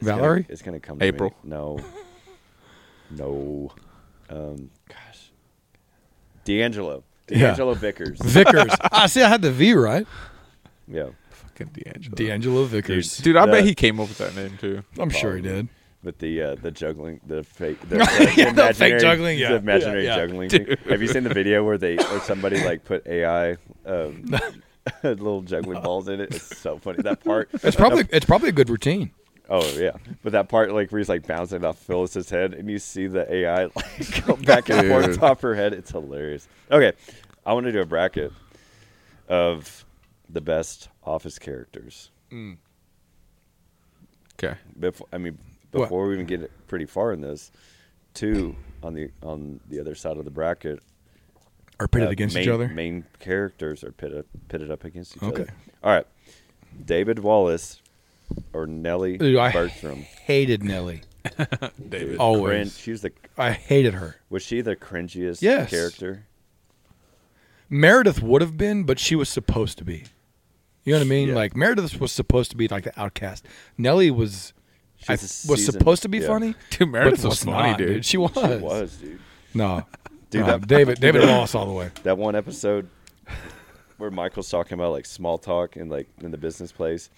[SPEAKER 2] gonna-
[SPEAKER 1] Valerie?
[SPEAKER 2] it's gonna come. to me.
[SPEAKER 4] April.
[SPEAKER 2] No.
[SPEAKER 1] [laughs]
[SPEAKER 2] no. Um, gosh. D'Angelo.
[SPEAKER 1] Yeah.
[SPEAKER 2] D'Angelo Vickers.
[SPEAKER 1] [laughs] Vickers. ah, see, I had the V right.
[SPEAKER 2] yeah.
[SPEAKER 4] Fucking D'Angelo.
[SPEAKER 1] D'Angelo Vickers.
[SPEAKER 4] Dude, I
[SPEAKER 2] The-
[SPEAKER 4] bet he came up with that name too.
[SPEAKER 1] I'm sure he did.
[SPEAKER 2] But the uh, the juggling, the fake, the,
[SPEAKER 1] [laughs] Yeah, the fake
[SPEAKER 2] imaginary-
[SPEAKER 1] juggling, yeah.
[SPEAKER 2] the imaginary
[SPEAKER 1] Yeah, yeah.
[SPEAKER 2] juggling. Thing. Have you seen the video
[SPEAKER 1] [laughs]
[SPEAKER 2] where they or somebody like put AI um, [laughs] little juggling balls in it? It's so funny that part.
[SPEAKER 1] [laughs] It's probably it's probably a good routine.
[SPEAKER 2] Oh yeah, but that part like where he's like bouncing off Phyllis's head, and you see the AI [laughs] like go back and forth
[SPEAKER 4] Dude.
[SPEAKER 2] off her head. It's hilarious. Okay, I want to do a bracket of the best office characters.
[SPEAKER 4] Okay.
[SPEAKER 2] Before I mean,
[SPEAKER 1] What?
[SPEAKER 2] before we even get pretty far in this, two on the on the other side of the bracket
[SPEAKER 1] Or pitted
[SPEAKER 2] uh,
[SPEAKER 1] against
[SPEAKER 2] main,
[SPEAKER 1] each other.
[SPEAKER 2] Main characters are pitted pitted up against each
[SPEAKER 1] Okay.
[SPEAKER 2] other. All right, David Wallace or Nellie
[SPEAKER 1] Dude, I- [laughs]
[SPEAKER 2] Bertram.
[SPEAKER 1] Hated Nelly.
[SPEAKER 4] David.
[SPEAKER 1] Always.
[SPEAKER 2] Cringe. She was the
[SPEAKER 1] I hated her.
[SPEAKER 2] was she the cringiest
[SPEAKER 1] Yes.
[SPEAKER 2] character?
[SPEAKER 1] Meredith would have been, but she was supposed to be. You know what I mean?
[SPEAKER 2] Yeah.
[SPEAKER 1] Like Meredith was supposed to be like the outcast. Nelly was
[SPEAKER 2] She
[SPEAKER 1] I,
[SPEAKER 2] was a
[SPEAKER 1] was
[SPEAKER 2] seasoned-
[SPEAKER 1] supposed to be
[SPEAKER 2] yeah. [laughs]
[SPEAKER 1] funny.
[SPEAKER 4] Dude, Meredith
[SPEAKER 1] but
[SPEAKER 4] was funny,
[SPEAKER 1] not,
[SPEAKER 4] dude.
[SPEAKER 1] She was.
[SPEAKER 2] She was, dude.
[SPEAKER 1] No.
[SPEAKER 2] Dude,
[SPEAKER 1] No,
[SPEAKER 2] that-
[SPEAKER 1] David David
[SPEAKER 2] [laughs]
[SPEAKER 1] Wallace all the way.
[SPEAKER 2] That one episode where Michael's talking about like small talk and like in the business place,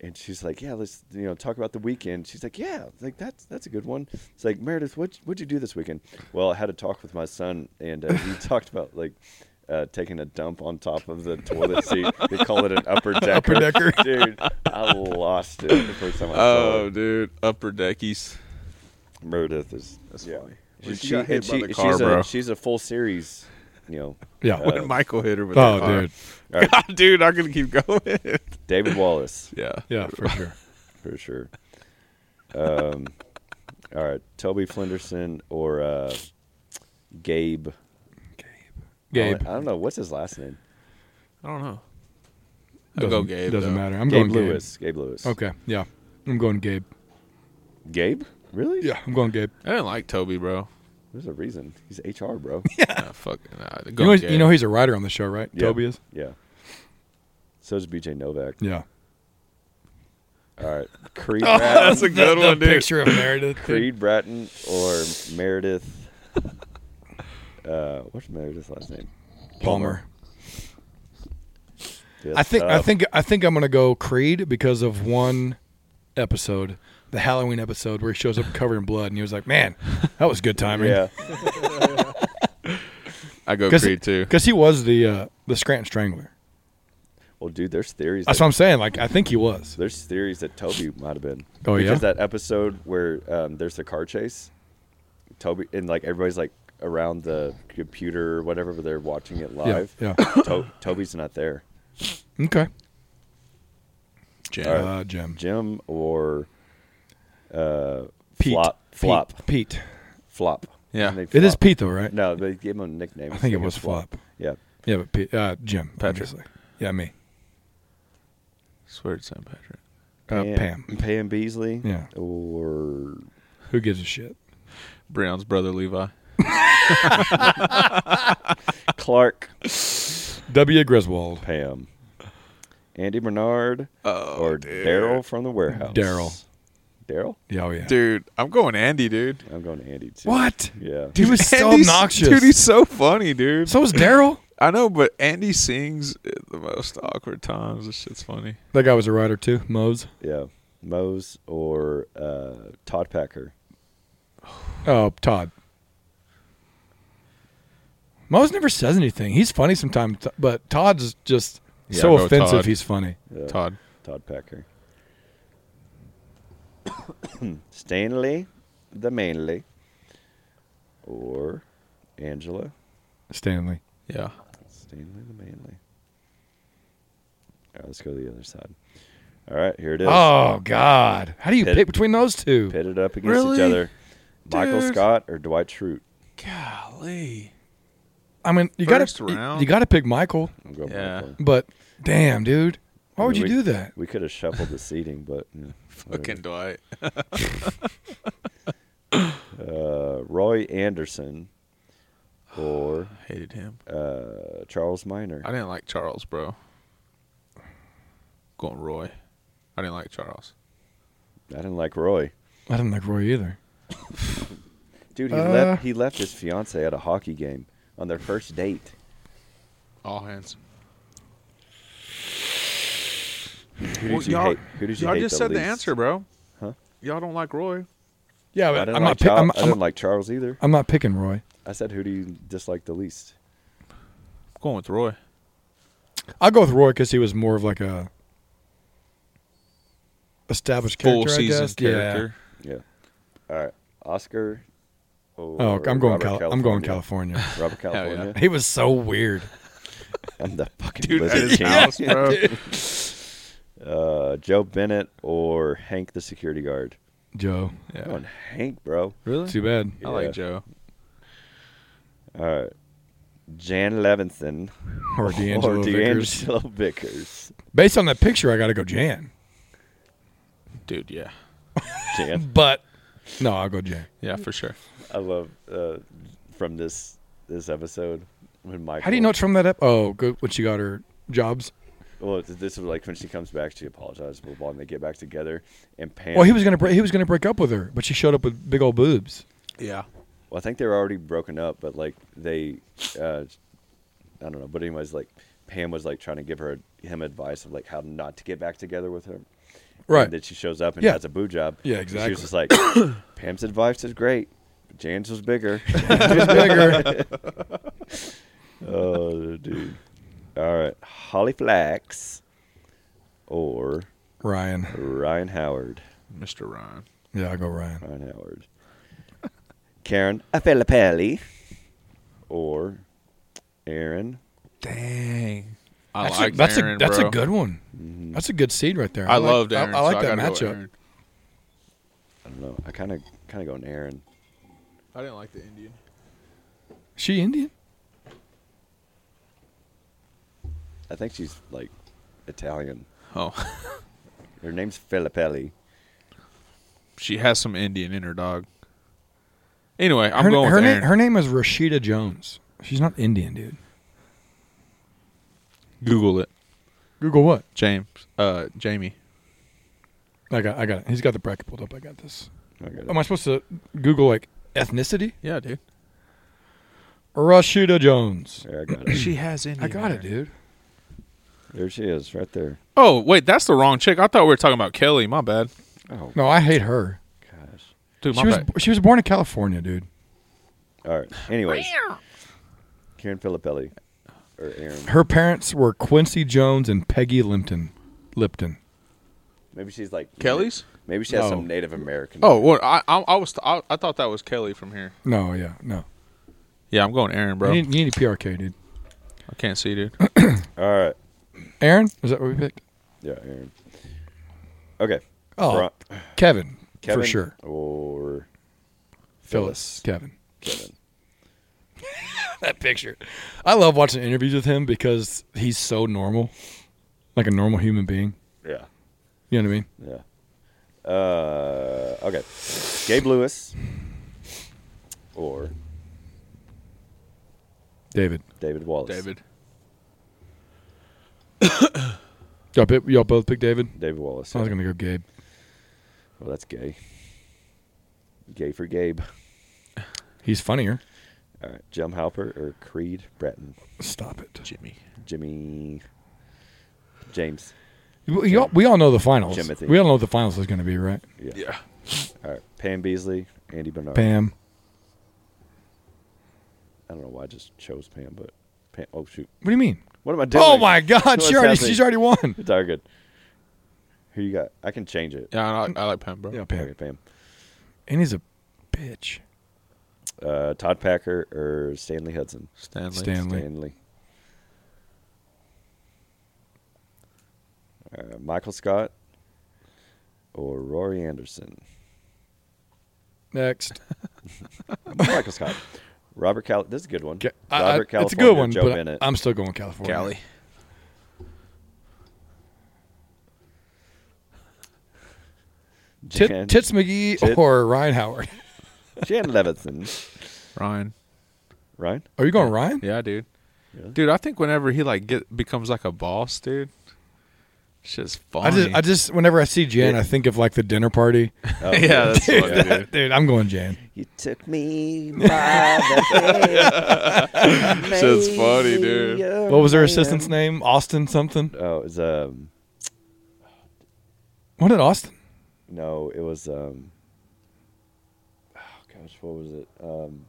[SPEAKER 2] and she's like, "Yeah, let's you know talk about the weekend." She's like, "Yeah, like that's that's a good one." It's like Meredith, what what'd you do this weekend? Well, I had a talk with my son, and uh, he [laughs] talked about like. Uh, taking a dump on top of the toilet seat. They call it an upper decker.
[SPEAKER 1] Upper decker.
[SPEAKER 2] [laughs] Dude, I lost it the first time I saw it.
[SPEAKER 4] Oh, dude, upper deckies.
[SPEAKER 2] Meredith is
[SPEAKER 4] That's
[SPEAKER 2] yeah.
[SPEAKER 4] funny.
[SPEAKER 2] She-
[SPEAKER 4] When she
[SPEAKER 2] she-
[SPEAKER 4] got hit
[SPEAKER 2] and
[SPEAKER 4] by
[SPEAKER 2] she-
[SPEAKER 4] the car,
[SPEAKER 2] she's
[SPEAKER 4] bro.
[SPEAKER 2] A, she's a full series, you know.
[SPEAKER 1] Yeah.
[SPEAKER 2] Uh,
[SPEAKER 4] [laughs] When Michael hit her with
[SPEAKER 1] oh,
[SPEAKER 4] that car.
[SPEAKER 1] dude.
[SPEAKER 2] All right.
[SPEAKER 4] God, [laughs] dude, I'm gonna keep going.
[SPEAKER 2] David Wallace
[SPEAKER 4] [laughs] yeah.
[SPEAKER 1] Yeah, for
[SPEAKER 2] [laughs]
[SPEAKER 1] sure.
[SPEAKER 2] for sure. Um, [laughs] all right, Toby Flenderson or uh, Gabe.
[SPEAKER 1] Gabe.
[SPEAKER 2] I don't know what's his last name.
[SPEAKER 4] I don't know. I'll
[SPEAKER 1] Doesn't,
[SPEAKER 4] go Gabe.
[SPEAKER 1] doesn't
[SPEAKER 4] though.
[SPEAKER 1] matter. I'm
[SPEAKER 2] Gabe
[SPEAKER 1] going Gabe.
[SPEAKER 2] Lewis. Gabe Lewis.
[SPEAKER 1] Okay. Yeah. I'm going Gabe.
[SPEAKER 2] Gabe? Really?
[SPEAKER 1] Yeah, I'm going Gabe.
[SPEAKER 4] I didn't like Toby, bro.
[SPEAKER 2] There's a reason. He's HR,
[SPEAKER 1] [laughs]
[SPEAKER 2] bro.
[SPEAKER 4] Nah, fuck. Nah, go
[SPEAKER 1] You know, he's-
[SPEAKER 4] Gabe.
[SPEAKER 1] you know he's a writer on the show, right?
[SPEAKER 2] Yeah.
[SPEAKER 1] Toby is.
[SPEAKER 2] yeah. So is BJ Novak.
[SPEAKER 1] Yeah. Oh,
[SPEAKER 2] All right,
[SPEAKER 1] [laughs]
[SPEAKER 2] Creed. Bratton.
[SPEAKER 4] [laughs] that's a good one, dude.
[SPEAKER 1] of Meredith.
[SPEAKER 2] Creed Bratton or Meredith. Uh, what's Meredith's last name?
[SPEAKER 1] Palmer.
[SPEAKER 2] Yes,
[SPEAKER 1] I think I
[SPEAKER 2] uh,
[SPEAKER 1] think I think I'm gonna go Creed because of one episode, the Halloween episode where he shows up covered in blood and he was like, "Man, that was good timing."
[SPEAKER 2] Yeah,
[SPEAKER 4] I go
[SPEAKER 1] because [laughs]
[SPEAKER 4] Creed too.
[SPEAKER 1] he was the uh, the Scranton Strangler.
[SPEAKER 2] well, dude, there's theories.
[SPEAKER 1] That's
[SPEAKER 2] that,
[SPEAKER 1] what I'm saying. Like I think he was.
[SPEAKER 2] there's theories that Toby might have been.
[SPEAKER 1] Oh,
[SPEAKER 2] because
[SPEAKER 1] yeah?
[SPEAKER 2] that episode where um, there's the car chase, Toby and like everybody's like around the computer or whatever, but they're watching it live.
[SPEAKER 1] Yeah.
[SPEAKER 2] [coughs] To- Toby's not there.
[SPEAKER 1] yeah. Okay.
[SPEAKER 4] Jim.
[SPEAKER 2] All right.
[SPEAKER 1] Uh, Jim.
[SPEAKER 2] Jim or uh,
[SPEAKER 1] Pete.
[SPEAKER 2] Flop. Flop.
[SPEAKER 1] Pete. Pete.
[SPEAKER 2] Flop.
[SPEAKER 4] Yeah.
[SPEAKER 2] Isn't
[SPEAKER 1] It is
[SPEAKER 2] Flop?
[SPEAKER 1] Pete though, right?
[SPEAKER 2] No, they gave him a nickname.
[SPEAKER 1] I think it was
[SPEAKER 2] Flop.
[SPEAKER 1] Flop.
[SPEAKER 2] Yeah.
[SPEAKER 1] Yeah, but Pete, uh, Jim.
[SPEAKER 4] Patrick.
[SPEAKER 1] obviously. Yeah, me.
[SPEAKER 4] Swear it's St. Patrick.
[SPEAKER 1] Uh, Pam.
[SPEAKER 2] Pam Beasley.
[SPEAKER 1] Yeah.
[SPEAKER 2] Or
[SPEAKER 1] Who gives a shit?
[SPEAKER 4] Brown's brother Levi.
[SPEAKER 2] Clark
[SPEAKER 1] W. Griswold.
[SPEAKER 2] Pam. Andy Bernard
[SPEAKER 4] Oh,
[SPEAKER 2] or Daryl from the warehouse.
[SPEAKER 1] Daryl.
[SPEAKER 2] Daryl?
[SPEAKER 1] Yeah, oh yeah.
[SPEAKER 4] Dude, I'm going Andy, dude.
[SPEAKER 2] I'm going to Andy too.
[SPEAKER 1] What?
[SPEAKER 2] Yeah.
[SPEAKER 1] He was so
[SPEAKER 4] Andy's-
[SPEAKER 1] obnoxious.
[SPEAKER 4] Dude, he's so funny, dude.
[SPEAKER 1] so was Daryl.
[SPEAKER 4] I know, but Andy sings at the most awkward times. This shit's funny.
[SPEAKER 1] That guy was a writer too. Mose.
[SPEAKER 2] Yeah. Mose or uh, Todd Packer.
[SPEAKER 1] Oh, Todd. Mose never says anything. He's funny sometimes, t- but Todd's just
[SPEAKER 4] Yeah,
[SPEAKER 1] so
[SPEAKER 4] I'll go
[SPEAKER 1] offensive.
[SPEAKER 4] Todd.
[SPEAKER 1] He's funny.
[SPEAKER 2] Yeah,
[SPEAKER 4] Todd.
[SPEAKER 2] Todd Packer. [coughs] Stanley the Manly or Angela
[SPEAKER 1] Stanley.
[SPEAKER 4] Yeah.
[SPEAKER 2] Stanley the Manly. All right, let's go to the other side. All right, here it is.
[SPEAKER 1] Oh God! How do you
[SPEAKER 2] Pit-
[SPEAKER 1] pick between those two?
[SPEAKER 2] pitted up against each
[SPEAKER 4] Really?
[SPEAKER 2] other. Michael
[SPEAKER 4] Dude.
[SPEAKER 2] Scott or Dwight Schrute?
[SPEAKER 4] Golly.
[SPEAKER 1] I mean, you got
[SPEAKER 4] First
[SPEAKER 1] to you,
[SPEAKER 4] round?
[SPEAKER 1] got to pick Michael,
[SPEAKER 2] I'm going
[SPEAKER 4] Yeah.
[SPEAKER 2] Michael.
[SPEAKER 1] but damn, dude, Why
[SPEAKER 2] I
[SPEAKER 1] would
[SPEAKER 2] mean,
[SPEAKER 1] you
[SPEAKER 2] we-
[SPEAKER 1] do that?
[SPEAKER 2] We could have shuffled the seating, but you know, whatever.
[SPEAKER 4] [laughs] Fucking Dwight.
[SPEAKER 2] uh, Roy Anderson or
[SPEAKER 4] Hated him.
[SPEAKER 2] uh, Charles Minor.
[SPEAKER 4] I didn't like Charles, bro. Going Roy. I didn't like Charles.
[SPEAKER 2] I didn't like Roy.
[SPEAKER 1] I didn't like Roy either.
[SPEAKER 2] Dude, he
[SPEAKER 1] Uh.
[SPEAKER 2] left. He left his fiance at a hockey game on their first date.
[SPEAKER 4] All hands.
[SPEAKER 2] Who did you hate? Who did you hate
[SPEAKER 4] just
[SPEAKER 2] the
[SPEAKER 4] said
[SPEAKER 2] least?
[SPEAKER 4] the answer, bro.
[SPEAKER 2] Huh?
[SPEAKER 4] Y'all don't like Roy.
[SPEAKER 1] Yeah,
[SPEAKER 2] I
[SPEAKER 1] but
[SPEAKER 2] didn't
[SPEAKER 1] I'm
[SPEAKER 2] like
[SPEAKER 1] not. Pick,
[SPEAKER 2] Charles.
[SPEAKER 1] I'm,
[SPEAKER 2] I didn't
[SPEAKER 1] I'm,
[SPEAKER 2] like Charles either.
[SPEAKER 1] I'm not picking Roy.
[SPEAKER 2] I said, who do you dislike the least?
[SPEAKER 4] I'm going with Roy.
[SPEAKER 1] I'll go with Roy because he was more of like a established
[SPEAKER 4] Full
[SPEAKER 1] character. I
[SPEAKER 4] season
[SPEAKER 1] guess.
[SPEAKER 4] character.
[SPEAKER 2] Yeah. All right, Oscar. Or
[SPEAKER 1] Yeah. Oh, I'm going.
[SPEAKER 2] Robert
[SPEAKER 1] Cal- I'm going California.
[SPEAKER 2] Robert
[SPEAKER 4] yeah.
[SPEAKER 2] California.
[SPEAKER 1] he was so weird.
[SPEAKER 2] I'm the fucking
[SPEAKER 4] Dude, at
[SPEAKER 2] lizard
[SPEAKER 4] his [laughs]
[SPEAKER 2] king.
[SPEAKER 4] house,
[SPEAKER 2] [laughs]
[SPEAKER 4] bro.
[SPEAKER 2] Uh, Joe Bennett or Hank the security guard?
[SPEAKER 1] Joe.
[SPEAKER 2] I'm
[SPEAKER 4] yeah.
[SPEAKER 2] Going Hank, bro.
[SPEAKER 4] Really?
[SPEAKER 1] Too bad.
[SPEAKER 4] I
[SPEAKER 2] Yeah.
[SPEAKER 4] like Joe.
[SPEAKER 2] All right. Jan Levinson
[SPEAKER 1] Or D'Angelo
[SPEAKER 2] [laughs] or
[SPEAKER 1] Vickers.
[SPEAKER 2] D'Angelo Vickers.
[SPEAKER 1] Based on that picture, I got to go Jan.
[SPEAKER 4] Dude, yeah.
[SPEAKER 2] Jan,
[SPEAKER 1] But no, I'll go Jan.
[SPEAKER 4] Yeah, for sure.
[SPEAKER 2] I love uh, from this this episode when Michael.
[SPEAKER 1] How do you know it's from that? Ep- oh, good. When she got her jobs.
[SPEAKER 2] Well, th- this is like when she comes back, she apologizes, blah blah, and they get back together. And Pam.
[SPEAKER 1] Well, he was gonna break. He was gonna break up with her, but she showed up with big old boobs.
[SPEAKER 4] Yeah.
[SPEAKER 2] Well, I think they were already broken up, but like they, uh, I don't know. But anyways, like Pam was like trying to give her him advice of like how not to get back together with her.
[SPEAKER 1] Right.
[SPEAKER 2] And then she shows up and
[SPEAKER 1] Yeah.
[SPEAKER 2] has a boo job.
[SPEAKER 1] Yeah,
[SPEAKER 2] And
[SPEAKER 1] exactly.
[SPEAKER 2] She was just like, [coughs] Pam's advice is great, but Jan's
[SPEAKER 1] [laughs]
[SPEAKER 2] was bigger. [laughs]
[SPEAKER 1] She's bigger.
[SPEAKER 2] oh, dude. All right, Holly Flax or
[SPEAKER 1] Ryan.
[SPEAKER 2] Ryan Howard.
[SPEAKER 4] Mr. Ryan.
[SPEAKER 1] Yeah, I'll go Ryan.
[SPEAKER 2] Ryan Howard. Karen Filippelli or Aaron.
[SPEAKER 4] Dang. I
[SPEAKER 1] that's
[SPEAKER 4] like
[SPEAKER 1] a, that's
[SPEAKER 4] Aaron,
[SPEAKER 1] a that's
[SPEAKER 4] bro.
[SPEAKER 1] a good one.
[SPEAKER 2] Mhm.
[SPEAKER 1] Mm-hmm. That's a good seed right there.
[SPEAKER 4] I,
[SPEAKER 1] like-
[SPEAKER 4] loved Aaron.
[SPEAKER 1] I, I like
[SPEAKER 4] so
[SPEAKER 1] that
[SPEAKER 4] I gotta go
[SPEAKER 1] matchup.
[SPEAKER 4] Aaron.
[SPEAKER 2] I don't know. I kind of kind of going Aaron.
[SPEAKER 4] I didn't like the Indian.
[SPEAKER 1] She Indian?
[SPEAKER 2] I think she's like Italian.
[SPEAKER 4] Oh, [laughs]
[SPEAKER 2] Her name's Filippelli.
[SPEAKER 4] she has some Indian in her dog. Anyway, I'm
[SPEAKER 1] her,
[SPEAKER 4] going
[SPEAKER 1] her
[SPEAKER 4] with
[SPEAKER 1] name
[SPEAKER 4] Aaron.
[SPEAKER 1] her name is Rashida Jones. She's not Indian, dude.
[SPEAKER 4] Google it,
[SPEAKER 1] Google what?
[SPEAKER 4] James. Uh, Jamie.
[SPEAKER 1] I got I got it. He's got the bracket pulled up. I got this.
[SPEAKER 2] I got it.
[SPEAKER 1] Am I supposed to Google like ethnicity?
[SPEAKER 4] Yeah, dude.
[SPEAKER 1] Rashida Jones.
[SPEAKER 2] There, I
[SPEAKER 1] [coughs]
[SPEAKER 2] got it.
[SPEAKER 4] She has Indian.
[SPEAKER 1] I got
[SPEAKER 4] in
[SPEAKER 1] it,
[SPEAKER 4] her.
[SPEAKER 1] dude.
[SPEAKER 2] There she is, right there.
[SPEAKER 4] Oh wait, that's the wrong chick. I thought we were talking about Kelly. My bad,
[SPEAKER 2] Oh
[SPEAKER 1] No, I hate her.
[SPEAKER 2] gosh.
[SPEAKER 4] dude. My
[SPEAKER 1] She was
[SPEAKER 4] bad.
[SPEAKER 1] she was born in California, dude.
[SPEAKER 2] All right. Anyways, Karen Filippelli or Aaron.
[SPEAKER 1] Her parents were Quincy Jones and Peggy Lipton. Lipton.
[SPEAKER 2] Maybe she's like
[SPEAKER 4] Kelly's.
[SPEAKER 2] Maybe she has
[SPEAKER 1] No.
[SPEAKER 2] some Native American.
[SPEAKER 4] Oh, well, I, I, I was, I, I thought that was Kelly from here.
[SPEAKER 1] No, yeah, no.
[SPEAKER 4] Yeah, I'm going Aaron, bro.
[SPEAKER 1] You need, you need a PRK, dude.
[SPEAKER 4] I can't see, dude.
[SPEAKER 2] All right.
[SPEAKER 1] Aaron, is that what we picked?
[SPEAKER 2] Yeah, Aaron. Okay.
[SPEAKER 1] Oh,
[SPEAKER 2] Bron-
[SPEAKER 1] Kevin,
[SPEAKER 2] Kevin
[SPEAKER 1] for sure.
[SPEAKER 2] Or
[SPEAKER 1] Phyllis, Kevin.
[SPEAKER 2] Kevin.
[SPEAKER 1] [laughs] that picture. I love watching interviews with him because he's so normal, like a normal human being.
[SPEAKER 2] Yeah.
[SPEAKER 1] You know what I mean?
[SPEAKER 2] Yeah. Uh, okay. Gabe Lewis or
[SPEAKER 1] David,
[SPEAKER 2] David Wallace.
[SPEAKER 4] David.
[SPEAKER 1] y'all, pick, y'all both pick David.
[SPEAKER 2] David Wallace.
[SPEAKER 1] I was
[SPEAKER 2] yeah.
[SPEAKER 1] gonna go Gabe.
[SPEAKER 2] Well, that's gay. Gay for Gabe.
[SPEAKER 1] He's funnier.
[SPEAKER 2] All right. Jim Halper or Creed Breton.
[SPEAKER 1] Stop it.
[SPEAKER 4] Jimmy.
[SPEAKER 2] Jimmy. James.
[SPEAKER 1] We, y'all- we all know the finals.
[SPEAKER 2] Jimothy.
[SPEAKER 1] We all know what the finals is gonna be, right?
[SPEAKER 2] Yeah.
[SPEAKER 4] Yeah.
[SPEAKER 2] All right. Pam Beasley. Andy Bernard.
[SPEAKER 1] Pam.
[SPEAKER 2] I don't know why I just chose Pam, but Pam. Oh shoot.
[SPEAKER 1] What do you mean?
[SPEAKER 2] What am I doing?
[SPEAKER 1] oh my God!
[SPEAKER 2] What's
[SPEAKER 1] She already
[SPEAKER 2] happening?
[SPEAKER 1] she's already won.
[SPEAKER 2] It's all good. Who you got? I can change it.
[SPEAKER 4] Yeah, I like, I like Pam, bro.
[SPEAKER 1] Yeah, Pam.
[SPEAKER 2] Okay, Pam.
[SPEAKER 1] And he's a bitch.
[SPEAKER 2] Uh, Todd Packer or Stanley Hudson.
[SPEAKER 4] Stanley.
[SPEAKER 1] Stan- Stanley.
[SPEAKER 2] Stanley. Uh, Michael Scott or
[SPEAKER 1] [laughs]
[SPEAKER 2] Rory Anderson?
[SPEAKER 1] Next.
[SPEAKER 2] Michael Scott. Robert Cal. This is a good one.
[SPEAKER 1] Ca- I- I-
[SPEAKER 2] Robert California.
[SPEAKER 1] it's a good one,
[SPEAKER 2] Joe
[SPEAKER 1] but
[SPEAKER 2] Bennett.
[SPEAKER 1] I'm still going California.
[SPEAKER 4] Cali.
[SPEAKER 1] Tit,
[SPEAKER 2] Jan-
[SPEAKER 1] Tits McGee
[SPEAKER 2] Tit-
[SPEAKER 1] or Ryan Howard? [laughs]
[SPEAKER 2] Jan Levinson.
[SPEAKER 4] Ryan.
[SPEAKER 1] [laughs]
[SPEAKER 2] Right?
[SPEAKER 1] Are you going Ryan?
[SPEAKER 4] Yeah, dude.
[SPEAKER 2] Yeah.
[SPEAKER 4] Dude, I think whenever he like get becomes like a boss, dude, shit's funny.
[SPEAKER 1] I just, I just, whenever I see Jan, I think of like the dinner party.
[SPEAKER 2] Oh,
[SPEAKER 4] yeah,
[SPEAKER 2] [laughs]
[SPEAKER 4] that's
[SPEAKER 2] yeah,
[SPEAKER 4] funny, dude.
[SPEAKER 1] [laughs] Dude, I'm going Jan.
[SPEAKER 2] You took me by the hand.
[SPEAKER 4] Shit's funny,
[SPEAKER 2] Maybe
[SPEAKER 4] dude.
[SPEAKER 2] you're
[SPEAKER 1] What was her
[SPEAKER 2] man.
[SPEAKER 1] assistant's name? Austin something?
[SPEAKER 2] Oh, it was um,
[SPEAKER 1] What did Austin?
[SPEAKER 2] no, it was um, oh gosh, what was it? Um,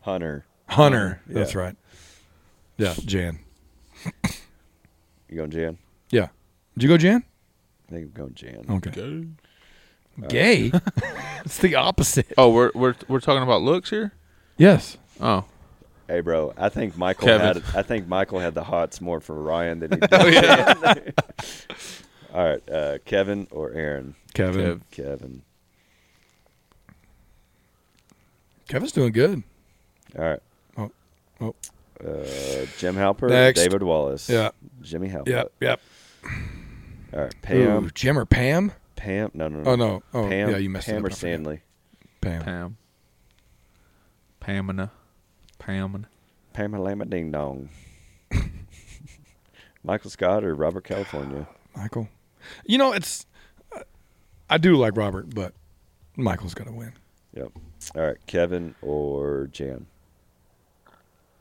[SPEAKER 2] Hunter.
[SPEAKER 1] Hunter.
[SPEAKER 2] Yeah.
[SPEAKER 1] That's right. Yeah, Jan.
[SPEAKER 2] You going Jan?
[SPEAKER 1] Yeah. Did you go Jan?
[SPEAKER 2] I think I'm going Jan.
[SPEAKER 1] Okay. Gay.
[SPEAKER 2] [laughs]
[SPEAKER 1] it's the opposite.
[SPEAKER 4] Oh, we're we're we're talking about looks here.
[SPEAKER 1] Yes.
[SPEAKER 4] Oh,
[SPEAKER 2] Hey, bro, I think Michael
[SPEAKER 4] Kevin.
[SPEAKER 2] had I think Michael had the hots more for
[SPEAKER 1] [laughs]
[SPEAKER 2] Ryan than he did.
[SPEAKER 1] Oh,
[SPEAKER 2] [laughs] All right, uh, Kevin or Aaron?
[SPEAKER 1] Kevin.
[SPEAKER 4] Kev.
[SPEAKER 2] Kevin.
[SPEAKER 1] Kevin's doing good.
[SPEAKER 2] All right.
[SPEAKER 1] Oh. Oh.
[SPEAKER 2] Uh, Jim Halper, or
[SPEAKER 1] Next.
[SPEAKER 2] David Wallace,
[SPEAKER 1] Yeah.
[SPEAKER 2] Jimmy Halper.
[SPEAKER 1] Yep. Yep.
[SPEAKER 2] All right, Pam,
[SPEAKER 1] Ooh, Jim or Pam?
[SPEAKER 2] Pam. No, no, no.
[SPEAKER 1] Oh no. Oh
[SPEAKER 2] Pam,
[SPEAKER 1] yeah, you messed
[SPEAKER 2] Pam
[SPEAKER 1] it up.
[SPEAKER 2] or
[SPEAKER 1] I forgot.
[SPEAKER 2] Stanley.
[SPEAKER 1] Pam.
[SPEAKER 4] Pam. Pamina. Pamina.
[SPEAKER 2] Pam and Lama Ding
[SPEAKER 1] [laughs]
[SPEAKER 2] Dong. Michael Scott or Robert California.
[SPEAKER 1] Michael. You know, it's I do like Robert, but Michael's gonna win.
[SPEAKER 2] Yep. All right, Kevin or Jan.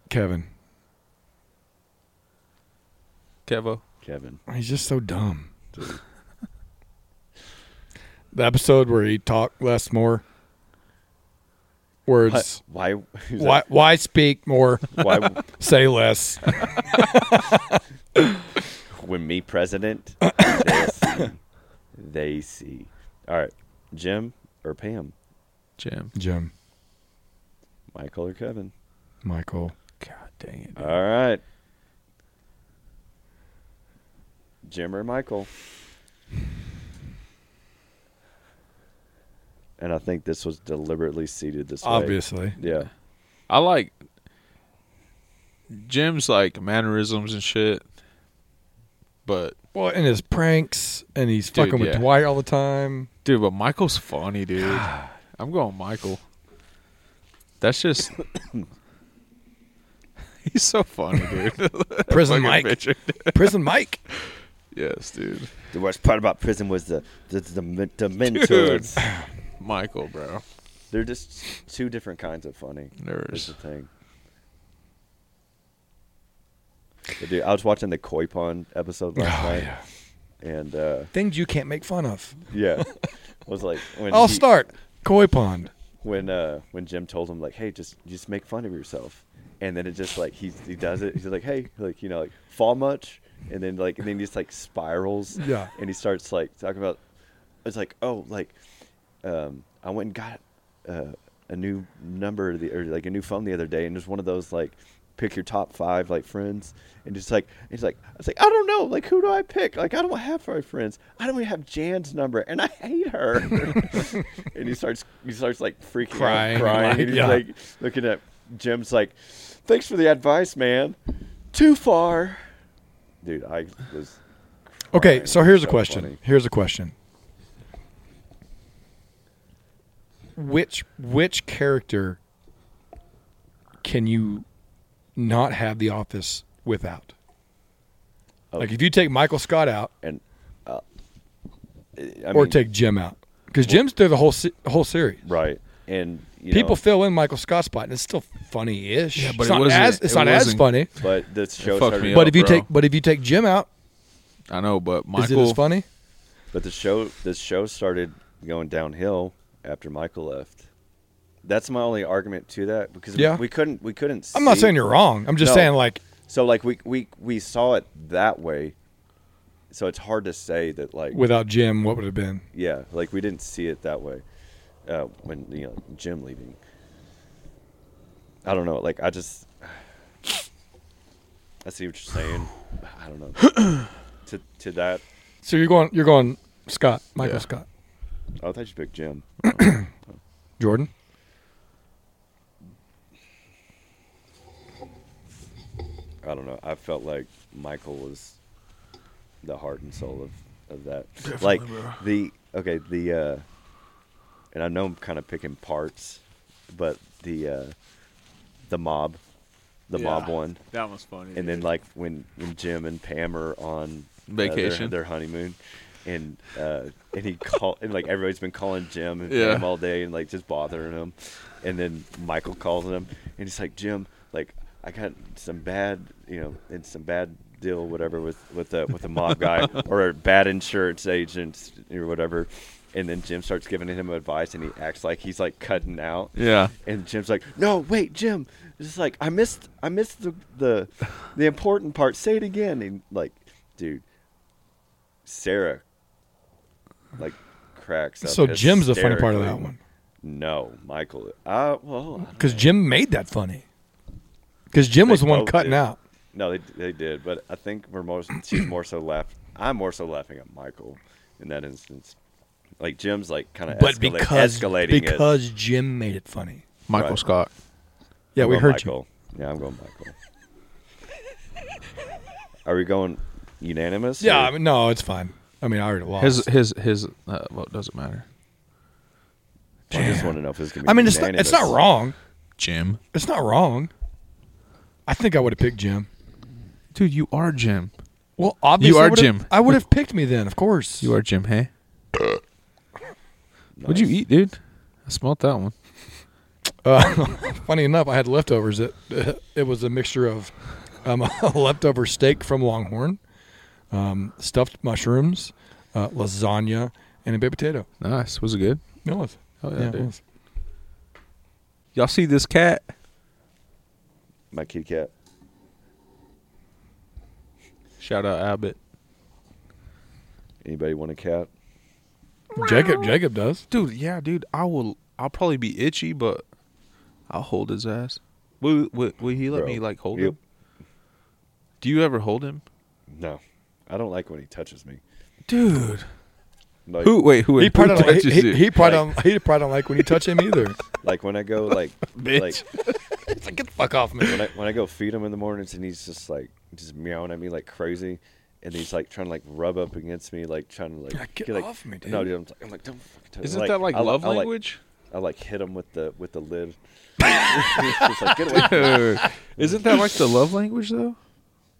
[SPEAKER 1] Kevin.
[SPEAKER 4] Kevo.
[SPEAKER 2] Kevin.
[SPEAKER 1] He's just so dumb. [laughs] the episode where he talked less more words.
[SPEAKER 2] Why? who's
[SPEAKER 1] Why, why speak more? [laughs]
[SPEAKER 2] that? Why?
[SPEAKER 1] say less.
[SPEAKER 2] when
[SPEAKER 1] [coughs]
[SPEAKER 2] me president, they see. They see. All right, Jim or Pam,
[SPEAKER 4] Jim.
[SPEAKER 1] Jim,
[SPEAKER 2] Michael or Kevin.
[SPEAKER 1] Michael,
[SPEAKER 4] God dang it. dude.
[SPEAKER 2] All right, Jim or Michael. And I think this was deliberately seated this
[SPEAKER 1] obviously.
[SPEAKER 2] way. Yeah.
[SPEAKER 4] I like Jim's like mannerisms and shit, but
[SPEAKER 1] Well, and his pranks, and he's
[SPEAKER 4] Dude,
[SPEAKER 1] fucking with
[SPEAKER 4] yeah.
[SPEAKER 1] Dwight all the time.
[SPEAKER 4] Dude, but Michael's funny, dude. [sighs] I'm going Michael. That's just [laughs] He's so funny, dude. [laughs] That
[SPEAKER 1] Prison
[SPEAKER 4] fucking
[SPEAKER 1] Mike.
[SPEAKER 4] picture, dude.
[SPEAKER 1] Prison Mike.
[SPEAKER 4] Yes, dude.
[SPEAKER 2] The worst part about prison was the the, the, men-
[SPEAKER 1] [laughs]
[SPEAKER 2] the mentors.
[SPEAKER 4] Michael, bro.
[SPEAKER 2] They're just two different kinds of funny. Is
[SPEAKER 4] There's
[SPEAKER 2] the thing. But dude, I was watching the koi pond episode last
[SPEAKER 1] Oh,
[SPEAKER 2] night,
[SPEAKER 1] yeah.
[SPEAKER 2] and uh,
[SPEAKER 1] Things you can't make fun of.
[SPEAKER 2] yeah, I
[SPEAKER 1] [laughs]
[SPEAKER 2] was like, when
[SPEAKER 1] I'll
[SPEAKER 2] he-
[SPEAKER 1] start. Koi pond.
[SPEAKER 2] when uh, when Jim told him like, hey, just just make fun of yourself, and then it just like he he does it. He's like, hey, like you know, like fall much, and then like and then he just like spirals.
[SPEAKER 1] Yeah.
[SPEAKER 2] and he starts like talking about it's like oh like um, I went and got uh, a new number the, or like a new phone the other day, and there's one of those like pick your top five like friends, and just like he's like I was like I don't know like who do I pick like I don't have five friends I don't even have Jan's number and I hate her, [laughs] and he starts he starts like freaking
[SPEAKER 1] Crying,
[SPEAKER 2] out, crying,
[SPEAKER 1] like,
[SPEAKER 2] and he's
[SPEAKER 1] yeah.
[SPEAKER 2] like looking at Jim's like thanks for the advice man, too far, dude I was.
[SPEAKER 1] Okay,
[SPEAKER 2] crying.
[SPEAKER 1] so here's a
[SPEAKER 2] So
[SPEAKER 1] question.
[SPEAKER 2] funny.
[SPEAKER 1] Here's a question. Which which character can you not have the office without?
[SPEAKER 2] Oh.
[SPEAKER 1] Like if you take Michael Scott out
[SPEAKER 2] and uh, I
[SPEAKER 1] or
[SPEAKER 2] mean,
[SPEAKER 1] take Jim out. Cuz Jim's through the whole se- whole series.
[SPEAKER 2] right and you
[SPEAKER 1] People
[SPEAKER 2] know,
[SPEAKER 1] fill in Michael Scott's spot and it's still funny-ish.
[SPEAKER 4] Yeah, but
[SPEAKER 1] it's
[SPEAKER 4] it
[SPEAKER 1] not
[SPEAKER 4] wasn't-
[SPEAKER 1] as it's
[SPEAKER 4] it
[SPEAKER 1] not as
[SPEAKER 4] wasn't-
[SPEAKER 1] funny.
[SPEAKER 2] but the show
[SPEAKER 4] fucked
[SPEAKER 2] started,
[SPEAKER 4] me
[SPEAKER 2] but,
[SPEAKER 4] up.
[SPEAKER 1] But if you
[SPEAKER 4] bro.
[SPEAKER 1] take but if you take Jim out,
[SPEAKER 4] I know, but
[SPEAKER 1] is
[SPEAKER 4] Michael
[SPEAKER 1] it as funny?
[SPEAKER 2] the show the show started going downhill after Michael left. That's my only argument to that because we-
[SPEAKER 1] Yeah.
[SPEAKER 2] we, couldn't we couldn't.
[SPEAKER 1] I'm not
[SPEAKER 2] see-
[SPEAKER 1] saying you're wrong. I'm just
[SPEAKER 2] No.
[SPEAKER 1] saying like
[SPEAKER 2] So like we we we saw it that way, so it's hard to say that like
[SPEAKER 1] without Jim what would it have been?
[SPEAKER 2] yeah like we didn't see it that way uh, when you know Jim leaving. I don't know. Like I just I see what you're saying. I don't know.
[SPEAKER 1] [clears throat]
[SPEAKER 2] to to that,
[SPEAKER 1] So you're going you're going Scott, Michael
[SPEAKER 4] Yeah.
[SPEAKER 1] Scott.
[SPEAKER 2] I thought you picked
[SPEAKER 1] [clears throat]
[SPEAKER 2] Jim.
[SPEAKER 1] Jordan?
[SPEAKER 2] I don't know. I felt like Michael was the heart and soul of, of that. like the okay, the uh and I know I'm kind of picking parts, but the uh the mob, the mob
[SPEAKER 5] Yeah.
[SPEAKER 2] one,
[SPEAKER 5] That was funny.
[SPEAKER 2] and then like when when Jim and Pam are on uh, their-
[SPEAKER 4] Vacation.
[SPEAKER 2] their, honeymoon, and uh, and he call and like everybody's been calling Jim and
[SPEAKER 4] Yeah.
[SPEAKER 2] Pam all day and like just bothering him, and then Michael calls him and he's like Jim, like I got some bad you know and some bad deal whatever with with a with a mob guy or a bad insurance agent or whatever. And then Jim starts giving him advice, and he acts like he's like cutting out.
[SPEAKER 4] Yeah.
[SPEAKER 2] And Jim's like, "No, wait, Jim. Just like I missed, I missed the the the important part. Say it again." And like, dude, Sarah, like, cracks up.
[SPEAKER 1] So Jim's the funny part of that
[SPEAKER 2] hysterically.
[SPEAKER 1] one
[SPEAKER 2] No, Michael. Uh, well, I don't-
[SPEAKER 1] because Jim made that funny. Because Jim was
[SPEAKER 2] They
[SPEAKER 1] the one
[SPEAKER 2] both
[SPEAKER 1] cutting
[SPEAKER 2] did.
[SPEAKER 1] out.
[SPEAKER 2] no, they they did, but I think we're more. She's more so laugh. I'm more so laughing at Michael in that instance. Like Jim's like kind of
[SPEAKER 1] But
[SPEAKER 2] escalate,
[SPEAKER 1] because
[SPEAKER 2] escalating it.
[SPEAKER 1] because Jim made it funny.
[SPEAKER 4] Michael
[SPEAKER 2] Right.
[SPEAKER 4] Scott.
[SPEAKER 1] Yeah,
[SPEAKER 2] I'm
[SPEAKER 1] we
[SPEAKER 2] going
[SPEAKER 1] heard you.
[SPEAKER 2] Michael. Yeah, I'm going Michael. Are we going unanimous?
[SPEAKER 1] Yeah,
[SPEAKER 2] or-
[SPEAKER 1] I mean, no, it's fine. I mean, I already lost.
[SPEAKER 4] His his his uh, well, it doesn't matter.
[SPEAKER 2] I just want to know if it's gonna be.
[SPEAKER 1] I mean, it's not, it's not
[SPEAKER 2] unanimous.
[SPEAKER 1] wrong.
[SPEAKER 4] Jim.
[SPEAKER 1] It's not wrong. I think I would have picked Jim.
[SPEAKER 4] Dude, you are Jim.
[SPEAKER 1] Well, obviously,
[SPEAKER 4] are
[SPEAKER 1] I would've-
[SPEAKER 4] Jim.
[SPEAKER 1] I would have picked me then, of course.
[SPEAKER 4] You are Jim, hey? What'd you
[SPEAKER 2] Nice.
[SPEAKER 4] eat, dude? I smelled that one.
[SPEAKER 1] Uh, funny enough, I had leftovers. It [laughs] it was a mixture of um, [laughs] a leftover steak from Longhorn, um, stuffed mushrooms, uh, lasagna, and a baked potato.
[SPEAKER 4] Nice. Was it good?
[SPEAKER 1] It was.
[SPEAKER 4] Oh, yeah, dude.
[SPEAKER 1] was.
[SPEAKER 4] Y'all see this cat?
[SPEAKER 2] My kitty cat.
[SPEAKER 4] Shout out Abbott.
[SPEAKER 2] Anybody want a cat?
[SPEAKER 1] Jacob Jacob does.
[SPEAKER 4] Dude, yeah, dude. I will. I'll probably be itchy, but I'll hold his ass. Will Will, will he let
[SPEAKER 2] Bro,
[SPEAKER 4] me like hold
[SPEAKER 2] you-
[SPEAKER 4] him? Do you ever hold him,
[SPEAKER 2] No, I don't like when he touches me.
[SPEAKER 4] dude?
[SPEAKER 2] Like,
[SPEAKER 4] Who? Wait, who?
[SPEAKER 1] He
[SPEAKER 4] who
[SPEAKER 1] probably don't, he,
[SPEAKER 4] touches
[SPEAKER 1] he,
[SPEAKER 4] you?
[SPEAKER 1] he probably don't, he probably don't like when you touch him [laughs] either.
[SPEAKER 2] Like when I go like like
[SPEAKER 4] Bitch.
[SPEAKER 1] it's like get the fuck off me.
[SPEAKER 2] when I when I go feed him in the mornings and he's just like just meowing at me like crazy. And he's like trying to like rub up against me, like trying to like
[SPEAKER 1] Yeah, get
[SPEAKER 2] like,
[SPEAKER 1] off me, dude.
[SPEAKER 2] No, dude, I'm like, I'm like don't fucking touch me.
[SPEAKER 4] Isn't that like
[SPEAKER 2] I-
[SPEAKER 4] love
[SPEAKER 2] I,
[SPEAKER 4] language? [laughs]
[SPEAKER 2] I like hit him with the with the lid. [laughs] It's like, "Get away from me."
[SPEAKER 4] Dude, Isn't that like the love language though?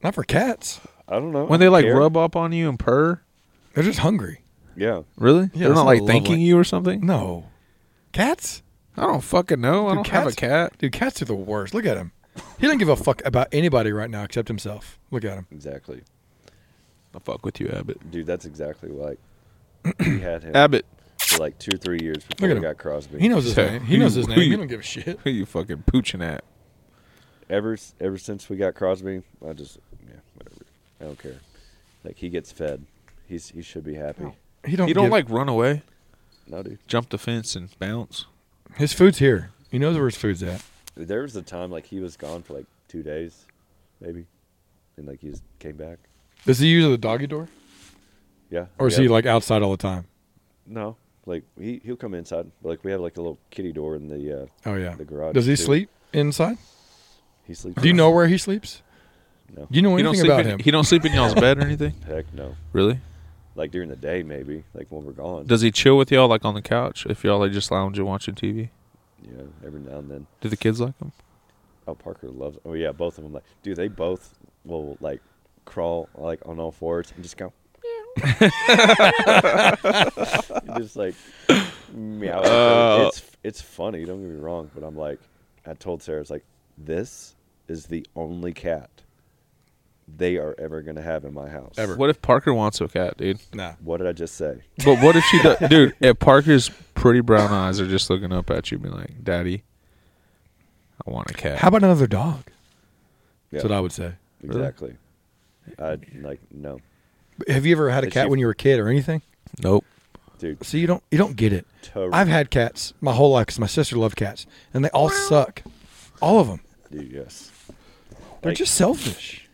[SPEAKER 1] Not for cats.
[SPEAKER 2] I don't know.
[SPEAKER 4] When they like
[SPEAKER 2] Care.
[SPEAKER 4] rub up on you and purr?
[SPEAKER 1] They're just hungry.
[SPEAKER 2] Yeah.
[SPEAKER 4] Really?
[SPEAKER 1] Yeah,
[SPEAKER 4] They're
[SPEAKER 1] it's
[SPEAKER 4] not
[SPEAKER 1] not
[SPEAKER 4] like
[SPEAKER 1] love
[SPEAKER 4] thanking
[SPEAKER 1] language.
[SPEAKER 4] you or something?
[SPEAKER 1] No, cats.
[SPEAKER 4] I don't fucking know. I
[SPEAKER 1] Dude,
[SPEAKER 4] don't have a cat.
[SPEAKER 1] Dude, cats are the worst. Look at him. He doesn't give a fuck about anybody right now except himself. Look at him.
[SPEAKER 2] Exactly.
[SPEAKER 4] I fuck with you, Abbott.
[SPEAKER 2] Dude, that's exactly like we had him
[SPEAKER 4] Abbott,
[SPEAKER 2] for like two or three years
[SPEAKER 1] Look
[SPEAKER 2] before
[SPEAKER 1] at
[SPEAKER 2] we
[SPEAKER 1] him.
[SPEAKER 2] got Crosby.
[SPEAKER 1] He knows his
[SPEAKER 4] So,
[SPEAKER 1] name. He knows [laughs]
[SPEAKER 4] who-
[SPEAKER 1] his
[SPEAKER 4] who
[SPEAKER 1] name. He
[SPEAKER 4] you-
[SPEAKER 1] don't give a shit.
[SPEAKER 4] who you fucking pooching at?
[SPEAKER 2] ever s- ever since we got Crosby, I just yeah, whatever. I don't care. Like he gets fed. He's he should be happy.
[SPEAKER 1] He don't.
[SPEAKER 4] He don't
[SPEAKER 1] give-
[SPEAKER 4] like run away,
[SPEAKER 2] No, dude.
[SPEAKER 4] jump the fence, and bounce.
[SPEAKER 1] his food's here. He knows where his food's at.
[SPEAKER 2] There was a time like he was gone for like two days, maybe, and like he just came back.
[SPEAKER 1] Does he use the doggy door,
[SPEAKER 2] Yeah.
[SPEAKER 1] or
[SPEAKER 2] we
[SPEAKER 1] is
[SPEAKER 2] have-
[SPEAKER 1] he like outside all the time?
[SPEAKER 2] no? Like he he'll come inside. Like we have like a little kitty door in the. uh
[SPEAKER 1] Oh yeah.
[SPEAKER 2] The garage,
[SPEAKER 1] Does he
[SPEAKER 2] too.
[SPEAKER 1] sleep inside?
[SPEAKER 2] He sleeps.
[SPEAKER 1] Do you know where he sleeps?
[SPEAKER 2] No.
[SPEAKER 1] Do you know
[SPEAKER 4] He don't
[SPEAKER 1] anything
[SPEAKER 4] sleep
[SPEAKER 1] about
[SPEAKER 4] in,
[SPEAKER 1] him?
[SPEAKER 4] He don't sleep in
[SPEAKER 1] [laughs]
[SPEAKER 4] y'all's bed or anything.
[SPEAKER 2] Heck no.
[SPEAKER 4] Really?
[SPEAKER 2] Like during the day maybe. Like when we're gone.
[SPEAKER 4] Does he chill with y'all like on the couch if y'all are just lounging watching TV?
[SPEAKER 2] yeah. Every now and then.
[SPEAKER 4] Do the kids like him?
[SPEAKER 2] Oh, Parker loves. Oh yeah, both of them. Like, dude, they both will like crawl like on all fours and just go. [laughs] meow. just like meow.
[SPEAKER 1] Uh,
[SPEAKER 2] it's it's funny. Don't get me wrong, but I'm like, I told Sarah, it's like this is the only cat they are ever gonna have in my house.
[SPEAKER 1] Ever.
[SPEAKER 4] What if Parker wants a cat, dude?
[SPEAKER 1] Nah.
[SPEAKER 2] What did I just say?
[SPEAKER 4] But what if she does, [laughs] dude? If Parker's pretty brown eyes are just looking up at you, being like, "Daddy, I want a cat."
[SPEAKER 1] How about another dog?
[SPEAKER 2] Yeah,
[SPEAKER 1] That's what I would say.
[SPEAKER 2] exactly. I like no,
[SPEAKER 1] Have you ever had a
[SPEAKER 2] Is
[SPEAKER 1] cat
[SPEAKER 2] she-
[SPEAKER 1] when you were a kid or anything?
[SPEAKER 4] nope.
[SPEAKER 2] dude.
[SPEAKER 1] See, you don't you don't get it.
[SPEAKER 2] Totally.
[SPEAKER 1] I've had cats my whole life 'cause my sister loved cats, and they all suck. All of them.
[SPEAKER 2] Dude, yes.
[SPEAKER 1] They're
[SPEAKER 2] Like-
[SPEAKER 1] just selfish.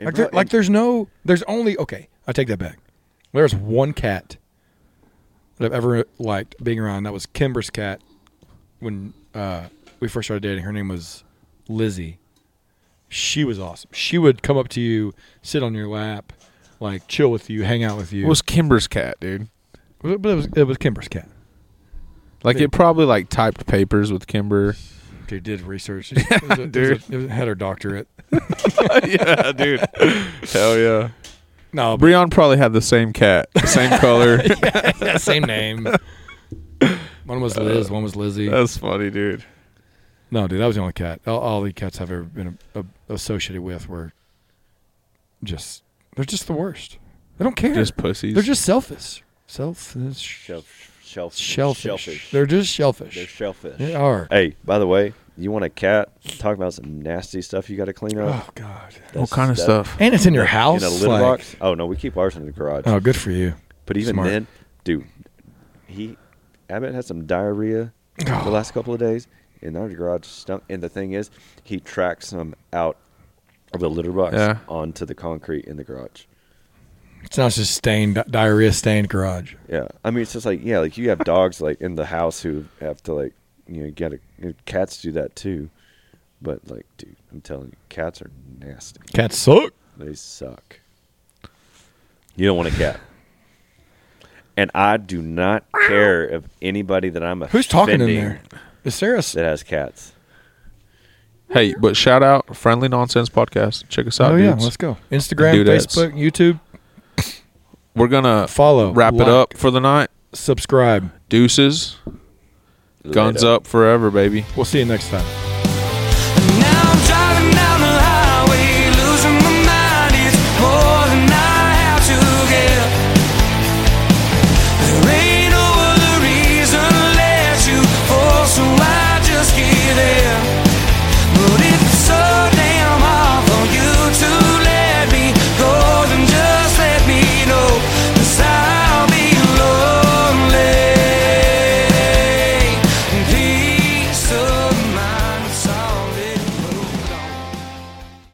[SPEAKER 2] And
[SPEAKER 1] Like, there-
[SPEAKER 2] bro-
[SPEAKER 1] like
[SPEAKER 2] and-
[SPEAKER 1] there's no, there's only okay. I take that back. There's one cat that I've ever liked being around. That was Kimber's cat when uh, we first started dating. Her name was Lizzie. She was awesome. She would come up to you, sit on your lap, like chill with you, hang out with you.
[SPEAKER 4] What was Kimber's cat, dude?
[SPEAKER 1] But it was it was Kimber's cat.
[SPEAKER 4] Like
[SPEAKER 1] Dude.
[SPEAKER 4] it probably like typed papers with Kimber. [laughs]
[SPEAKER 1] Dude did [laughs] research. It was a- it was a- it was- had her doctorate.
[SPEAKER 4] yeah, dude. Hell yeah.
[SPEAKER 1] [laughs] No, but
[SPEAKER 4] Breon probably had the same cat, same color.
[SPEAKER 1] yeah, same name. One was Liz. One was Lizzie.
[SPEAKER 4] That's funny, dude.
[SPEAKER 1] No, dude, that was the only cat. All, all the cats I've ever been a, a- associated with were just they're just the worst. They don't care.
[SPEAKER 4] Just pussies.
[SPEAKER 1] they're just selfish. Selfish.
[SPEAKER 2] Shelf, shelf,
[SPEAKER 1] Shellfish.
[SPEAKER 2] shellfish.
[SPEAKER 1] They're just shellfish.
[SPEAKER 2] They're Uh, shellfish.
[SPEAKER 1] They are.
[SPEAKER 2] Hey, by the way, you want a cat? Talk about some nasty stuff you got to clean up.
[SPEAKER 1] Oh God.
[SPEAKER 2] That's- that-
[SPEAKER 1] And it's in your house.
[SPEAKER 2] In a litter
[SPEAKER 1] like-
[SPEAKER 2] box? Oh no, we keep ours in the garage.
[SPEAKER 1] Oh, good for you.
[SPEAKER 2] but even
[SPEAKER 1] smart.
[SPEAKER 2] then, dude, he Abbott had some diarrhea the last couple of days, and our garage stunk. And the thing is, he tracks them out of the litter box
[SPEAKER 4] Yeah.
[SPEAKER 2] onto the concrete in the garage.
[SPEAKER 1] It's not just stained diarrhea stained garage.
[SPEAKER 2] Yeah, I mean, it's just like yeah, like you have dogs like in the house who have to like you know get a you know, cats do that too, but like dude, I'm telling you, cats are nasty.
[SPEAKER 1] Cats suck.
[SPEAKER 2] They suck. You don't want a cat. And I do not care if anybody that I'm offending
[SPEAKER 1] Who's talking in there? Is Sarah? s-
[SPEAKER 2] that has cats.
[SPEAKER 4] Hey, but shout out Friendly Nonsense Podcast. Check us out,
[SPEAKER 1] Oh yeah,
[SPEAKER 4] dudes.
[SPEAKER 1] let's go. Instagram,
[SPEAKER 4] Dudettes.
[SPEAKER 1] Facebook, YouTube.
[SPEAKER 4] We're gonna
[SPEAKER 1] Follow.
[SPEAKER 4] wrap
[SPEAKER 1] like,
[SPEAKER 4] it up for the night.
[SPEAKER 1] Subscribe.
[SPEAKER 4] Deuces. Guns
[SPEAKER 2] Later.
[SPEAKER 4] up forever, baby.
[SPEAKER 1] We'll see you next time.
[SPEAKER 5] Now I'm driving down the highway